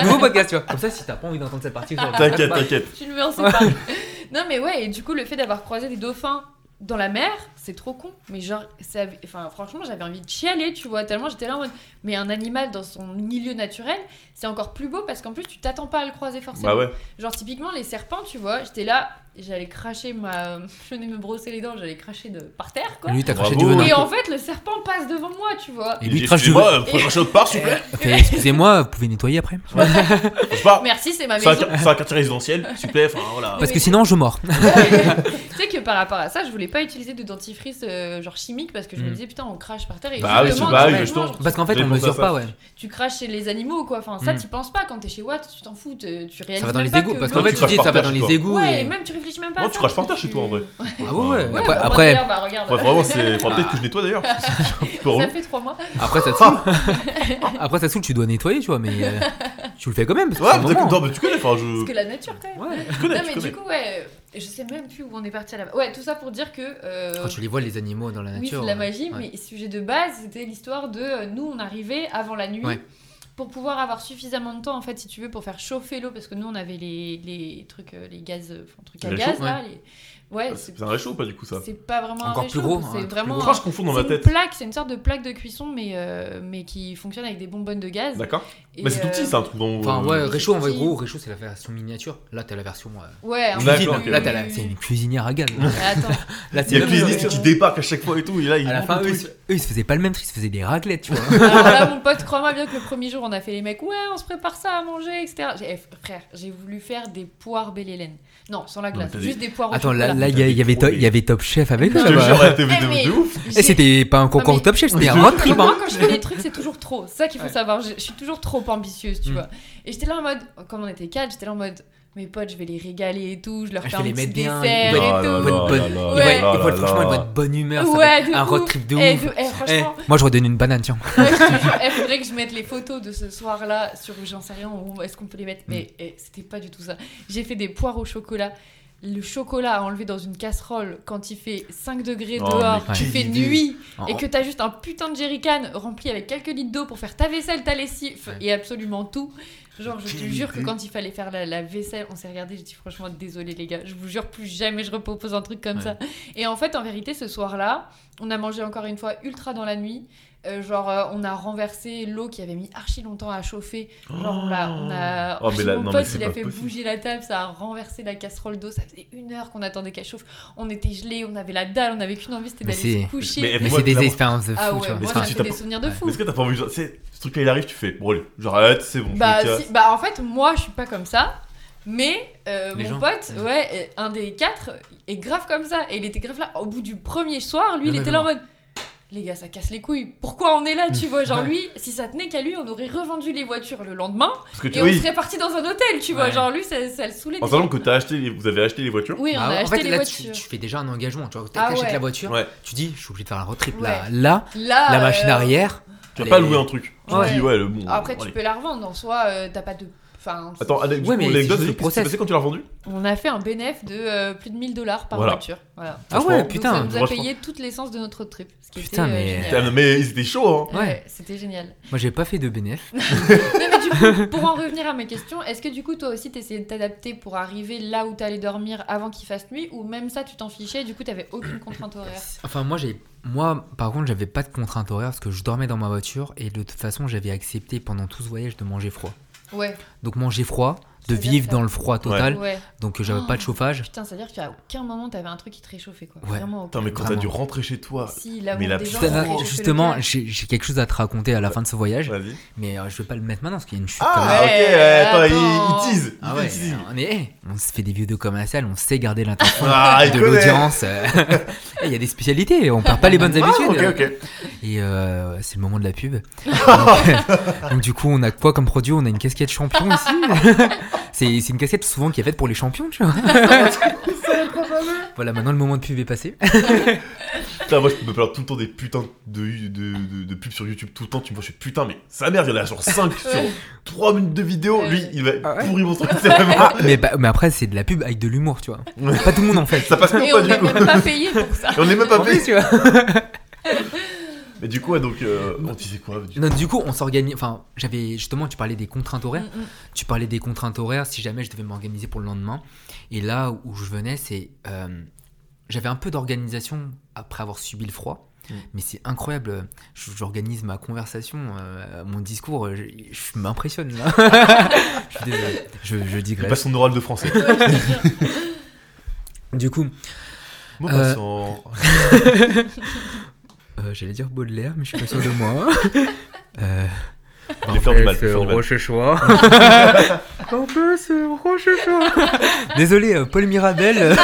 B: nouveau podcast, tu vois. Comme ça, si t'as pas envie d'entendre cette partie, genre,
A: T'inquiète,
B: bah,
A: t'inquiète.
C: Tu ne me en sais pas. <laughs> non, mais ouais, et du coup, le fait d'avoir croisé des dauphins dans la mer, c'est trop con. Mais genre, ça... enfin, franchement, j'avais envie de chialer, tu vois, tellement j'étais là en mode. Mais un animal dans son milieu naturel, c'est encore plus beau parce qu'en plus, tu t'attends pas à le croiser forcément.
A: Bah ouais.
C: Genre, typiquement, les serpents, tu vois, j'étais là, j'allais cracher ma. <laughs> Je venais me brosser les dents, j'allais cracher de... par terre, quoi.
B: bah, Lui, t'as craché du
A: Bravo.
B: venin.
C: Et en fait, le serpent passe devant moi, tu vois.
B: Et
A: Il
B: lui,
A: dit,
B: crache du
A: excusez-moi,
B: venin.
A: euh, prenez un shot par, s'il vous plaît.
B: Fait, Excusez-moi, vous pouvez nettoyer après
A: Je
C: <laughs>
A: pars.
C: Merci, c'est ma
A: C'est un,
C: maison.
A: quar- c'est un quartier résidentiel, s'il vous plaît. Enfin, voilà.
B: Parce que sinon,
A: <laughs>
B: je mords.
C: tu sais que par rapport à ça, je voulais pas utiliser de dentifrice euh, genre chimique parce que je me
B: Mm.
C: disais putain, on crache par terre et
A: Hmm. Bah oui,
C: justement,
A: c'est pareil,
C: tu-
A: justement.
C: genre,
B: Parce qu'en fait,
A: J'ai
B: on
A: pensé
B: mesure
A: à ça.
B: pas, ouais.
C: tu craches chez les animaux quoi. Enfin, ça,
A: Hmm.
B: Mm.
C: tu penses pas quand t'es chez Watt, tu t'en fous, te- tu réalises.
B: Ça va dans
C: même
B: les
C: pas
B: égouts.
C: que
B: Parce qu'en
C: l'eau-
B: fait,
A: tu
B: tu dis,
A: craches
B: ça
A: par
B: va dans
A: terre,
B: les
A: toi.
B: égouts.
C: Ouais,
B: et-
C: et même tu réfléchis même pas.
A: Non,
C: à
A: tu
C: ça,
A: craches par terre
C: parce que
A: chez toi en vrai.
C: tu-
B: Ah ouais,
C: Ouais,
B: ouais.
C: bah,
B: Après,
C: regarde, bah, regarde.
A: Enfin, vraiment, c'est. Faudra peut-être que je nettoie d'ailleurs. Je peux
C: <laughs> Ça
A: relou.
C: fait trois mois.
B: Après ça te
C: Ah.
B: saoule. Après ça te saoule, <laughs> tu dois nettoyer, tu vois, mais euh, tu le fais quand même. Parce que c'est
A: Ouais,
B: un
A: mais
B: moment. hein.
A: d'accord, mais tu connais, enfin,
C: Parce que
A: je.
C: la nature quand même.
B: Ouais.
A: Je
C: Non
A: connais,
C: mais
A: tu
C: du
A: connais.
C: coup ouais, euh, je sais même plus où on est parti à la. Ouais, tout ça pour dire que. euh,
B: Quand tu les vois les animaux dans la
C: Oui,
B: nature. euh,
C: c'est de la
B: ouais.
C: magie,
B: Ouais.
C: mais sujet de base, c'était l'histoire de euh, nous, on arrivait avant la nuit
B: Ouais.
C: pour pouvoir avoir suffisamment de temps, en fait, si tu veux, pour faire chauffer l'eau, parce que nous, on avait les, les trucs, euh, les gaz, euh, enfin, trucs à
A: Les
C: gaz,
B: réchauds,
C: là. les- Ouais, c'est
A: C'est un réchaud ou pas du coup ça
C: c'est pas vraiment un
B: Encore plus
C: réchaud,
B: gros, hein,
C: c'est
B: plus gros.
C: vraiment
A: Pourquoi
C: un-
A: je confonds dans ma
C: c'est une
A: tête
C: plaque, c'est une sorte de plaque de cuisson, mais, euh, mais qui fonctionne avec des bonbonnes de gaz.
A: D'accord.
C: Et,
A: Mais c'est tout
C: euh,
A: petit, c'est un trou dans.
B: Enfin ouais,
A: euh,
B: réchaud en vrai
C: petit.
B: gros, réchaud c'est la version miniature. Là t'as la version euh,
C: Ouais, un
A: D'accord,
B: cuisine.
A: ok.
B: Là t'as la... c'est une cuisinière à gaz.
C: Mais <laughs> Attends,
B: Là
A: Il y a
B: même- euh,
C: cuisine-
A: cuisiniste qui débarque à chaque fois et tout, et là il
B: À la
A: monte
B: fin
A: le
B: eux, ils
A: truc.
B: se- eux, ils se faisaient pas le même tri, ils se faisaient des raclettes, tu vois.
C: alors là, mon pote, crois-moi bien que le premier jour, on a fait les mecs, ouais, on se prépare ça à manger, etc. J'ai- eh, frère, j'ai voulu faire des poires belle Hélène. Non, sans la
A: Non,
C: glace,
A: mais t'as
C: juste des poires au
B: Attends, là
C: chocolat.
B: là, il y, a- il y avait to- il y avait Top Chef avec
A: Je
B: eux
A: te
B: là-bas.
A: jure, elle était
C: Eh, mais-
A: de ouf.
B: Et
C: J'ai-
B: c'était pas un concours
C: Ah, mais-
B: Top Chef, c'était un
A: Je-
B: road trip.
C: Moi,
B: hein.
C: quand je fais des trucs, c'est toujours trop. C'est ça qu'il faut
B: Ouais.
C: savoir. Je, je suis toujours trop ambitieuse, tu
B: Mm.
C: vois. Et j'étais là en mode, comme on était quatre, j'étais là en mode, mes potes, je vais les régaler et tout, je leur
B: Ah, je vais
C: fais un
B: les Oh
C: petit
B: mettre bien,
C: dessert
B: ils
C: et
B: vont
A: Ah là
C: tout.
B: bonne-
A: là là
B: bonne-
A: là
B: Ils
C: Ouais.
B: vont
A: là
B: être- ils vont être-
A: là
B: franchement, ils vont
A: là.
B: être bonne humeur. ça va
C: Ouais,
B: être
C: de
B: un road
C: ouf.
B: trip de
C: Eh,
B: ouf.
C: de- eh,
B: Eh,
C: franchement,
B: moi, j'aurais donné une banane, tiens.
C: <laughs> ouais, je te jure, eh, faudrait que je mette les photos de ce soir-là sur, j'en sais rien, où est-ce qu'on peut les mettre
B: Mm.
C: Mais eh, c'était pas du tout ça. J'ai fait des poires au chocolat. Le chocolat à enlever dans une casserole quand il fait 5 degrés
A: Oh, mais
C: dehors,
B: quelle
C: qu'il fait
A: idée.
C: nuit, et que t'as juste un putain de jerrycan rempli avec quelques litres d'eau pour faire ta vaisselle, ta lessive
B: Ouais.
C: et absolument tout. Genre, je te
A: Quelle
C: jure que
A: idée.
C: quand il fallait faire la, la vaisselle, on s'est regardé, j'ai dit franchement, désolé les gars, je vous jure plus jamais je repropose un truc comme
B: Ouais.
C: ça. Et en fait, en vérité, ce soir-là, on a mangé encore une fois ultra dans la nuit. Euh, genre, euh, on a renversé l'eau qui avait mis archi longtemps à chauffer. Genre, Bah, on l'a- on a.
A: Oh, mais Oh, là-
C: mon
A: non, mais
C: pote,
A: c'est
C: il a
A: pas
C: fait
A: possible.
C: bouger la table, ça a renversé la casserole d'eau. Ça faisait une heure qu'on attendait qu'elle chauffe. On était gelés, on avait la dalle, on avait qu'une envie, c'était
B: Mais
C: d'aller
B: c'est-
C: se coucher.
A: Mais-
B: Mais
A: Moi,
B: c'est des
A: clairement-
B: expériences de fou,
C: Ah ouais,
B: tu vois.
C: moi
A: Est-ce
C: ça
A: que
C: me
A: tu
C: fait
A: t'as-
C: des souvenirs de
B: Ouais.
C: fou.
A: Mais est-ce que t'as pas envie de. c'est- Ce truc là il arrive, tu fais. Bon, allez, j'arrête, c'est bon. je me
C: Bah,
A: casse.
C: si- bah en fait, moi je suis pas comme ça, mais euh,
B: Les
C: mon
B: gens.
C: pote,
B: Ouais.
C: ouais, est- un des quatre est grave comme ça. Et il était grave là. Au bout du premier soir, lui,
B: Non,
C: il
B: mais
C: était là en
B: non.
C: mode. Les gars, ça casse les couilles. Pourquoi on est là, tu vois Genre
B: Ouais.
C: lui, si ça tenait qu'à lui, on aurait revendu les voitures le lendemain
A: Parce que
C: et
A: tu.
C: on
A: Oui,
C: serait parti dans un hôtel, tu vois
B: Ouais.
C: Genre lui, ça, ça le saoulait.
A: en
C: déjà.
A: sachant que t'as acheté, les- vous avez acheté les voitures.
C: Oui, on
B: Bah
C: a
B: ouais, en
C: acheté
B: fait,
C: les
B: là, tu,
C: voitures.
B: tu fais déjà un engagement. Tu vois,
C: Ah
B: t'achètes
C: ouais.
B: la voiture,
A: Ouais.
B: tu dis, je suis obligé de faire un road trip.
C: Ouais.
B: Là, là,
C: Là,
B: la machine
C: euh,
B: arrière.
A: Tu vas
B: elle
A: pas
B: est-
A: louer un truc. Tu
C: Ouais.
A: te dis, ouais, le bon.
C: Après, tu
A: allez.
C: peux la revendre en soi, euh, t'as pas de. Enfin,
A: Attends, allez, du
B: Ouais,
A: coup,
B: mais
A: l'anecdote,
B: c'est juste
A: c'est qu'est-ce
B: le
A: qui s'est
B: process.
A: passé quand tu l'as revendu
C: on a fait un bénéfice de euh, plus de 1000 dollars par
A: Voilà.
C: voiture. Voilà.
B: Ah
A: franchement,
B: ouais,
C: Donc, ça
B: putain.
C: nous a
A: franchement.
C: payé toute l'essence de notre autre trip. Ce qui
B: Putain,
C: était, euh,
B: mais-
C: génial.
A: Putain, Mais ils étaient chauds, hein.
B: Ouais.
C: Ouais, c'était génial.
B: Moi, j'ai pas fait de bénéf.
C: Non, mais du coup, pour en revenir à ma question, est-ce que du coup, toi aussi, t'essayais de t'adapter pour arriver là où t'allais dormir avant qu'il fasse nuit Ou même ça, tu t'en fichais et du coup, t'avais aucune contrainte horaire
B: Enfin, moi, j'ai. Moi, par contre, j'avais pas de contrainte horaire parce que je dormais dans ma voiture et de toute façon, j'avais accepté pendant tout ce voyage de manger froid.
C: Ouais,
B: Donc, manger froid, de
C: C'est bien
B: vivre
C: ça.
B: dans le froid total.
C: ouais.
B: Donc, euh, j'avais
C: Oh.
B: pas de chauffage.
C: Putain, ça veut dire qu'à aucun moment, t'avais un truc qui te réchauffait, quoi.
B: Ouais.
C: Vraiment.
A: Putain,
C: aucun.
A: mais quand t'as dû
B: Vraiment.
A: rentrer chez toi.
C: Si, l'amour
A: mais la
C: des gens,
A: putain,
C: ça
B: Putain,
C: réchauffait le
B: justement,
C: cœur.
B: j'ai j'ai quelque chose à te raconter à la fin de ce voyage,
A: Vas-y.
B: mais euh, je vais pas le mettre maintenant parce qu'il y a une chute. quand même.
A: Ah,
C: Ouais,
A: ok, ouais, attends, il-
C: attends.
A: il tease.
B: Ah
A: Il
B: ouais,
A: fait le teasing.
B: on est, eh, on se fait des vidéos commerciales, on sait garder l'intention
A: Ah, il
B: de
A: connaît.
B: l'audience. <laughs> euh. Eh, Il y a des spécialités,
A: <laughs>
B: on perd pas les bonnes
A: Ah,
B: habitudes.
A: ok, ok.
B: Et euh, c'est le moment de la pub. donc, donc du coup, on a quoi comme produit On a une casquette champion ici. C'est c'est une casquette souvent qui est faite pour les champions, tu vois. voilà, maintenant le moment de pub est passé.
A: Putain, moi je me parle tout le temps des putains de, de, de- de pubs sur YouTube, tout le temps. Tu me vois, je fais putain, mais sa mère, il y en a genre
C: <laughs>
A: 5 sur 3 minutes de vidéo. Lui, il
B: Ah
A: va
B: ouais
A: pourrir mon truc, c'est vraiment.
B: mais, bah- mais après, c'est de la pub avec de l'humour, tu vois. Pas tout le monde en
A: <laughs>
B: fait.
A: Ça passe même
C: Et
A: pas
C: on
A: du
C: n'est
A: coup.
C: même pas payé pour ça.
A: Et <laughs> on est même pas
B: En
A: payé.
B: plus, tu vois.
A: Mais du coup, ouais, donc, euh, on disait quoi du coup
B: Non, du coup, on s'organise. Enfin, j'avais justement, tu parlais des contraintes horaires.
C: Mm, mm.
B: Tu parlais des contraintes horaires. Si jamais je devais m'organiser pour le lendemain, et là où je venais, c'est euh, j'avais un peu d'organisation après avoir subi le froid.
A: Mm.
B: Mais c'est incroyable. Je- J'organise ma conversation, euh, mon discours. euh, Je, je m'impressionne là. <laughs> je suis désolé. Je, je
A: Il
B: digresse.
A: passe son oral de
B: Euh,
A: français.
C: Ouais, je veux dire,
B: Du coup,
A: Moi,
B: Euh,
A: passe
B: <laughs>
A: en-
B: euh, j'allais dire Baudelaire, mais je suis pas sûr de moi. <laughs> euh,
A: Les fleurs du mal, les fleurs du mal.
B: <laughs> Rochechouart. en plus, Rochechouart. Désolé, euh, Paul Mirabel. euh,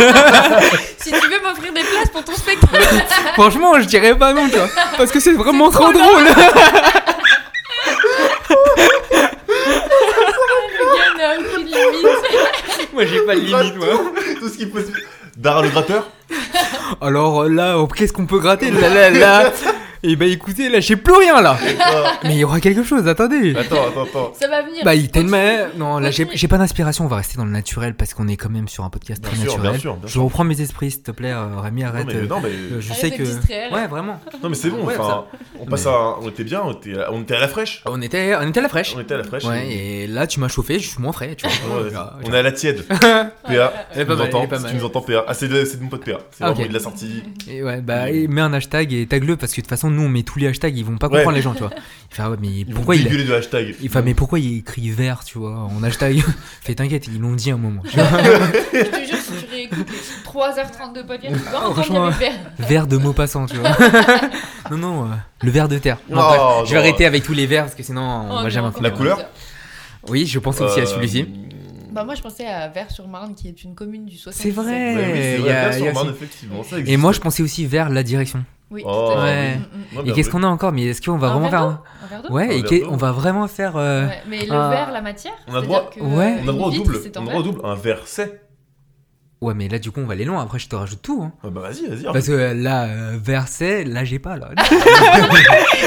C: Si tu veux m'offrir des places pour ton spectacle,
B: Franchement, je dirais pas non, tu vois. Parce que c'est vraiment trop drôle.
C: le gars n'a euh, aucune
B: <laughs>
C: limite.
B: moi, j'ai pas de limite, moi.
A: Tout ce qui est possible. Dara le gratteur
B: Alors euh, là, oh, qu'est-ce qu'on peut gratter Là, là, là. Et bah écoutez, là, je sais plus rien, là.
A: Ah,
B: Mais il y aura quelque chose, attendez.
A: Attends, attends, attends.
C: Ça va venir.
B: Bah, il tellement. Non, là, j'ai j'ai pas d'inspiration. On va rester dans le naturel parce qu'on est quand même sur un podcast
A: Bien
B: très
A: sûr,
B: naturel.
A: bien sûr, bien
B: Je reprends mes esprits, s'il te plaît, euh, Rami,
A: Non,
B: arrête.
A: mais,
B: euh,
A: non, mais,
B: euh, je
C: Arrête
B: sais
C: de
B: que.
C: te distraire.
B: Ouais, vraiment.
A: non, mais c'est bon,
B: Ouais,
A: enfin, on passe
B: Mais-
A: à. un- On était bien, on était, à- on était à la fraîche.
B: On était, on était à la fraîche.
A: On était à la fraîche.
B: Ouais, et là, tu m'as chauffé, je suis moins frais, tu vois.
A: Ouais,
B: Ah,
A: on est à la tiède.
B: <laughs>
A: PA,
B: Elle
A: tu
B: est pas
A: nous
B: mal, elle
A: entends,
B: est pas
A: si
B: mal.
A: tu nous entends, PA. Ah, c'est de, c'est de mon pote PA. C'est
B: Ah,
A: vraiment
B: ok.
A: de la sortie.
B: Et ouais, bah, et mets un hashtag et tag-le parce que de toute façon, nous on met tous les hashtags, ils vont pas
A: Ouais.
B: comprendre les gens, tu vois. Il fait, ah ouais, mais
A: Ils vont
B: pourquoi il.
A: dégueuler de hashtag.
B: il fait, ah, mais pourquoi il écrit vert, tu vois, en hashtag <laughs> Fait, t'inquiète, ils l'ont dit un moment. tu vois.
C: Je te jure, si tu réécoutes les 3h30 de podcast, tu vas entendre qu'il y
B: franchement,
C: avait vert.
B: vert de mot passant, tu vois. <laughs> non, non, euh, le vert de terre. Non,
A: Oh,
B: bref, je vais
A: non.
B: arrêter avec tous les verts parce que sinon on
C: Oh
B: va
C: non,
B: jamais en
C: encore
A: La
B: finir.
C: un
A: couleur
C: vert.
B: Oui, je pense
A: Euh,
B: aussi à celui-ci.
C: Bah moi je pensais à Vers-sur-Marne qui est une commune du 60.
B: C'est vrai.
A: Ouais, oui, c'est
B: il y
A: vrai,
B: a-
A: bien sûr,
B: il y a
A: Marne,
B: aussi-
A: effectivement, ça existe.
B: Et moi, je pensais aussi vers la direction.
C: Oui.
A: Oh.
C: tout à fait.
B: Ouais.
C: Mm,
A: Ouais,
C: mm.
B: et
A: bah,
B: qu'est-ce
A: oui.
B: qu'on a encore Mais est-ce qu'on va
C: Un
B: vraiment
C: verre
B: faire.
C: d'eau
B: un-
C: Un verre d'eau
A: Un
B: Ouais, et
A: verre
B: qu'est-
A: d'eau.
B: on va vraiment faire. euh,
C: Ouais, Mais le
B: un-
C: verre, la matière
A: On a
C: c'est-à-dire
A: droit-
C: que,
B: Ouais.
C: euh,
A: On a droit au
C: une
A: double.
C: vitre, c'est en
A: On a droit
C: verre.
A: au double. Un verset.
B: Ouais, mais là, du coup, on va aller loin. Après, je te rajoute tout. Hein.
A: Ah, bah vas-y, vas-y.
B: Parce que euh, là, euh, verset, là, j'ai pas. là.
C: <laughs>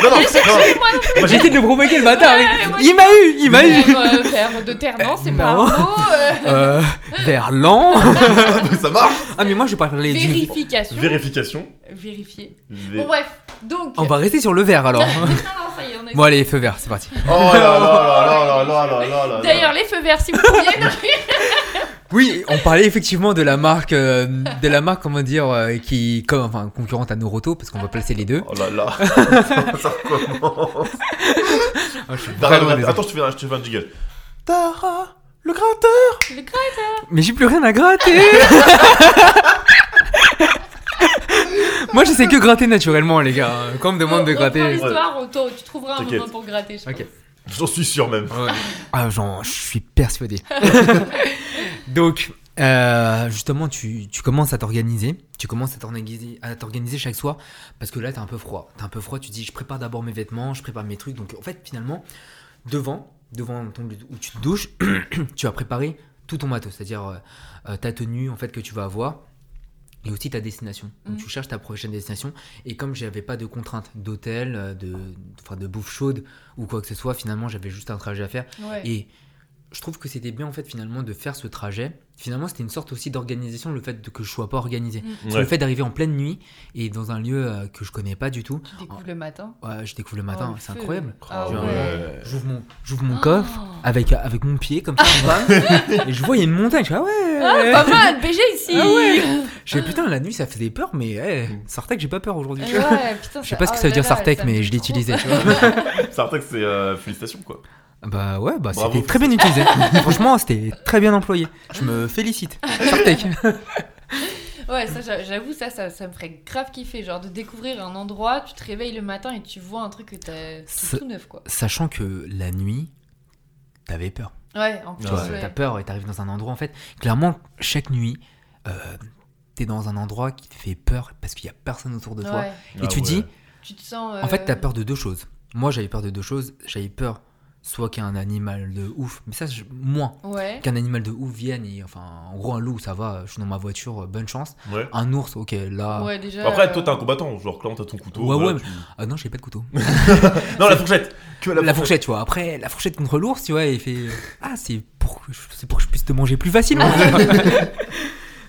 A: Non, non, non. Moi, j'ai-
B: J'essaie de le provoquer le bâtard.
C: Ouais,
B: il-
C: moi,
B: il m'a eu, il m'a eu.
C: Verre, euh, <laughs> verre de terre, non, c'est
B: Non.
C: pas un mot.
B: <laughs> Euh,
C: euh,
B: vers lent.
A: ça marche.
B: Ah mais moi je parlais du.
C: Vérification.
A: Vérification.
C: Vérifier.
A: Vé-
C: Bon, bref, donc.
B: On va rester sur le vert Oh, bah, alors.
C: <laughs> Non, non, ça y est, on est-
B: Bon allez, feu vert, c'est parti.
A: Oh là là là là là là là là là.
C: D'ailleurs, les feux verts, si vous
B: <laughs>
C: pouviez. non, mais-
B: Oui, on parlait effectivement de la marque, euh, de la marque comment dire, euh, qui comme enfin concurrente à Noroto parce qu'on va placer les deux.
A: Oh là là. Ça recommence.
B: Ah, je suis
A: Dara le
B: vraiment
A: gratteur.
B: désolé.
A: Bah, Attends, je te fais un- je te fais un jiggle. Dara le gratteur.
C: Le gras-
B: Mais j'ai plus rien à
C: <laughs>
B: gratter. moi je sais que gratter naturellement les gars. Quand on me demande de
C: Reprends
B: gratter.
C: l'histoire, Otto, tu trouveras un
A: T'inquiète.
C: moment pour gratter. je
B: Ok.
A: J'en suis sûr même.
B: <laughs> Ah, j'en je suis persuadé. Donc, euh, justement, tu, tu commences à t'organiser. Tu commences à t'organiser, à t'organiser chaque soir parce que là, t'es un peu froid. T'es un peu froid. Tu te dis, je prépare d'abord mes vêtements, je prépare mes trucs. Donc, en fait, finalement, devant, devant ton lieu où tu te douches, <coughs> tu vas préparer tout ton matos, c'est-à-dire euh, euh, ta tenue en fait que tu vas avoir. Et aussi ta destination. Donc
C: Mhm.
B: tu cherches ta prochaine destination. Et comme j'avais pas de contraintes d'hôtel, euh, de, enfin, de bouffe chaude ou quoi que ce soit, finalement j'avais juste un trajet à faire.
C: crois. Ouais.
B: Et je trouve que c'était bien en fait finalement de faire ce trajet. Finalement, c'était une sorte aussi d'organisation, le fait de- que je sois pas organisé.
C: Mm.
B: C'est
A: Ouais.
B: Le fait d'arriver en pleine nuit et dans un lieu euh, que je connais pas du tout.
C: Tu découvres le matin.
B: Ouais, je découvre le
C: Oh,
B: matin,
C: le
B: c'est
C: feu.
B: incroyable.
C: Ah
A: Oh,
B: Genre,
C: ouais.
A: ouais.
B: J'ouvre mon, j'ouvre mon
C: Oh.
B: coffre avec, euh, avec mon pied comme ça, on
C: <laughs>
B: va, et je vois il y a une montagne. Je fais, ah ouais.
C: Pas mal, BG ici.
B: Ah ouais. Je fais, putain, la nuit ça faisait peur, mais eh, Sartek, j'ai pas peur aujourd'hui.
C: Eh <laughs> ouais, putain, ah
B: Je sais pas ce que ça veut dire Sartek, mais je l'utilisais. tu vois.
A: euh, <laughs> C'est un truc, c'est euh, félicitations quoi.
B: Bah ouais, bah
A: Bravo.
B: c'était très bien utilisé. Franchement, c'était très bien employé. Je me félicite. Sartek.
C: Ouais, ça, j'a- j'avoue, ça, ça, ça me ferait grave kiffer. Genre de découvrir un endroit, tu te réveilles le matin et tu vois un truc que t'as.
B: Ça-
C: C'est tout neuf, quoi.
B: Sachant que la nuit, t'avais peur.
C: Ouais, en plus.
B: Tu vois,
C: ouais.
B: T'as peur et t'arrives dans un endroit, en fait. Clairement, chaque nuit, euh, t'es dans un endroit qui te fait peur parce qu'il y a personne autour de toi.
C: Ouais.
A: Ah
B: Et tu dis,
C: Tu te sens.
B: en fait,
C: euh,
B: t'as peur de deux choses. Moi, j'avais peur de deux choses. J'avais peur soit qu'un animal de ouf, mais ça, je- moins.
C: Ouais.
B: Qu'un animal de ouf vienne et enfin, en gros, un loup, ça va, je suis dans ma voiture, euh, bonne chance.
A: Ouais.
B: Un ours, ok, là.
C: Ouais, déjà.
A: Après,
C: euh,
A: toi, t'es un combattant. Genre, clairement, t'as ton couteau.
B: Ouais,
A: voilà,
B: ouais,
A: tu-
B: Ah non, j'ai pas de couteau.
A: Non, la fourchette. Que
B: La fourchette, tu vois. Après, la fourchette contre l'ours, tu vois, il fait euh, Ah, c'est pour, que je- c'est pour que je puisse te manger plus facilement. <laughs>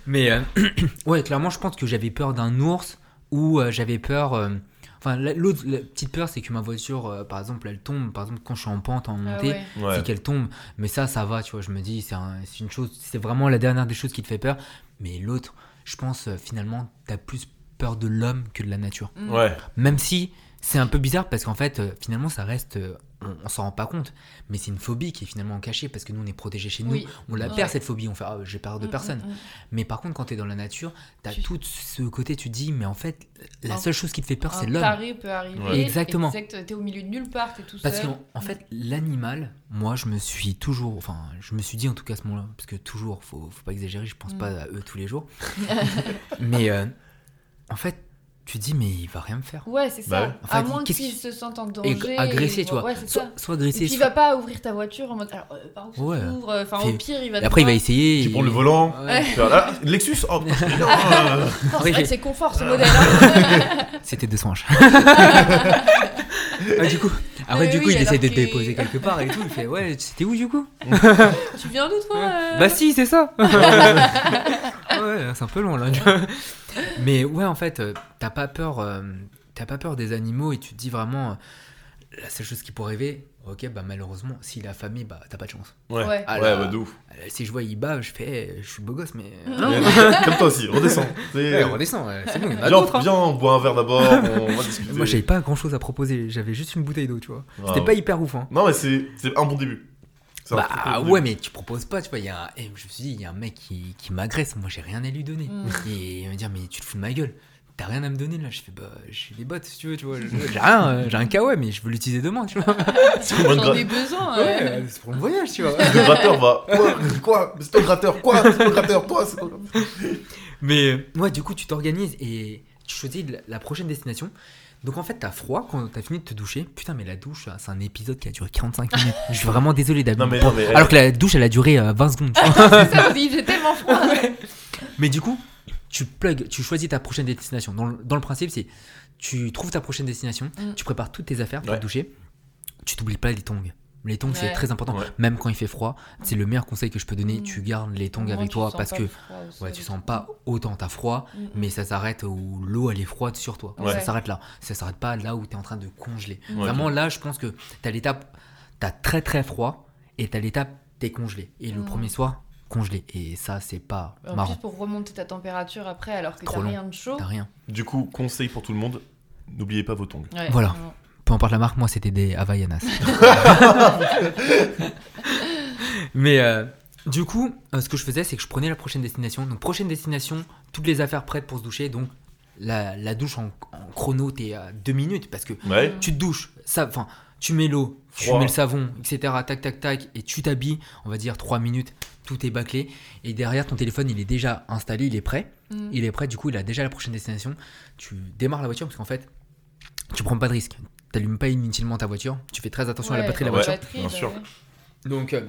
B: Mais euh, <clears throat> ouais, clairement, je pense que j'avais peur d'un ours ou euh, j'avais peur. euh, Enfin, la- l'autre la petite peur, c'est que ma voiture, euh, par exemple, elle tombe. Par exemple, quand je suis en pente, en
C: ah
B: montée,
C: ouais.
A: Ouais.
B: c'est qu'elle tombe. Mais ça, ça va, tu vois. Je me dis, c'est un- c'est une chose, c'est vraiment la dernière des choses qui te fait peur. Mais l'autre, je pense, euh, finalement, t'as plus peur de l'homme que de la nature.
C: Mm.
A: Ouais.
B: Même si c'est un peu bizarre parce qu'en fait, euh, finalement, ça reste. euh, on on s'en rend pas compte, mais c'est une phobie qui est finalement cachée parce que nous, on est protégé chez nous.
C: Oui.
B: On la
C: Ouais.
B: perd cette phobie, on fait Ah, j'ai peur de
C: Mm,
B: personne.
C: mm, mm.
B: Mais par contre, quand t'es dans la nature, t'as
C: Tu-
B: tout ce côté, tu te dis Mais en fait, la
C: Un-
B: seule chose qui te fait peur, c'est
C: Un
B: l'homme.
C: taré peut arriver.
A: Ouais.
B: Exactement.
C: Exact, t'es au milieu de nulle part, t'es tout seul. Mm.
B: Parce qu'en en fait, l'animal, moi, je me suis toujours. Enfin, je me suis dit en tout cas à ce moment-là, parce que toujours, faut, faut pas exagérer, je pense
C: Mm.
B: pas à eux tous les
C: <laughs>
B: jours. mais euh, en fait, tu te dis Mais il va rien me faire.
C: Ouais, c'est
A: Bah
C: ça.
A: ouais.
B: Enfin,
C: à moins
B: qu'est-ce
C: qu'il
B: qui-
C: se sente en
B: Et
C: danger.
B: agressé,
C: et-
B: tu vois.
C: Ouais, c'est
B: soit,
C: ça.
B: soit
C: Et
B: agressé,
C: puis il
B: soit-
C: va pas ouvrir ta voiture en mode. Alors, euh, par où ça
B: Ouais.
C: s'ouvre Enfin,
B: Fait-
C: au pire, il va.
B: Et après, il va
C: te
B: essayer.
A: Tu
B: il-
A: prends le volant.
B: Ouais.
A: tu fais, Ah, Lexus Oh, putain, c'est bien.
C: <laughs> voir. Oh,
B: Ouais,
C: C'est vrai
B: j'ai-
C: que c'est confort ce modèle.
B: <laughs>
C: hein.
B: <laughs> C'était de
C: <laughs>
B: songes. du coup, après,
C: Mais
B: du coup,
C: oui,
B: il essaie
C: alors
B: de te
C: que-
B: déposer quelque part et tout. Il fait Ouais, c'était où du coup
C: tu viens d'où toi euh
B: Bah, si, c'est
C: <laughs>
B: ça Ouais, c'est un peu long là. Mais ouais, en fait, euh, t'as pas peur. euh, T'as pas peur des animaux et tu te dis vraiment euh, la seule chose qui pourrait rêver, ok, bah malheureusement, si la famille, bah t'as pas de chance.
A: Ouais, ouais,
C: Ouais.
A: bah de ouf.
B: Euh, Si je vois il bat, je fais, eh, je suis beau gosse, mais euh,
C: Mm.
B: non.
A: Comme toi aussi,
B: <laughs>
A: redescends. C'est-
B: Ouais, on redescend, ouais, c'est bon, il y en a
A: Viens,
B: d'autres, hein.
A: viens, on boit un verre d'abord, on
B: <laughs>
A: va discuter.
B: Moi, j'avais pas grand chose à proposer, j'avais juste une bouteille d'eau, tu vois.
A: Ah,
B: C'était pas hyper ouf, hein.
A: Non, mais c'est c'est un bon début. C'est un très
B: Bah
A: bon
B: ouais,
A: début.
B: mais tu proposes pas, tu vois. il Y a un- et je me suis dit, il y a un mec qui, qui m'agresse, moi j'ai rien à lui donner.
C: Mm.
B: Et il va me dire, mais tu te fous de ma gueule, t'as rien à me donner là. Je fais, bah j'ai des bottes si tu veux, tu vois. je- J'ai rien, euh, j'ai un KO, mais je veux l'utiliser demain, tu vois.
A: C'est moins de
C: J'en
A: gra-
C: ai besoin.
B: Ouais, <laughs>
C: euh.
B: euh, c'est pour le voyage, tu vois.
A: Le gratteur
B: <laughs>
A: va. Quoi Quoi C'est ton gratteur Quoi C'est ton gratteur Toi, c'est ton gratteur
B: Mais euh, ouais, du coup, tu t'organises et tu choisis la- la prochaine destination. Donc en fait, t'as froid quand t'as fini de te doucher. Putain, mais la douche, ça, c'est un épisode qui a duré 45 minutes. je suis vraiment désolé
A: Non,
B: d'abord.
A: mais non, mais.
B: Alors que la douche, elle a duré euh, 20 secondes. tu vois.
C: C'est ça aussi, j'ai tellement froid.
B: Mais du coup, tu plug, tu choisis ta prochaine destination. Dans le, dans le principe, c'est tu trouves ta prochaine destination,
C: Mm.
B: tu prépares toutes tes affaires pour
A: Ouais.
B: te doucher, tu t'oublies pas les tongs. Les tongs, c'est
C: Ouais.
B: très important.
A: Ouais.
B: Même quand il fait froid, c'est le meilleur conseil que je peux donner.
C: Mm.
B: Tu gardes les tongs
C: Au moins,
B: avec
C: tu
B: toi
C: sens
B: parce
C: pas
B: que
C: le froid au sol
B: ouais,
C: et
B: tu
C: tout.
B: sens pas autant t'as froid,
C: Mm, mm.
B: mais ça s'arrête où l'eau elle est froide sur toi.
C: Ouais.
B: Ça s'arrête là. Ça s'arrête pas là où t'es en train de congeler.
C: Mm.
A: Ouais,
B: Vraiment là, je pense que t'as l'étape, t'as très très froid et t'as l'étape t'es congelé. Et le
C: Mm.
B: premier soir, congelé. Et ça, c'est pas
C: En
B: marrant.
C: plus, pour remonter ta température après, alors que
B: Trop
C: t'as
B: long.
C: rien de chaud.
B: T'as rien.
A: Du coup, conseil pour tout le monde n'oubliez pas vos tongs.
C: Ouais, Mm,
B: Voilà.
C: vraiment.
B: Peu importe la marque, moi c'était des Havaianas. Mais euh, du coup, euh, ce que je faisais, c'est que je prenais la prochaine destination. Donc, prochaine destination, toutes les affaires prêtes pour se doucher. Donc, la, la douche en, en chrono, t'es à deux minutes parce que
C: mm,
A: Ouais.
B: tu te douches, ça, enfin, tu mets l'eau, tu
A: Froid.
B: mets le savon, etc. Tac, tac, tac, et tu t'habilles, on va dire trois minutes, tout est bâclé. Et derrière, ton téléphone, il est déjà installé, il est prêt.
C: Mm.
B: Il est prêt, du coup, il a déjà la prochaine destination. Tu démarres la voiture parce qu'en fait, tu prends pas de risque. T'allumes pas inutilement ta voiture. Tu fais très attention à la
C: Ouais,
B: batterie de la
A: Ouais.
B: voiture.
A: bien
C: bah
A: sûr.
C: ouais.
B: Donc, euh,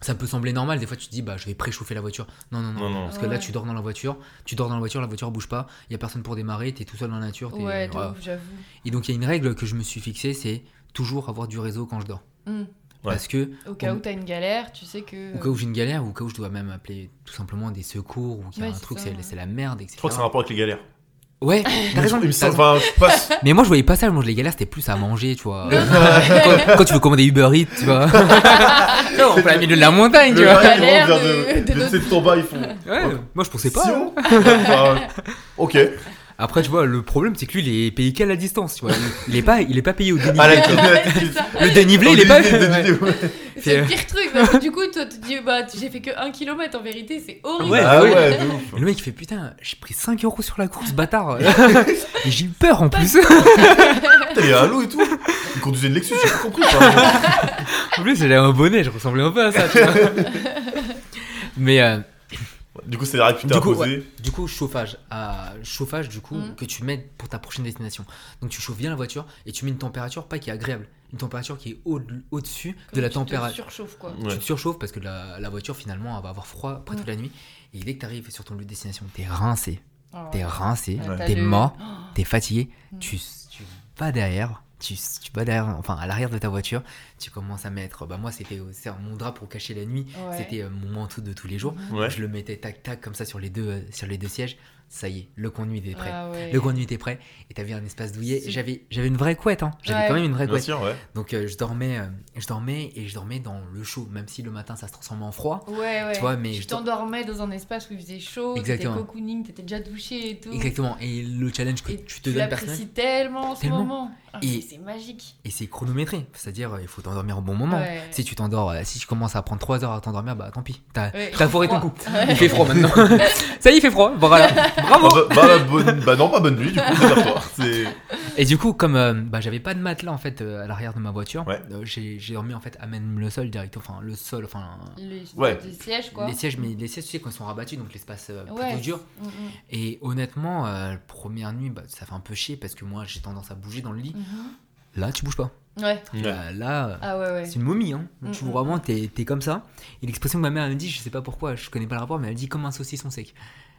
B: ça peut sembler normal. Des fois, tu te dis, bah, je vais préchauffer la voiture. Non, non, non.
A: Non, non.
B: Parce que là,
C: Ouais.
B: tu dors dans la voiture. Tu dors dans la voiture, la voiture bouge pas. Il y a personne pour démarrer. T'es tout seul dans la nature. t'es-
C: Ouais, de
B: voilà.
C: ouf, j'avoue.
B: Et donc, il y a une règle que je me suis fixée, c'est toujours avoir du réseau quand je dors.
C: Mm.
A: Ouais.
B: Parce que,
C: Au cas
B: On-
C: où t'as une galère, tu sais que.
B: au cas où j'ai une galère, ou au cas où je dois même appeler tout simplement des secours, ou qu'il y a
C: Ouais,
B: un
C: c'est
B: truc,
C: ça,
B: c'est
C: ouais.
B: c'est la merde, etc.
A: Je crois que c'est un rapport avec les galères. <laughs>
B: Ouais, t'as raison.
A: Il me
B: t'as
A: semble- Enfin, je passe.
B: Mais moi je voyais pas ça, moi les galères c'était plus à manger, tu <laughs> vois.
C: Non, non,
B: quand, quand tu veux commander Uber Eats, tu <laughs> vois. Tu vois, en plein milieu de la
C: <laughs>
B: montagne, tu
A: Le
B: vois.
A: mec, il
C: Galère
A: rentre vers
C: de-
A: de- de-
C: de-
A: de ton bas, ils font.
B: Ouais, moi je pensais pas. hein.
A: Sion Enfin, Ok.
B: Après, tu vois, le problème c'est que lui il est payé qu'à la distance, tu vois. Il est pas, il est pas payé au dénivelé.
A: À la
C: <laughs> c'est ça.
B: Le Ah, dénivelé il est pas. Ouais. <laughs>
C: C'est le pire truc, parce que du coup, toi, tu te dis, bah, j'ai fait que 1 km en vérité, c'est horrible.
B: Ouais,
A: Ah
B: oui.
A: ouais, de ouf.
B: Et Le mec il fait putain, j'ai pris 5 euros sur la course, <laughs> bâtard. Et j'ai eu peur en plus.
A: Putain, il y a un lot et tout. Il conduisait une Lexus, j'ai pas compris. enfin,
B: <laughs> en plus, j'avais un bonnet, je ressemblais un peu à ça, tu vois. Mais euh,
A: Du Du coup, c'est la réputé
B: Du coup,
A: imposée.
B: Du coup, chauffage. à chauffage, du coup,
C: Mhm.
B: que tu mets pour ta prochaine destination. Donc, tu chauffes bien la voiture et tu mets une température, pas qui est agréable, une température qui est au- au-dessus de la Mmh. température.
C: Surchauffe quoi.
A: Ouais.
B: Tu te surchauffes parce que la, la voiture, finalement, elle va avoir froid près toute
C: Mhm.
B: la nuit. Et dès que tu arrives sur ton lieu de destination, t'es rincé.
C: Ah ouais.
B: T'es rincé,
C: Ouais, t'as
B: t'es
C: le-
B: mort,
C: Oh,
B: t'es fatigué.
C: Mhm.
B: Tu, tu vas derrière. Tu, tu vas derrière, enfin à l'arrière de ta voiture, tu commences à mettre. Bah moi c'était c'est mon drap pour cacher la nuit,
C: Ah, ouais.
B: c'était euh, mon manteau de tous les jours.
A: Ouais.
B: Je le mettais tac tac comme ça sur les deux, euh, sur les deux sièges. Ça y est, le conduit était prêt.
C: Ah ouais.
B: Le conduit était prêt et t'avais un espace douillet.
C: Si.
B: J'avais, j'avais une vraie couette, hein. J'avais
C: Ouais.
B: quand même une vraie
A: Bien
B: couette.
A: sûr, ouais.
B: Donc euh, je dormais, euh, je dormais et je dormais dans le chaud, même si le matin ça se transformait en froid.
C: Ouais, ouais.
B: Tu vois, mais
C: tu
B: je t'en-
C: t'endormais dans un espace où il faisait chaud, t'étais
B: Exactement.
C: cocooning, t'étais déjà douché et tout.
B: Exactement. Et le challenge que
C: Et
B: tu
C: tu
B: te donnes personnellement,
C: l'apprécies tellement en ce
B: Tellement.
C: moment. Ah,
B: Et-
C: C'est magique.
B: et c'est chronométré, c'est-à-dire euh, il faut t'endormir au bon moment.
C: Ouais.
B: Si tu t'endors, euh, si tu commences à prendre 3 heures à t'endormir, bah tant pis, t'as,
C: Ouais,
B: t'as foiré ton
C: froid.
B: coup. Il fait froid
C: <laughs>
B: maintenant. ça y est, il fait froid. Voilà. Bravo.
A: Ah bah, bah, bonne- bah non, pas bonne nuit, du coup, c'est vers toi.
C: <laughs>
A: C'est-
B: Et du coup, comme euh, bah, j'avais pas de matelas en fait euh, à l'arrière de ma voiture,
A: Ouais.
B: euh, j'ai j'ai dormi en fait à même le sol direct, enfin le sol, enfin
C: Les,
A: Ouais.
C: les sièges quoi.
B: les sièges, mais les sièges tu sais quand ils sont rabattus, donc l'espace euh, plutôt
C: Ouais.
B: dur.
C: Mm, mm,
B: Et honnêtement, euh, première nuit, bah, ça fait un peu chier parce que moi j'ai tendance à bouger dans le lit.
C: mhm.
B: Là, tu bouges pas.
C: Ouais.
B: Là, là, euh,
C: Ah ouais, ouais.
B: c'est une momie, hein. Tu
C: Mm, mm.
B: vraiment t'es t'es comme ça. Et l'expression que ma mère elle me dit, je sais pas pourquoi, je connais pas le rapport, mais elle dit comme un saucisson sec.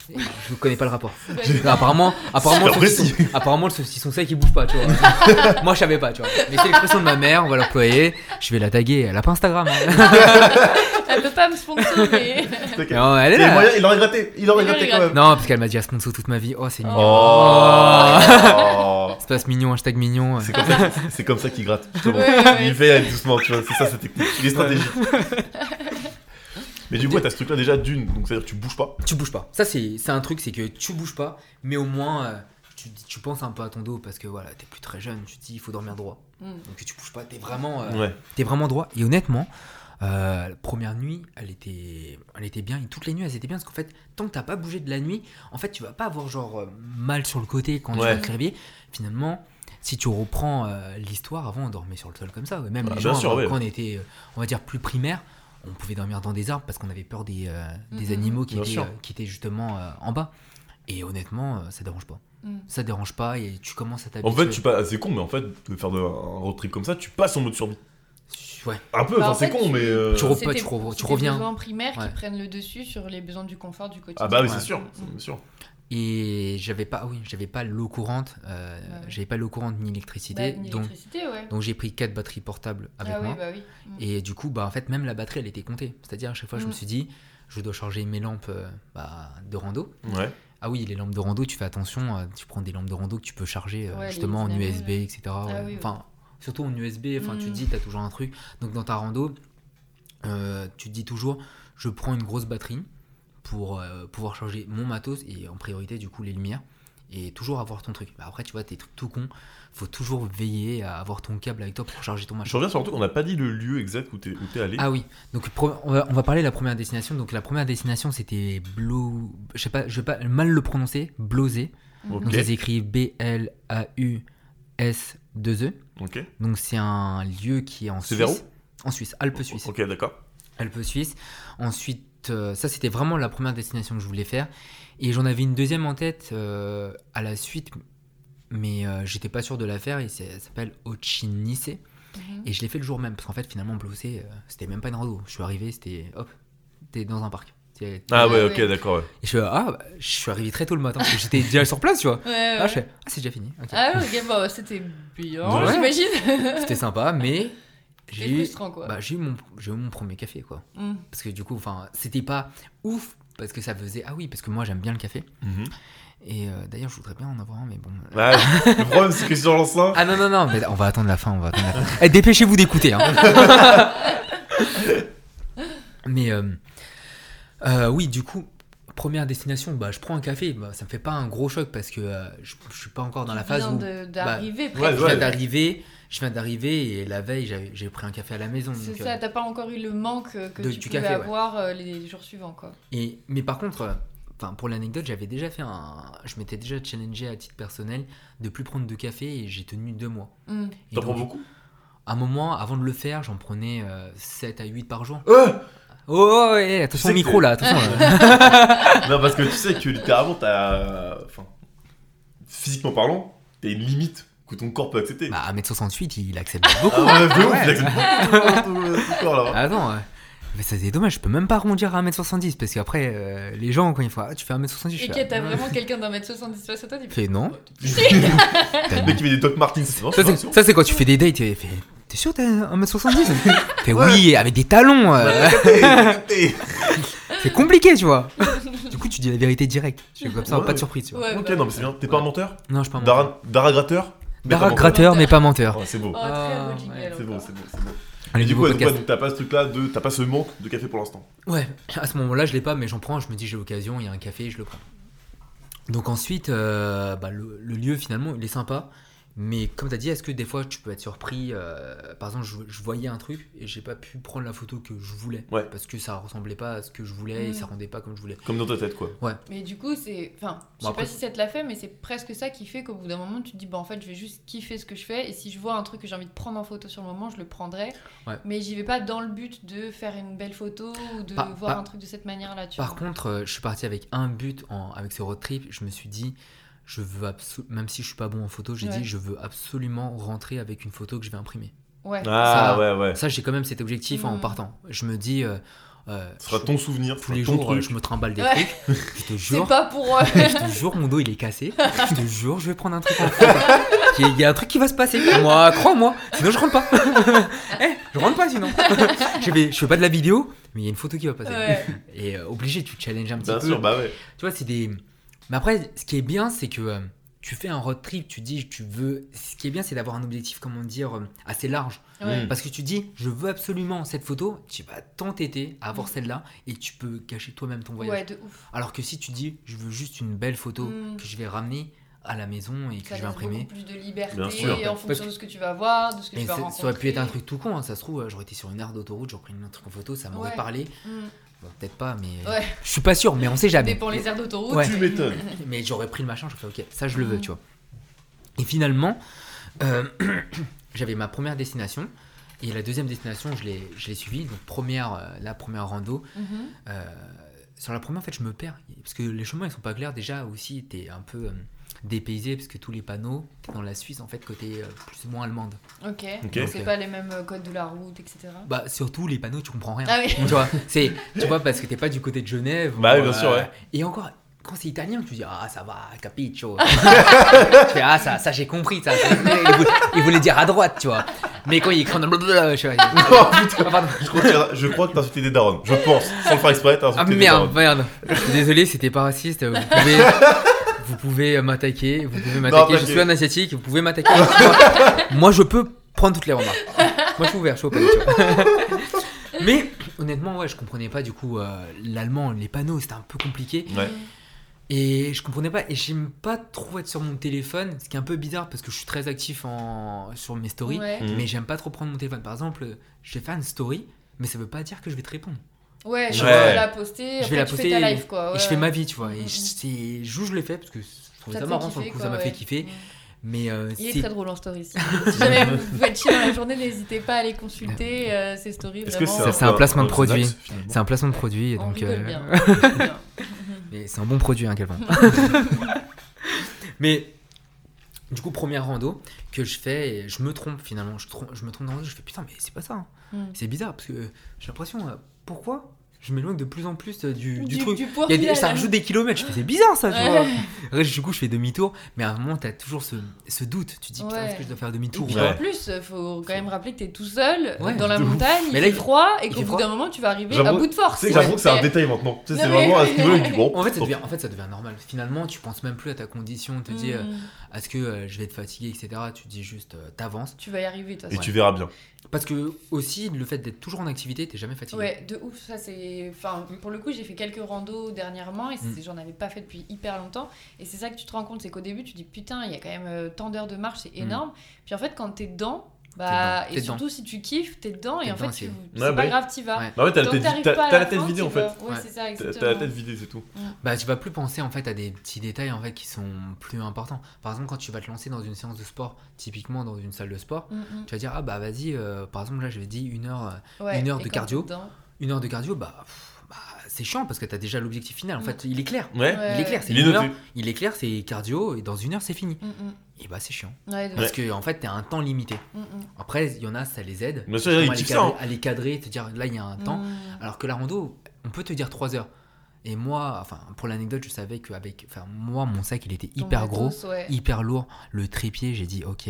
B: Et je connais pas le rapport. Non, apparemment, apparemment,
A: Super
B: le saucisson,
A: précis.
B: apparemment, le saucisson sec il bouge pas, tu vois.
A: <laughs>
B: Moi, je savais pas, tu vois. Mais c'est l'expression de ma mère, on va l'employer. Je vais la taguer, elle a pas Instagram. hein.
C: Elle peut pas me sponsor,
B: <laughs>
C: mais.
A: T'inquiète.
B: Non, elle est
A: Il y a
B: là.
A: moyen, il aurait gratté, il aurait
C: Il
A: gratté
C: aurait
A: quand
C: gratté.
A: même.
B: Non, parce qu'elle m'a dit à sponsor toute ma vie. Oh, c'est mignon.
A: Oh,
B: <laughs>
A: Oh.
B: Espace mignon, hashtag mignon.
A: C'est comme ça <laughs> qu'il- c'est comme ça qu'il gratte. justement.
C: Ouais, ouais.
A: Il fait avec doucement, tu vois. C'est ça sa technique. Il est stratégique. Mais du coup, ouais, t'as ce truc-là déjà d'une, donc c'est-à-dire que tu bouges pas.
B: Tu bouges pas. Ça, c'est c'est un truc, c'est que tu bouges pas, mais au moins, euh, tu, tu penses un peu à ton dos parce que voilà, t'es plus très jeune. Tu te dis, il faut dormir droit.
C: Mm.
B: Donc tu bouges pas, t'es vraiment. euh,
A: Ouais.
B: T'es vraiment droit. Et honnêtement, euh, la première nuit, elle était, elle était bien. Et toutes les nuits, elles étaient bien. Parce qu'en fait, tant que t'as pas bougé de la nuit, en fait, tu vas pas avoir genre euh, mal sur le côté quand tu
A: Ouais.
B: vas te réveiller. Finalement, si tu reprends euh, l'histoire, avant, on dormait sur le sol comme ça. Même
A: Bah,
B: les
A: bien
B: gens,
A: sûr,
B: avant,
A: ouais.
B: quand on était, euh, on va dire, plus primaire, on pouvait dormir dans des arbres parce qu'on avait peur des, euh, des
C: Mhm.
B: animaux qui
A: Bien
B: étaient,
A: sûr.
B: euh, qui étaient justement euh, en bas. Et honnêtement, euh, ça dérange pas.
C: Mm.
B: Ça dérange pas et tu commences à t'habituer.
A: En fait, tu passes. C'est con, mais en fait, de faire de- un road trip comme ça, tu passes en mode survie.
B: Ouais.
A: Un peu,
C: Bah,
A: enfin,
C: en
A: c'est
C: fait,
A: con,
C: tu-
A: mais. euh,
B: Tu re-
C: C'est
B: pas,
C: tes-
B: tu re-
C: c'est
B: tu
C: tes
B: reviens.
C: besoins primaires
B: Ouais.
C: qui prennent le dessus sur les besoins du confort du quotidien.
A: Ah bah oui, c'est
B: Ouais.
A: sûr. c'est sûr.
B: Et j'avais pas, ah oui, j'avais pas l'eau courante, euh,
C: Ouais, ouais.
B: j'avais pas l'eau courante ni l'électricité,
C: Bah, une
B: donc
C: électricité, ouais.
B: donc j'ai pris quatre batteries portables avec
C: ah
B: moi.
C: oui, bah oui. Mm.
B: Et du coup, bah en fait, même la batterie, elle était comptée. C'est-à-dire à chaque fois, je me
C: Mm.
B: suis dit, je dois charger mes lampes euh, bah, de rando.
A: Ouais.
B: Ah oui, les lampes de rando, tu fais attention, euh, tu prends des lampes de rando que tu peux charger euh,
C: Ouais, les
B: justement en
C: dynamos,
B: USB,
C: là.
B: etc.
C: Ah
B: ouais.
C: oui, oui.
B: Enfin, surtout en USB, enfin tu te
C: Mm.
B: dis, t'as toujours un truc. Donc dans ta rando, euh, tu te dis toujours, je prends une grosse batterie pour euh, pouvoir charger mon matos et en priorité du coup les lumières et toujours avoir ton truc. Bah, après, tu vois, tes trucs tout con, faut toujours veiller à avoir ton câble avec toi pour charger ton machin.
A: Je reviens sur un truc, on n'a pas dit le lieu exact où t'es où t'es allé.
B: Ah oui, donc pro- on va, on va parler de la première destination. Donc la première destination c'était Blo... Je sais pas, je vais pas mal le prononcer, Blosé.
A: Ok.
B: Donc ça s'écrit B-L-A-U-S-2-E.
A: Ok.
B: E. Donc c'est un lieu qui est en
A: C'est
B: Suisse.
A: vers
B: En Suisse, Alpes suisse.
A: Ok, d'accord.
B: Alpes suisse. Ensuite, euh, ça c'était vraiment la première destination que je voulais faire. Et j'en avais une deuxième en tête euh, à la suite, mais euh, j'étais pas sûr de la faire. Et c'est- elle s'appelle Ochinice.
C: Mhm.
B: Et je l'ai fait le jour même, parce qu'en fait, finalement, Blossé, euh, c'était même pas une rando. Je suis arrivé, c'était hop, t'es dans un parc. T'es-
A: Ah ouais,
C: Ouais,
A: ok,
C: ouais.
A: d'accord. ouais.
B: Et je suis, ah, bah, je suis arrivé très tôt le matin, parce que j'étais déjà sur place, tu vois.
C: Ouais, ouais.
B: Ah, je fais, ah, c'est déjà fini. ok.
C: Ah ouais, ok, bah, c'était bien,
A: Ouais.
B: <laughs>
C: j'imagine.
B: C'était sympa, mais
C: C'était
B: j'ai eu,
C: frustrant, quoi.
B: bah, j'ai eu, mon- j'ai eu mon premier café, quoi.
C: Mm.
B: Parce que du coup, enfin, c'était pas ouf, parce que ça faisait, ah oui, parce que moi, j'aime bien le café.
A: Mhm.
B: Et euh, d'ailleurs, je voudrais bien en avoir un, mais bon.
A: Ouais, le problème, c'est que sur l'enceinte.
B: Ah non, non, non, mais on va attendre la fin, on va attendre la fin. Eh, dépêchez-vous d'écouter. hein. <laughs> mais euh, euh, oui, du coup, première destination, bah, je prends un café, bah, ça me fait pas un gros choc parce que euh, je, je suis pas encore dans la
C: Tu
B: phase
C: viens
B: où bah,
C: de- d'arriver
A: Ouais,
C: presque.
B: je viens d'arriver, je viens d'arriver et la veille, j'avais- j'ai pris un café à la maison.
C: C'est
B: donc,
C: ça,
B: euh,
C: t'as pas encore eu le manque euh, que
B: de-
C: tu
B: du
C: pouvais
B: café, ouais.
C: avoir euh, les, les jours suivants, quoi.
B: Et, mais par contre, euh, enfin, pour l'anecdote, j'avais déjà fait un. Je m'étais déjà challengé à titre personnel de plus prendre de café et j'ai tenu deux mois.
C: Mm.
B: Et
A: T'en prends
B: donc,
A: beaucoup
B: À un moment, avant de le faire, j'en prenais euh, 7 à 8 par jour.
A: Euh,
B: Oh, oh, hey, attention
A: sais
B: au
A: que-
B: micro
A: <laughs>
B: là, attention. euh. là.
A: Non, parce que tu sais que littéralement, t'as. Enfin, physiquement parlant, t'as une limite que ton corps peut accepter.
B: bah, 1m68, il accepte beaucoup.
A: Ah ouais, de ouf,
B: Ouais.
A: il
C: <laughs>
A: accepte beaucoup de- tout corps là.
B: Attends, ouais. mais ça c'est dommage, je peux même pas arrondir à 1m70 parce qu'après, euh, les gens, quand ils font Ah, tu fais 1m70, je
C: Et
B: fais,
C: que t'as
B: ah,
C: vraiment quelqu'un d'un mètre 70 face à toi, tu
B: je
C: fais.
B: fais non.
A: Le
B: T'as-
A: mec qui fait des Doc Martins. Non,
B: Ça, c'est- ça, c'est quand tu fais des dates, et fais, t'es sûr t'as
A: <laughs>
B: 1m70 Fais oui, avec des talons, euh, c'est compliqué, tu vois. <laughs> Du coup, tu dis la vérité directe, tu fais comme ça,
A: Ouais.
B: pas de surprise, tu vois.
C: Ouais,
A: Ok,
C: bah,
A: non, mais c'est bien. T'es pas un menteur
B: Non, je suis pas menteur.
A: Dara Dara gratteur Mais
B: Dara
A: pas menteur.
B: gratteur, mais pas menteur.
A: Oh, C'est beau.
C: Oh, très beau
B: Ah,
C: jingle,
B: ouais.
A: C'est beau,
C: encore.
A: c'est beau, c'est beau.
B: Allez,
A: Et du
B: nouveau
A: coup, ouais, donc, ouais,
B: podcast.
A: donc t'as pas ce truc-là de. T'as pas ce manque de café pour l'instant.
B: Ouais, à ce moment-là, je l'ai pas, mais j'en prends. Je me dis, j'ai l'occasion, il y a un café, je le prends. Donc ensuite, euh, bah, le, le lieu, finalement, il est sympa. Mais comme tu as dit, est-ce que des fois, tu peux être surpris euh, Par exemple, je, je voyais un truc et j'ai pas pu prendre la photo que je voulais.
A: Ouais.
B: Parce que ça ressemblait pas à ce que je voulais et
C: Mm.
B: ça rendait pas comme je voulais.
A: Comme dans ta tête, quoi.
C: Mais du coup, c'est. Enfin, je
B: Bon,
C: sais
B: après-
C: pas si ça te l'a fait, mais c'est presque ça qui fait qu'au bout d'un moment, tu te dis, bah en fait, je vais juste kiffer ce que je fais. Et si je vois un truc que j'ai envie de prendre en photo sur le moment, je le prendrai.
B: Ouais.
C: Mais j'y vais pas dans le but de faire une belle photo ou de
B: Par-
C: voir
B: par-
C: un truc de cette manière-là, tu
B: Par
C: vois.
B: contre, euh, je suis parti avec un but en, avec ce road trip. Je me suis dit, je veux absolu- même si je suis pas bon en photo, j'ai
C: Ouais.
B: dit, je veux absolument rentrer avec une photo que je vais imprimer.
C: Ouais.
A: Ah
B: Ça-
A: ouais, ouais.
B: Ça, j'ai quand même cet objectif en
C: Mm.
B: partant. Je me dis. euh, euh,
A: Ce sera
B: je-
A: ton souvenir, ce
B: Tous
A: sera
B: les
A: ton
B: jours, euh,
A: truc.
B: je me trimballe des
C: Ouais.
B: trucs. Je te
C: <laughs> C'est
B: jure,
C: pas pour.
B: <laughs>
C: euh,
B: je te jure, mon dos il est cassé. Je te jure, je vais prendre un truc
A: <laughs>
B: en photo. Il y a- il y a un truc qui va se passer pour moi, crois-moi. Sinon, je rentre pas. <laughs> Eh, je rentre pas sinon. <laughs> je, vais, je fais pas de la vidéo, mais il y a une photo qui va passer. <laughs>
C: Ouais.
B: Et euh, obligé, tu te challenges un petit
A: Bien
B: peu.
A: sûr, bah ouais.
B: Tu vois, c'est des. Mais après, ce qui est bien, c'est que euh, tu fais un road trip, tu dis, tu veux. Ce qui est bien, c'est d'avoir un objectif, comment dire, euh, assez large.
C: Ouais.
A: Mm.
B: Parce que tu dis, je veux absolument cette photo, tu vas t'entêter à avoir celle-là et tu peux gâcher toi-même ton voyage.
C: Mm. Ouais, de ouf.
B: Alors que si tu dis, je veux juste une belle photo
C: Mm.
B: que je vais ramener à la maison et que
C: Ça
B: je vais
C: laisse beaucoup
B: imprimer.
C: plus de liberté
A: Bien sûr.
C: en
B: Parce
C: fonction
B: que-
C: de ce que tu vas voir, de ce que
B: Et
C: tu vas
B: ça,
C: rencontrer.
B: ça aurait pu être un truc tout con, hein, ça se trouve, euh, j'aurais été sur une aire d'autoroute, j'aurais pris un truc en photo, ça m'aurait
C: Ouais.
B: parlé.
C: Mm.
B: Bon, peut-être pas, mais.
C: Ouais.
B: Je suis pas sûr, mais on sait
C: Ça
B: jamais.
C: dépend les aires d'autoroute.
B: Ouais.
A: Tu m'étonnes.
B: Mais j'aurais pris le machin, j'aurais fait ok, ça je le veux,
C: Mm.
B: tu vois. Et finalement, euh, <clears throat> j'avais ma première destination. Et la deuxième destination, je l'ai je l'ai suivie. Donc, première, euh, la première rando,
C: Mhm.
B: Euh, sur la première, en fait, je me perds. Parce que les chemins, ils sont pas clairs. Déjà, aussi, t'es un peu euh, dépaysé, parce que tous les panneaux, t'es dans la Suisse, en fait, côté euh, plus ou moins allemande.
C: Ok.
A: Ok.
C: Donc, C'est
B: Ok.
C: pas les mêmes euh, codes de la route, etc.
B: Bah, surtout, les panneaux, tu comprends rien.
C: Ah oui.
B: tu vois, c'est, tu vois, parce que t'es pas du côté de Genève.
A: Bah
B: ou, euh,
A: oui, bien sûr, ouais.
B: Et encore, quand c'est italien, tu dis, ah, ça va, capiccio. Tu fais, ah, ça, ça j'ai compris, ça. ça- il, voulait, il voulait dire à droite, tu vois. Mais quand il écrit <laughs> dans blablabla, je sais pas.
A: Oh, putain.
B: Ah, <laughs> pardon.
A: Je crois que- Je crois que t'as insulté des darons. Je pense. Sans le faire exprès, t'as
B: Ah
A: insulté des darons.
B: merde, merde. Je suis Désolé, c'était pas raciste. Vous pouvez, vous pouvez euh, m'attaquer. Vous pouvez m'attaquer. Je
A: t'inquiète.
B: suis un asiatique. Vous pouvez m'attaquer. <laughs> Moi, Moi, je peux prendre toutes les remarques. Moi, je suis ouvert. Je suis open, tu vois. <laughs> Mais honnêtement, ouais, je comprenais pas du coup euh, l'allemand, les panneaux, c'était un peu compliqué.
A: Ouais.
B: Et je comprenais pas. Et j'aime pas trop être sur mon téléphone, ce qui est un peu bizarre parce que je suis très actif en... sur mes stories.
C: Ouais.
A: Mm.
B: Mais j'aime pas trop prendre mon téléphone. Par exemple, je vais faire une story, mais ça veut pas dire que je vais te répondre.
C: Ouais, je
A: Ouais.
C: vais la poster.
B: Je
C: après
B: vais la
C: tu
B: poster
C: fais ta live,
B: et
C: quoi.
B: je
C: ouais.
B: fais ma vie, tu vois. Et
C: Mhm.
B: je, c'est- je je le fais parce que je trouvais
C: Ça
B: ça,
C: te fait
B: marrant sur le
C: kiffer,
B: coup,
C: quoi,
B: ça m'a
C: ouais.
B: fait kiffer. Mais euh,
C: Il est
B: c'est-
C: très drôle en
B: <laughs>
C: story. Si si jamais vous faites chier dans la journée, n'hésitez pas à les
B: Ah
C: consulter, euh, ces stories.
A: Est-ce que
C: vraiment,
A: c'est
B: Ça,
A: un,
B: c'est un placement de produit.
A: axe, finalement
B: c'est un placement de produit. et
C: on
B: donc,
C: rigole
B: euh,
A: <laughs>
C: bien, on rigole bien.
B: mais c'est un bon produit, hein,
C: <laughs>
B: Calvin. mais du coup, première rando que je fais, et je me trompe finalement. Je, trom- je me trompe dans le rando, je fais putain, mais c'est pas ça. hein.
C: Mhm.
B: C'est bizarre parce que euh, j'ai l'impression, euh, pourquoi je m'éloigne de plus en plus euh, du, du
C: Du,
B: truc
C: du hein. poids
B: Il y a
C: qu'il
B: des-
C: a,
B: ça
C: là.
B: rajoute des kilomètres, je fais c'est bizarre ça, tu
C: Ouais.
B: vois. Après, Du coup, je fais demi-tour, mais à un moment, t'as toujours ce, ce doute. Tu te dis, putain,
C: Ouais.
B: est-ce que je dois faire
C: Et
B: demi-tour ou
C: puis
B: pas
C: en plus, faut quand même rappeler que t'es tout seul
B: Ouais,
C: dans la
A: de ouf.
C: montagne,
B: Mais là,
C: il fait
B: il-
C: froid et
B: il
C: qu'au
B: fait
C: bout
B: froid.
C: d'un moment, tu vas arriver à
A: J'avoue-
C: bout de force. Mmh.
A: Tu sais que j'avoue
C: Ouais.
A: que c'est un détail maintenant. Tu sais, c'est
C: Non, mais-
A: vraiment à ce niveau-là que tu bon.
B: En fait, ça devient, en fait, ça devient normal. Finalement, tu penses même plus à ta condition. Tu te dis, euh,
C: Mm.
B: est-ce que euh, je vais être fatigué, etc. Tu te dis juste, euh, t'avances.
C: Tu vas y arriver, toi.
A: Et tu verras bien.
B: Parce que, aussi, le fait d'être toujours en activité, t'es jamais fatigué.
C: Ouais, de ouf, ça c'est. Enfin, pour le coup, j'ai fait quelques randos dernièrement et
B: Mm.
C: c'est- j'en avais pas fait depuis hyper longtemps. Et c'est ça que tu te rends compte, c'est qu'au début, tu dis putain, il y a quand même euh, tant d'heures de marche, c'est énorme. Puis en fait, quand t'es dedans, bah,
B: Mm. T'es dedans,
C: et
B: t'es
C: surtout si tu kiffes, t'es dedans et
B: T'es
C: en fait,
B: dedans,
C: tu-
B: c'est-
C: c'est
A: Ouais,
C: pas
A: bah oui.
C: grave, t'y vas.
B: Ouais.
A: Bah ouais, t'as la
C: Tant
A: tête
C: que t'arrives
A: vide- t'as-
C: pas à
A: t'as la tête
C: fin,
A: vidée
C: t'y
A: en fait.
C: vas. Ouais,
B: Ouais.
C: c'est ça,
A: T'as
C: exactement.
A: t'as la tête vidée, c'est tout.
B: Bah, tu vas plus penser en fait à des petits détails en fait qui sont plus importants. Par exemple, quand tu vas te lancer dans une séance de sport, typiquement dans une salle de sport,
C: Mm, mm.
B: tu vas dire, ah bah vas-y, euh, par exemple, là, j'avais dit une heure. euh,
C: Ouais,
B: Une heure
C: et
B: de
C: quand
B: cardio.
C: t'es dedans,
B: une heure de cardio, bah, pff, bah, c'est chiant parce que t'as déjà l'objectif final. En
C: Mm.
B: fait, il est clair.
A: Ouais.
C: Ouais.
B: Il est clair, c'est
A: Il est
B: une
A: noté.
B: heure. Il est clair, c'est cardio et dans une heure c'est fini.
C: Mm, mm.
B: Et bah c'est chiant.
C: Ouais, de-
B: Parce que en fait t'as un temps limité.
C: Mm, mm.
B: Après il y en a ça les aide.
A: Mais hein. ça,
B: Justement,
A: ils
B: à, les
A: kiffent
B: cadrer,
A: ça,
B: à les cadrer, te dire là il y a un temps.
C: Mm.
B: Alors que la rando, on peut te dire 3 heures. Et moi, enfin pour l'anecdote, je savais qu'avec, enfin moi mon sac il était
C: Ton
B: hyper gros,
C: matos, ouais.
B: hyper lourd. Le trépied, j'ai dit ok,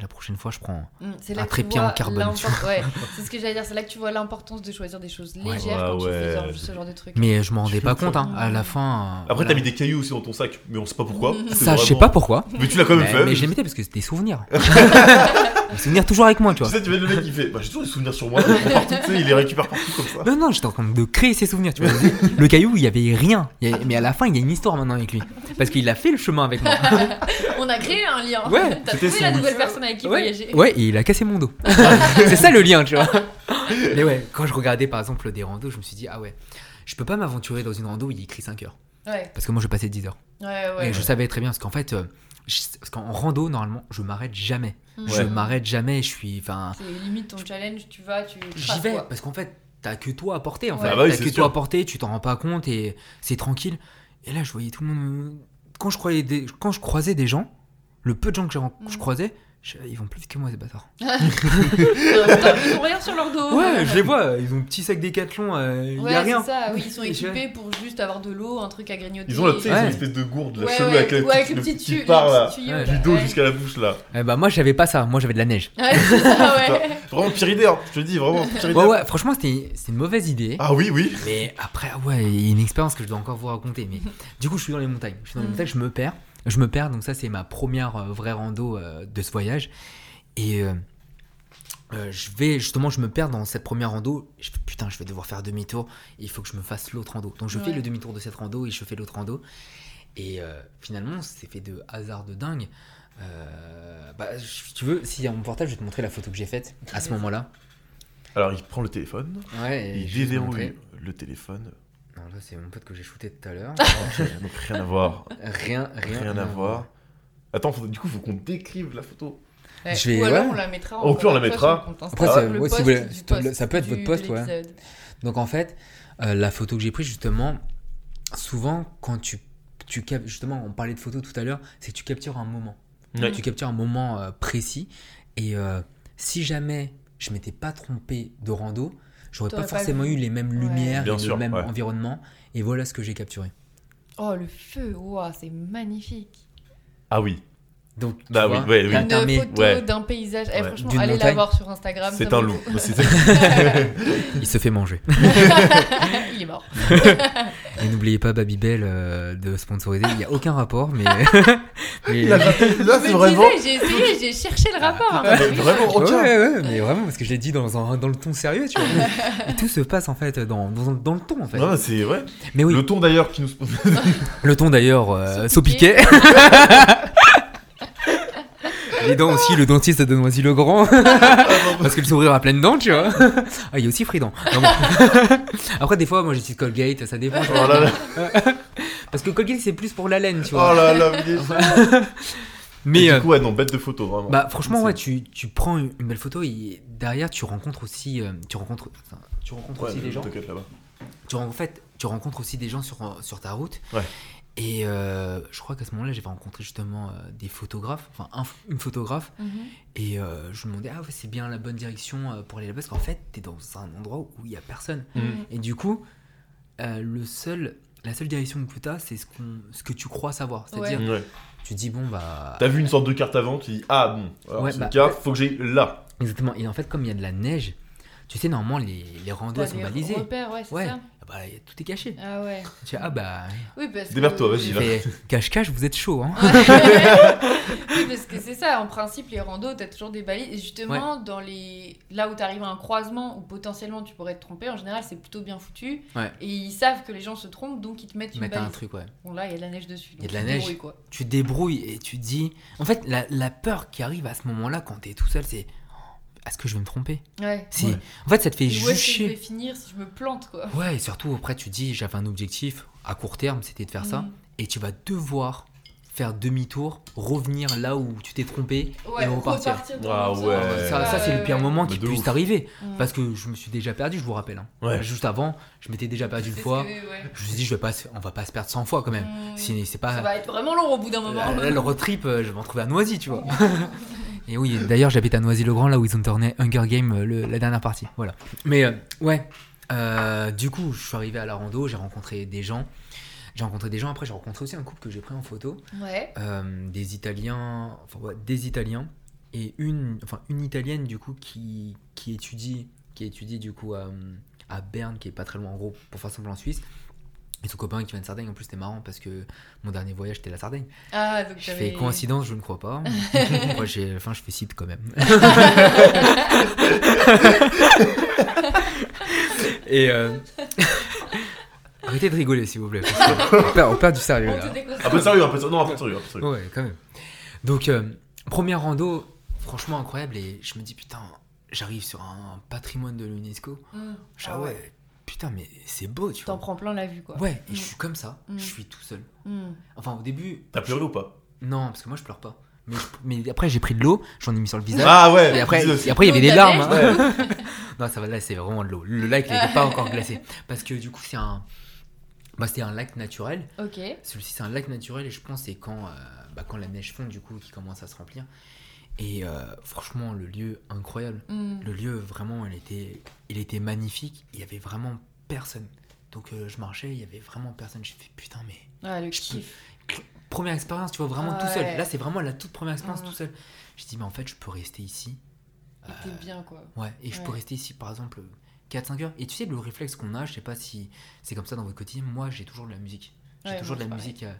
B: la prochaine fois je prends.
C: Mm, C'est
B: un
C: là que tu
B: trépied en
C: vois
B: carbone, tu
C: l'importance. Ouais, c'est ce que j'allais dire. C'est là que tu vois l'importance de choisir des choses
B: Ouais.
C: légères quand
A: Ouais,
C: tu fais genre-
A: ouais.
C: ce genre de truc.
B: Mais je m'en
A: Tu
B: rendais
A: fais
B: pas
A: quoi
B: compte. hein. À la fin. euh,
A: Après,
B: voilà.
A: t'as mis des cailloux aussi dans ton sac, mais on sait pas pourquoi.
C: Ça,
A: C'est
B: Ça, je sais
A: vraiment-
B: pas
A: <laughs>
B: pourquoi.
A: Mais tu l'as quand même
B: Mais,
A: fait.
B: mais je les mettais parce que
A: <laughs>
B: c'était des souvenirs. <laughs> des souvenirs toujours avec moi, tu
A: Tu
B: vois.
A: sais, tu vois le mec qui fait Bah, j'ai toujours des souvenirs sur moi, partout, tu sais, il les récupère partout comme ça.
B: Non, non, j'étais en train de créer ces souvenirs, tu vois. le caillou, il y avait rien. Il y avait- Mais à la fin, il y a une histoire maintenant avec lui. Parce qu'il a fait le chemin avec moi.
C: On a créé un lien.
B: Ouais,
C: T'as
A: c'était
C: trouvé la
A: son-
C: nouvelle personne avec qui voyager.
B: Ouais, et il a cassé
C: <laughs>
B: mon dos. c'est ça le lien, tu vois. Mais ouais, quand je regardais par exemple des randos, je me suis dit, ah ouais, je peux pas m'aventurer dans une rando où il est écrit 5 heures.
C: Ouais,
B: Parce que moi, je passais 10 heures.
C: ouais,
B: et
C: ouais.
B: je savais très bien, parce qu'en fait, euh, je- parce qu'en rando, normalement, je m'arrête jamais.
C: Mm.
B: Je m'arrête jamais, je suis. Enfin,
C: C'est limite ton challenge. Tu vas, tu.
B: J'y
C: traces,
B: vais
C: quoi.
B: parce qu'en fait, t'as que toi à porter. En fait.
A: Ah bah oui,
B: t'as
A: c'est
B: que
A: sûr.
B: toi à porter, tu t'en rends pas compte et c'est tranquille. Et là, je voyais tout le monde. Quand je, croyais des- quand je croisais des gens, le peu de gens que j'ai ren-
C: Mm.
B: je croisais, je- ils vont plus vite que moi, ces bâtards.
C: Ils ont rien sur leur dos.
B: Ouais, je les vois, ils ont un petit sac décathlon, euh, il
C: Ouais,
B: y a
C: c'est
B: rien.
C: ça, oui, ils sont
B: Et <laughs> je-
C: équipés pour juste avoir de l'eau, un truc à grignoter.
A: Ils ont là, tu sais, ils ont
B: Ouais.
A: une espèce de gourde, la
C: ouais,
A: chelou
C: ouais,
A: avec la
C: ouais,
A: petite-
C: le petit
A: petit
C: tuyau,
A: part
C: le
A: là,
C: petit tuyau,
B: Ouais.
A: du dos
C: ouais.
A: jusqu'à la bouche là.
B: Eh bah, moi, j'avais pas ça, moi, j'avais de la neige.
C: Ouais,
A: <laughs>
C: c'est ça, ouais.
A: Vraiment pire idée, hein, je te le dis, vraiment pire idée.
B: Ouais, ouais, franchement, c'était c'est une mauvaise idée.
A: Ah oui, oui.
B: Mais après, ah ouais, il y a une expérience que je dois encore vous raconter. Mais du coup, je suis dans les montagnes. Je suis dans les
C: Mhm.
B: montagnes, je me perds. Je me perds, donc ça, c'est ma première euh, vraie rando euh, de ce voyage. Et euh, euh, je vais, justement, je me perds dans cette première rando. Je fais, putain, je vais devoir faire demi-tour. Il faut que je me fasse l'autre rando. Donc, je fais
C: Ouais.
B: le demi-tour de cette rando et je fais l'autre rando. Et euh, finalement, c'est fait de hasard de dingue. Euh, bah, si tu veux, si y a mon portable, je vais te montrer la photo que j'ai faite à ce moment-là.
A: Alors il prend le téléphone,
B: Ouais, et
A: il
B: je vais te montrer.
A: déverrouille le téléphone.
B: Non, là, c'est mon pote que j'ai shooté tout à l'heure.
A: Donc rien à voir,
B: Rien, <laughs> rien,
A: rien à voir. Attends, faut- du coup, faut qu'on décrive la photo.
C: Ouais,
B: Je vais-
C: Ou alors
B: ouais.
C: on la mettra.
A: Au pire, on la
C: encore une
A: mettra.
C: fois sur le compte Insta.
B: Après,
A: Ah,
B: c'est-
C: Le
B: ouais, si
C: post
B: vous voulez,
C: du
B: ça-
C: post
B: ça peut être
C: du-
B: votre
C: de
B: poste, ouais.
C: l'épisode.
B: Donc en fait, euh, la photo que j'ai prise justement, souvent quand tu, tu cap- justement on parlait de photos tout à l'heure, c'est que tu captures un moment.
A: Ouais.
B: Tu captures un moment euh, précis et euh, si jamais je m'étais pas trompé de rando, j'aurais pas
C: T'aurais pas
B: forcément
C: vu.
B: eu les mêmes
C: Ouais.
B: lumières,
A: Bien
B: et
A: sûr,
B: le même
A: ouais.
B: environnement. Et voilà ce que j'ai capturé.
C: Oh, le feu, ouah, c'est magnifique.
A: Ah oui,
B: Donc tu
A: Ah oui,
B: vois,
A: ouais, oui.
B: t'as-
C: Une
B: t'as mes-
C: photo
A: ouais.
C: d'un paysage. Eh,
A: Ouais.
C: Franchement,
B: D'une
C: allez la
B: montagne.
C: voir sur Instagram.
A: c'est
C: Ah, ça
A: un
C: vaut
A: loup.
C: le
B: <laughs>
C: coup.
A: C'est-
B: il se fait manger.
C: <laughs> Il est mort.
B: et n'oubliez pas Babybel euh, de sponsoriser. Il y a aucun
A: <laughs>
B: rapport, mais, <laughs> mais-
A: Là, là,
C: Je
A: c'est
C: me
A: vraiment.
C: disais, J'ai essayé, j'ai cherché le rapport. hein.
A: Ah, mais Vraiment
B: Ouais,
A: aucun.
B: ouais, ouais, mais vraiment, parce que je l'ai dit dans, un- dans le ton sérieux,
A: <laughs>
B: tu vois. Et tout se passe en fait dans, dans, dans le ton en fait.
A: Non, non, c'est ouais.
B: mais oui,
A: Le
B: le,
A: ton d'ailleurs qui nous <laughs> Oh, sponsorise.
B: ton d'ailleurs, euh,
C: Sopiquet.
B: Sopiquet.
A: <laughs>
B: Les dents aussi, le dentiste de Noisy-le-Grand. <laughs> Parce que le sourire a plein de dents, tu vois. Ah, il y a aussi Fridan. Non, bon. <laughs> Après, des fois, moi j'utilise Colgate, ça dépend.
A: Oh là là,
B: Parce que Colgate, c'est plus pour la laine, tu vois.
A: oh là là, mais les-
B: Mais
A: Et
B: euh,
A: du coup, ouais, non, bête de photo, vraiment.
B: Bah franchement
A: C'est-
B: ouais tu, tu prends une une belle photo et derrière tu rencontres aussi euh, tu rencontres enfin, tu rencontres
A: Ouais,
B: aussi
A: mais
B: des gens
A: t'inquiète, là-bas.
B: tu, en fait tu rencontres aussi des gens sur, sur ta route
A: Ouais.
B: et euh, je crois qu'à ce moment-là j'avais rencontré justement euh, des photographes enfin un- une photographe
C: Mhm.
B: et euh, je me demandais ah ouais c'est bien la bonne direction euh, pour aller là-bas parce qu'en fait t'es dans un endroit où il y a personne
A: Mhm.
B: et du coup euh, le seul la seule direction que t'as c'est ce, qu'on ce que tu crois savoir c'est-à-dire
A: Ouais.
B: tu te dis bon bah
A: T'as vu une sorte de carte avant, tu dis ah bon, alors
B: Ouais,
A: c'est
B: bah,
A: le cas, faut que j'aille là.
B: Exactement. Et en fait, comme il y a de la neige, tu sais, normalement, les, les randos elles
C: T'as
B: sont
C: des
B: balisées.
C: repères, ouais, c'est
B: Ouais.
C: ça.
B: Ah bah, tout est caché.
C: Ah ouais.
B: Tu dis, ah bah,
C: Oui, parce que-
A: Démerde-toi, vas-y, va.
B: mais cache-cache, vous êtes chaud, hein.
C: <laughs> oui, parce que c'est ça, en principe, les randos, t'as toujours des balises. Et justement, dans les... là où t'arrives à un croisement où potentiellement tu pourrais te tromper, en général, c'est plutôt bien foutu.
B: Ouais.
C: Et ils savent que les gens se trompent, donc ils te mettent
B: Tu
C: une
B: mets
C: balise.
B: un truc, ouais.
C: Bon, là, il y a de la neige dessus.
B: Il y a
C: donc
B: de la
C: tu te
B: neige.
C: débrouilles, quoi.
B: Tu te débrouilles et tu te dis. En fait, la, la peur qui arrive à ce moment-là, quand t'es tout seul, c'est. Est-ce que je vais me tromper
C: Ouais.
B: Si.
A: Ouais.
B: En fait, ça te fait
C: Et où est-ce que je vais
B: jucher.
C: finir si je me plante, quoi
B: Ouais, et
C: Mhm.
B: surtout, après, tu te dis, j'avais un objectif à court terme, c'était de faire ça.
C: Mm.
B: Et tu vas devoir faire demi-tour, revenir là où tu t'es trompé
C: Ouais,
B: et repartir.
C: dans
A: Ah
C: l'autre
A: ouais.
C: sens.
B: Ça, ça, c'est le pire
C: ouais.
B: moment
A: Mais
B: qui
A: de
B: puisse
A: ouf.
B: t'arriver.
C: Mm.
B: Parce que je me suis déjà perdu, je vous rappelle. hein.
A: Ouais.
B: Juste avant, je m'étais déjà perdu une
C: C'est ce
B: fois.
C: que- ouais.
B: Je me suis dit, je vais pas, se- on va pas se perdre 100 fois quand même.
C: Mm.
B: Si c'est
C: Ça
B: pas.
C: va être vraiment long au bout d'un moment.
B: Là, là, le road trip, euh, je vais en trouver à Noisy, tu vois. Et oui, d'ailleurs, j'habite à Noisy-le-Grand, là où ils ont tourné Hunger Game, euh, le- la dernière partie. Voilà. Mais euh, ouais, euh, du coup, je suis arrivé à la rando, j'ai rencontré des gens. J'ai rencontré des gens, après, j'ai rencontré aussi un couple que j'ai pris en photo.
C: <laughs> Ouais.
B: Euh, des Italiens, enfin, ouais, des Italiens, et une, enfin, une Italienne, du coup, qui, qui étudie, qui étudie, du coup, à, à Berne, qui est pas très loin, en gros, pour faire simple, en Suisse. Et son copain qui vient de Sardaigne, en plus, c'était marrant parce que mon dernier voyage, c'était la Sardaigne.
C: Ah, donc
B: Je
C: j'avais-
B: fais coïncidence, je ne crois pas.
C: <laughs>
B: Moi, j'ai, enfin, je fais site quand même. Et euh, <laughs> arrêtez de rigoler, s'il vous plaît. parce que on, perd, on perd du sérieux
C: On
B: là. Ah, bah,
C: te déconcentre.
A: Un peu de sérieux, un peu de sérieux. Non, un peu de sérieux, un peu de sérieux.
B: Ouais, quand même. Donc, euh, première rando, franchement incroyable. Et je me dis, putain, j'arrive sur un patrimoine de l'UNESCO.
C: Mm.
B: Je dis,
C: Ah
B: ah
C: ouais.
B: ouais, putain, mais c'est beau, tu
C: T'en
B: vois.
C: prends plein la vue, quoi.
B: Ouais, et
C: Mm.
B: je suis comme ça,
C: Mm.
B: je suis tout seul.
C: Mm.
B: Enfin, au début,
A: T'as pleuré ou pas
B: non, parce que moi, je pleure pas. Mais, je- mais après, j'ai pris de l'eau, j'en ai mis sur le visage.
A: Ah ouais
B: Et après,
A: dis-le aussi.
B: et après, il y avait
C: Donc,
B: des
C: la neige,
B: larmes. hein.
A: Ouais.
B: <laughs> Non, ça va, là, c'est vraiment de l'eau. Le lac, il n'était pas encore glacé. Parce que du coup, c'est un. Bah, c'était un lac naturel.
C: Ok.
B: Celui-ci, c'est un lac naturel, et je pense que c'est quand, euh, bah, quand la neige fond, du coup, qui commence à se remplir. Et euh, franchement, le lieu, incroyable.
C: Mm.
B: Le lieu, vraiment, il était, il était magnifique. Il y avait vraiment personne. Donc, euh, je marchais, il y avait vraiment personne. J'ai fait putain, mais.
C: Ah, le
B: Je peux-
C: kiff.
B: Première expérience, tu vois, vraiment tout seul.
C: Ouais.
B: Là, c'est vraiment la toute première expérience
C: Mhm.
B: tout seul. J'ai dit, mais en fait, je peux rester ici.
C: Et T'es bien, quoi.
B: Ouais, et je peux
C: Ouais.
B: rester ici par exemple 4-5 heures. Et tu sais, le réflexe qu'on a, je sais pas si c'est comme ça dans votre quotidien, moi j'ai toujours de la musique. J'ai
C: Ouais,
B: toujours
C: moi,
B: de la
C: c'est
B: musique. euh,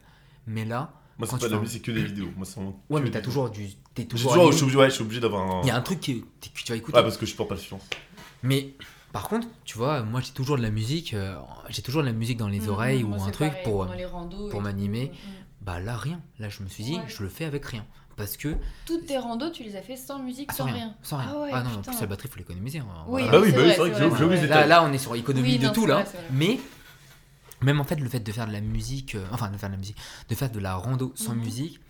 B: mais là,
A: Moi,
B: Quand
A: c'est
B: tu
A: pas de la
B: parles.
A: musique, que des vidéos. Moi, c'est vraiment
B: ouais,
A: que des
B: mais t'as
A: vidéos.
B: toujours du. T'es
A: J'ai
B: toujours.
A: toujours. Je
B: animé.
A: suis obligé ouais, je suis obligé d'avoir un.
B: Il y a un truc qui- que, tu vas écouter.
A: Ouais, parce que je porte pas le silence.
B: Mais par contre, tu vois, moi j'ai toujours de la musique. euh, j'ai toujours de la musique dans les
C: Mm,
B: oreilles
C: mm,
B: ou
C: moi,
B: un
C: c'est
B: truc
C: pareil,
B: pour.
C: pendant les randos et
B: pour
C: tout.
B: m'animer.
C: Mm.
B: Bah là, rien. Là, je me suis dit,
C: Ouais.
B: je le fais avec rien. Parce que.
C: Toutes tes randos, tu les as fait sans musique,
B: ah,
C: sans rien.
B: Sans rien.
C: Ah ouais,
B: non, en
C: putain.
B: plus la batterie, faut l'économiser. hein,
C: Oui,
B: voilà.
A: bah oui,
C: c'est
A: bah oui,
C: vrai,
A: c'est vrai que
C: c'est
A: j'ai
C: vrai,
A: oublié
C: c'est
A: les
C: vrai.
B: Là,
A: détails.
B: là, on est sur économie
C: Oui,
B: de
C: non,
B: tout
C: c'est
B: là.
C: vrai, c'est vrai.
B: Mais même en fait, le fait de faire de la musique, euh, enfin de faire de la musique, de faire de la rando sans
C: Mhm.
B: musique,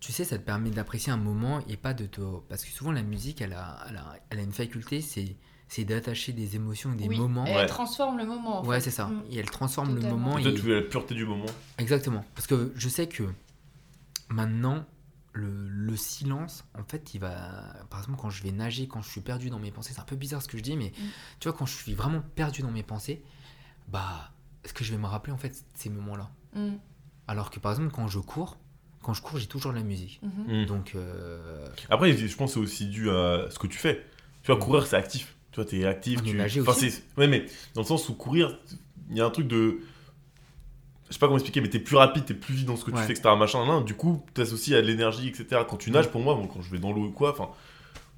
B: tu sais, ça te permet d'apprécier un moment et pas de te. Parce que souvent la musique, elle a, elle a, elle a une faculté, c'est, c'est d'attacher des émotions, des
C: Oui,
B: moments.
C: Elle
A: Ouais.
C: transforme le moment. en
B: Ouais,
C: fait.
B: c'est ça.
C: Mm.
B: Et elle transforme le
C: Totalement.
B: moment.
A: Et
B: Et...
A: toi, tu veux la pureté du moment.
B: Exactement. Parce que je sais que maintenant, le, le silence, en fait, il va. Par exemple, quand je vais nager, quand je suis perdu dans mes pensées, c'est un peu bizarre ce que je dis, mais tu vois, quand je suis vraiment perdu dans mes pensées, bah, ce que je vais me rappeler, en fait, c'est ces moments-là.
C: Mm,
B: Alors que par exemple, quand je cours, quand je cours, j'ai toujours de la musique.
C: mhm.
A: Mm.
B: Donc, euh,
A: Après, je pense que c'est aussi dû à ce que tu fais. Tu vois, courir, c'est actif. Tu vois, t'es actif.
B: Ah, mais
A: Tu...
B: nager aussi.
A: c'est- ouais, mais dans le sens où courir, il y a un truc de. Je sais pas comment expliquer, mais t'es plus rapide, t'es plus vite dans ce que
B: Ouais.
A: tu fais, etc. Machin, nan, Du coup, t'associes à de l'énergie, etc. Quand tu nages, pour moi, bon, quand je vais dans l'eau ou quoi, enfin.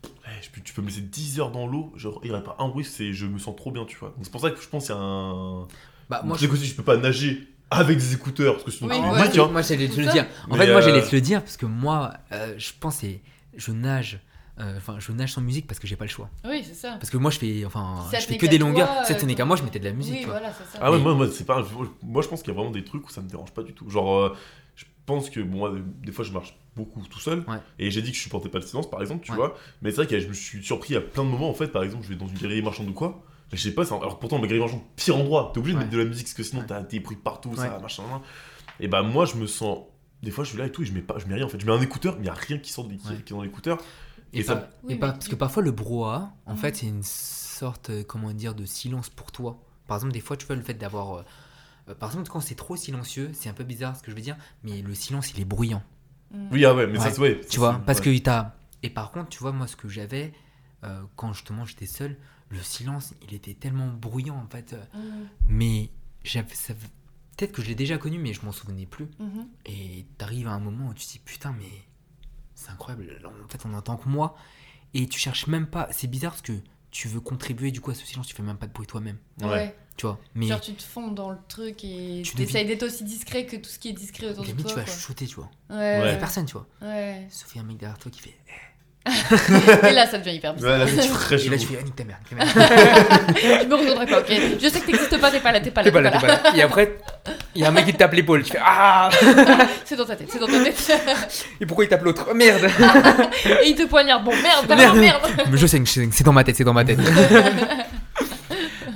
A: ouais, je peux- Tu peux me laisser 10 heures dans l'eau, genre, il n'y aurait pas un bruit, c'est je me sens trop bien, tu vois. Donc, C'est pour ça que je pense qu'il y a un.
B: bah, moi,
A: je...
B: je.
A: sais que je peux pas nager avec des écouteurs, parce que sinon
C: Oui,
A: tu
C: ouais.
A: me mates, hein.
B: moi, j'allais te
C: Tout
B: le
C: ça.
B: dire. En
A: Mais,
B: fait, moi, j'allais
A: euh,
B: te le dire parce que moi, euh, je pensais, je nage. euh, Enfin, je nage sans musique parce que j'ai pas le choix.
C: Oui, c'est ça.
B: Parce que moi, je fais, enfin,
C: Ça
B: Oh, je
C: tenait
B: fais que
C: qu'à
B: des
C: toi,
B: longueurs.
C: euh,
B: Ça tenait qu'à
C: toi.
B: moi, je mettais de la musique.
C: Oui,
B: tu vois.
C: voilà, c'est ça.
A: Ah ouais,
B: Mais-
A: moi, moi, c'est pas. Moi, je pense qu'il y a vraiment des trucs où ça me dérange pas du tout. Genre, euh, je pense que bon, moi, des fois, je marche beaucoup tout seul.
B: Ouais.
A: Et j'ai dit que je supportais pas le silence, par exemple, tu
B: Ouais.
A: vois. Mais c'est vrai que je me suis surpris à plein de moments, en fait. Par exemple, je vais dans une galerie marchande ou quoi. Mais je sais pas, c'est un- alors pourtant, la galerie marchande, pire endroit. T'es obligé de
B: Ouais.
A: mettre de la musique, parce que sinon,
B: Ouais.
A: t'as des bruits partout, ça,
B: Ouais.
A: machin, machin. Et bah, moi, je me sens. Des fois, je suis là et tout, et je mets, pas, je mets rien, en fait. Je mets un écouteur, mais il y a rien qui sort de, qui,
B: Ouais.
A: qui est dans l'écouteur.
B: Et,
A: Et ça-
B: pas-
C: Oui,
B: et
C: mais
B: pas-
C: tu-
B: parce que parfois le brouhaha, en
C: Mhm.
B: fait, c'est une sorte, euh, comment dire, de silence pour toi. Par exemple, des fois, tu vois, le fait d'avoir. euh, euh, par exemple, quand c'est trop silencieux, c'est un peu bizarre ce que je veux dire, mais le silence, il est bruyant.
C: Mm.
A: Oui, ah ouais, mais
B: Ouais.
A: ça, c'est. Ouais,
B: Tu vois, parce que il t'a. Et par contre, tu vois, moi, ce que j'avais, euh, quand justement j'étais seul, le silence, il était tellement bruyant, en fait. euh,
A: ah.
C: Mm,
B: mais j'avais. ça- Peut-être que je l'ai déjà connu, mais je m'en souvenais plus.
C: mhm.
B: Et t'arrives à un moment où tu te dis putain, mais c'est incroyable, là, en fait on entend que moi. Et tu cherches même pas, c'est bizarre parce que tu veux contribuer du coup à ce silence, tu fais même pas de bruit toi-même,
A: Ouais.
C: Ouais.
B: tu vois. Mais
C: Genre, tu te fonds dans le truc et
B: Tu
C: tu essayes d'être aussi discret que tout ce qui est discret autour de
B: limite
C: toi.
B: tu vas
C: quoi.
B: chuchoter, tu vois.
C: Ouais.
B: Personne, tu vois.
C: Ouais.
B: Sauf qu'il y a un mec derrière toi qui fait
C: Et là, ça devient hyper bizarre.
A: Ouais, là, c'est très
B: Et
A: chaud.
B: là, tu fais, ah, nique ta mère, nique ta mère.
C: Je me rejoindrai pas, ok Je sais que t'existes pas, t'es pas là, <laughs> t'es pas là.
B: T'es pas là,
C: t'es
B: t'es pas là. Et après, il y a un mec qui te tape l'épaule. Tu fais, ah
C: pas là. C'est dans ta tête, c'est dans ta tête.
B: Et pourquoi il tape l'autre Oh, Merde
C: Et il te poignarde. Bon, merde, vraiment,
B: Merde.
C: merde.
B: Mais je sais, je sais, c'est dans ma tête, c'est dans ma tête.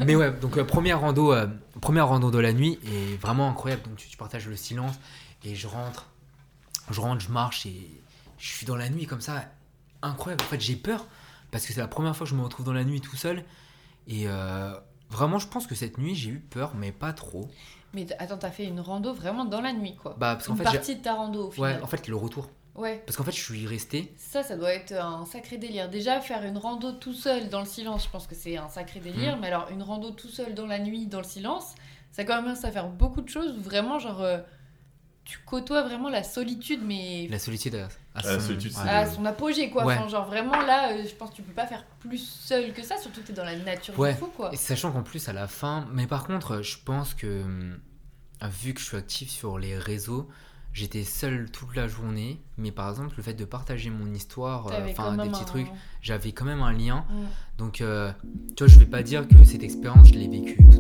B: Mais ouais, donc euh, première rando, euh, première rando de la nuit est vraiment incroyable. Donc tu, tu partages le silence et je rentre, je rentre, je marche et je suis dans la nuit comme ça, incroyable. En fait, j'ai peur parce que c'est la première fois que je me retrouve dans la nuit tout seul et euh, vraiment, je pense que cette nuit j'ai eu peur, mais pas trop.
C: Mais t- attends, t'as fait une rando vraiment dans la nuit, quoi.
B: Bah parce qu'en
C: une
B: fait, j'ai-
C: partie de ta rando, au
B: ouais,
C: final.
B: en fait le retour.
C: Ouais.
B: Parce qu'en fait, je suis resté.
C: Ça, ça doit être un sacré délire. Déjà, faire une rando tout seul dans le silence, je pense que c'est un sacré
B: Mm.
C: délire. Mais alors, une rando tout seul dans la nuit, dans le silence, ça commence à faire beaucoup de choses. où Vraiment, genre, euh, tu côtoies vraiment la solitude, mais
B: La solitude. à- à
A: La
B: son-
A: solitude, c'est-
C: à son apogée, quoi.
B: Ouais.
C: Enfin, genre, vraiment, là, euh, je pense que tu peux pas faire plus seul que ça. Surtout que t'es dans la nature
B: Ouais.
C: du fou, quoi.
B: Et sachant qu'en plus, à la fin. Mais par contre, je pense que. hum, Vu que je suis actif sur les réseaux, j'étais seul toute la journée. Mais par exemple, le fait de partager mon histoire, euh,
C: T'avais
B: enfin
C: quand
B: des
C: même
B: petits
C: un-
B: trucs, j'avais quand même un lien.
C: Mm.
B: Donc, euh, tu vois, je vais pas dire que cette expérience, je l'ai vécue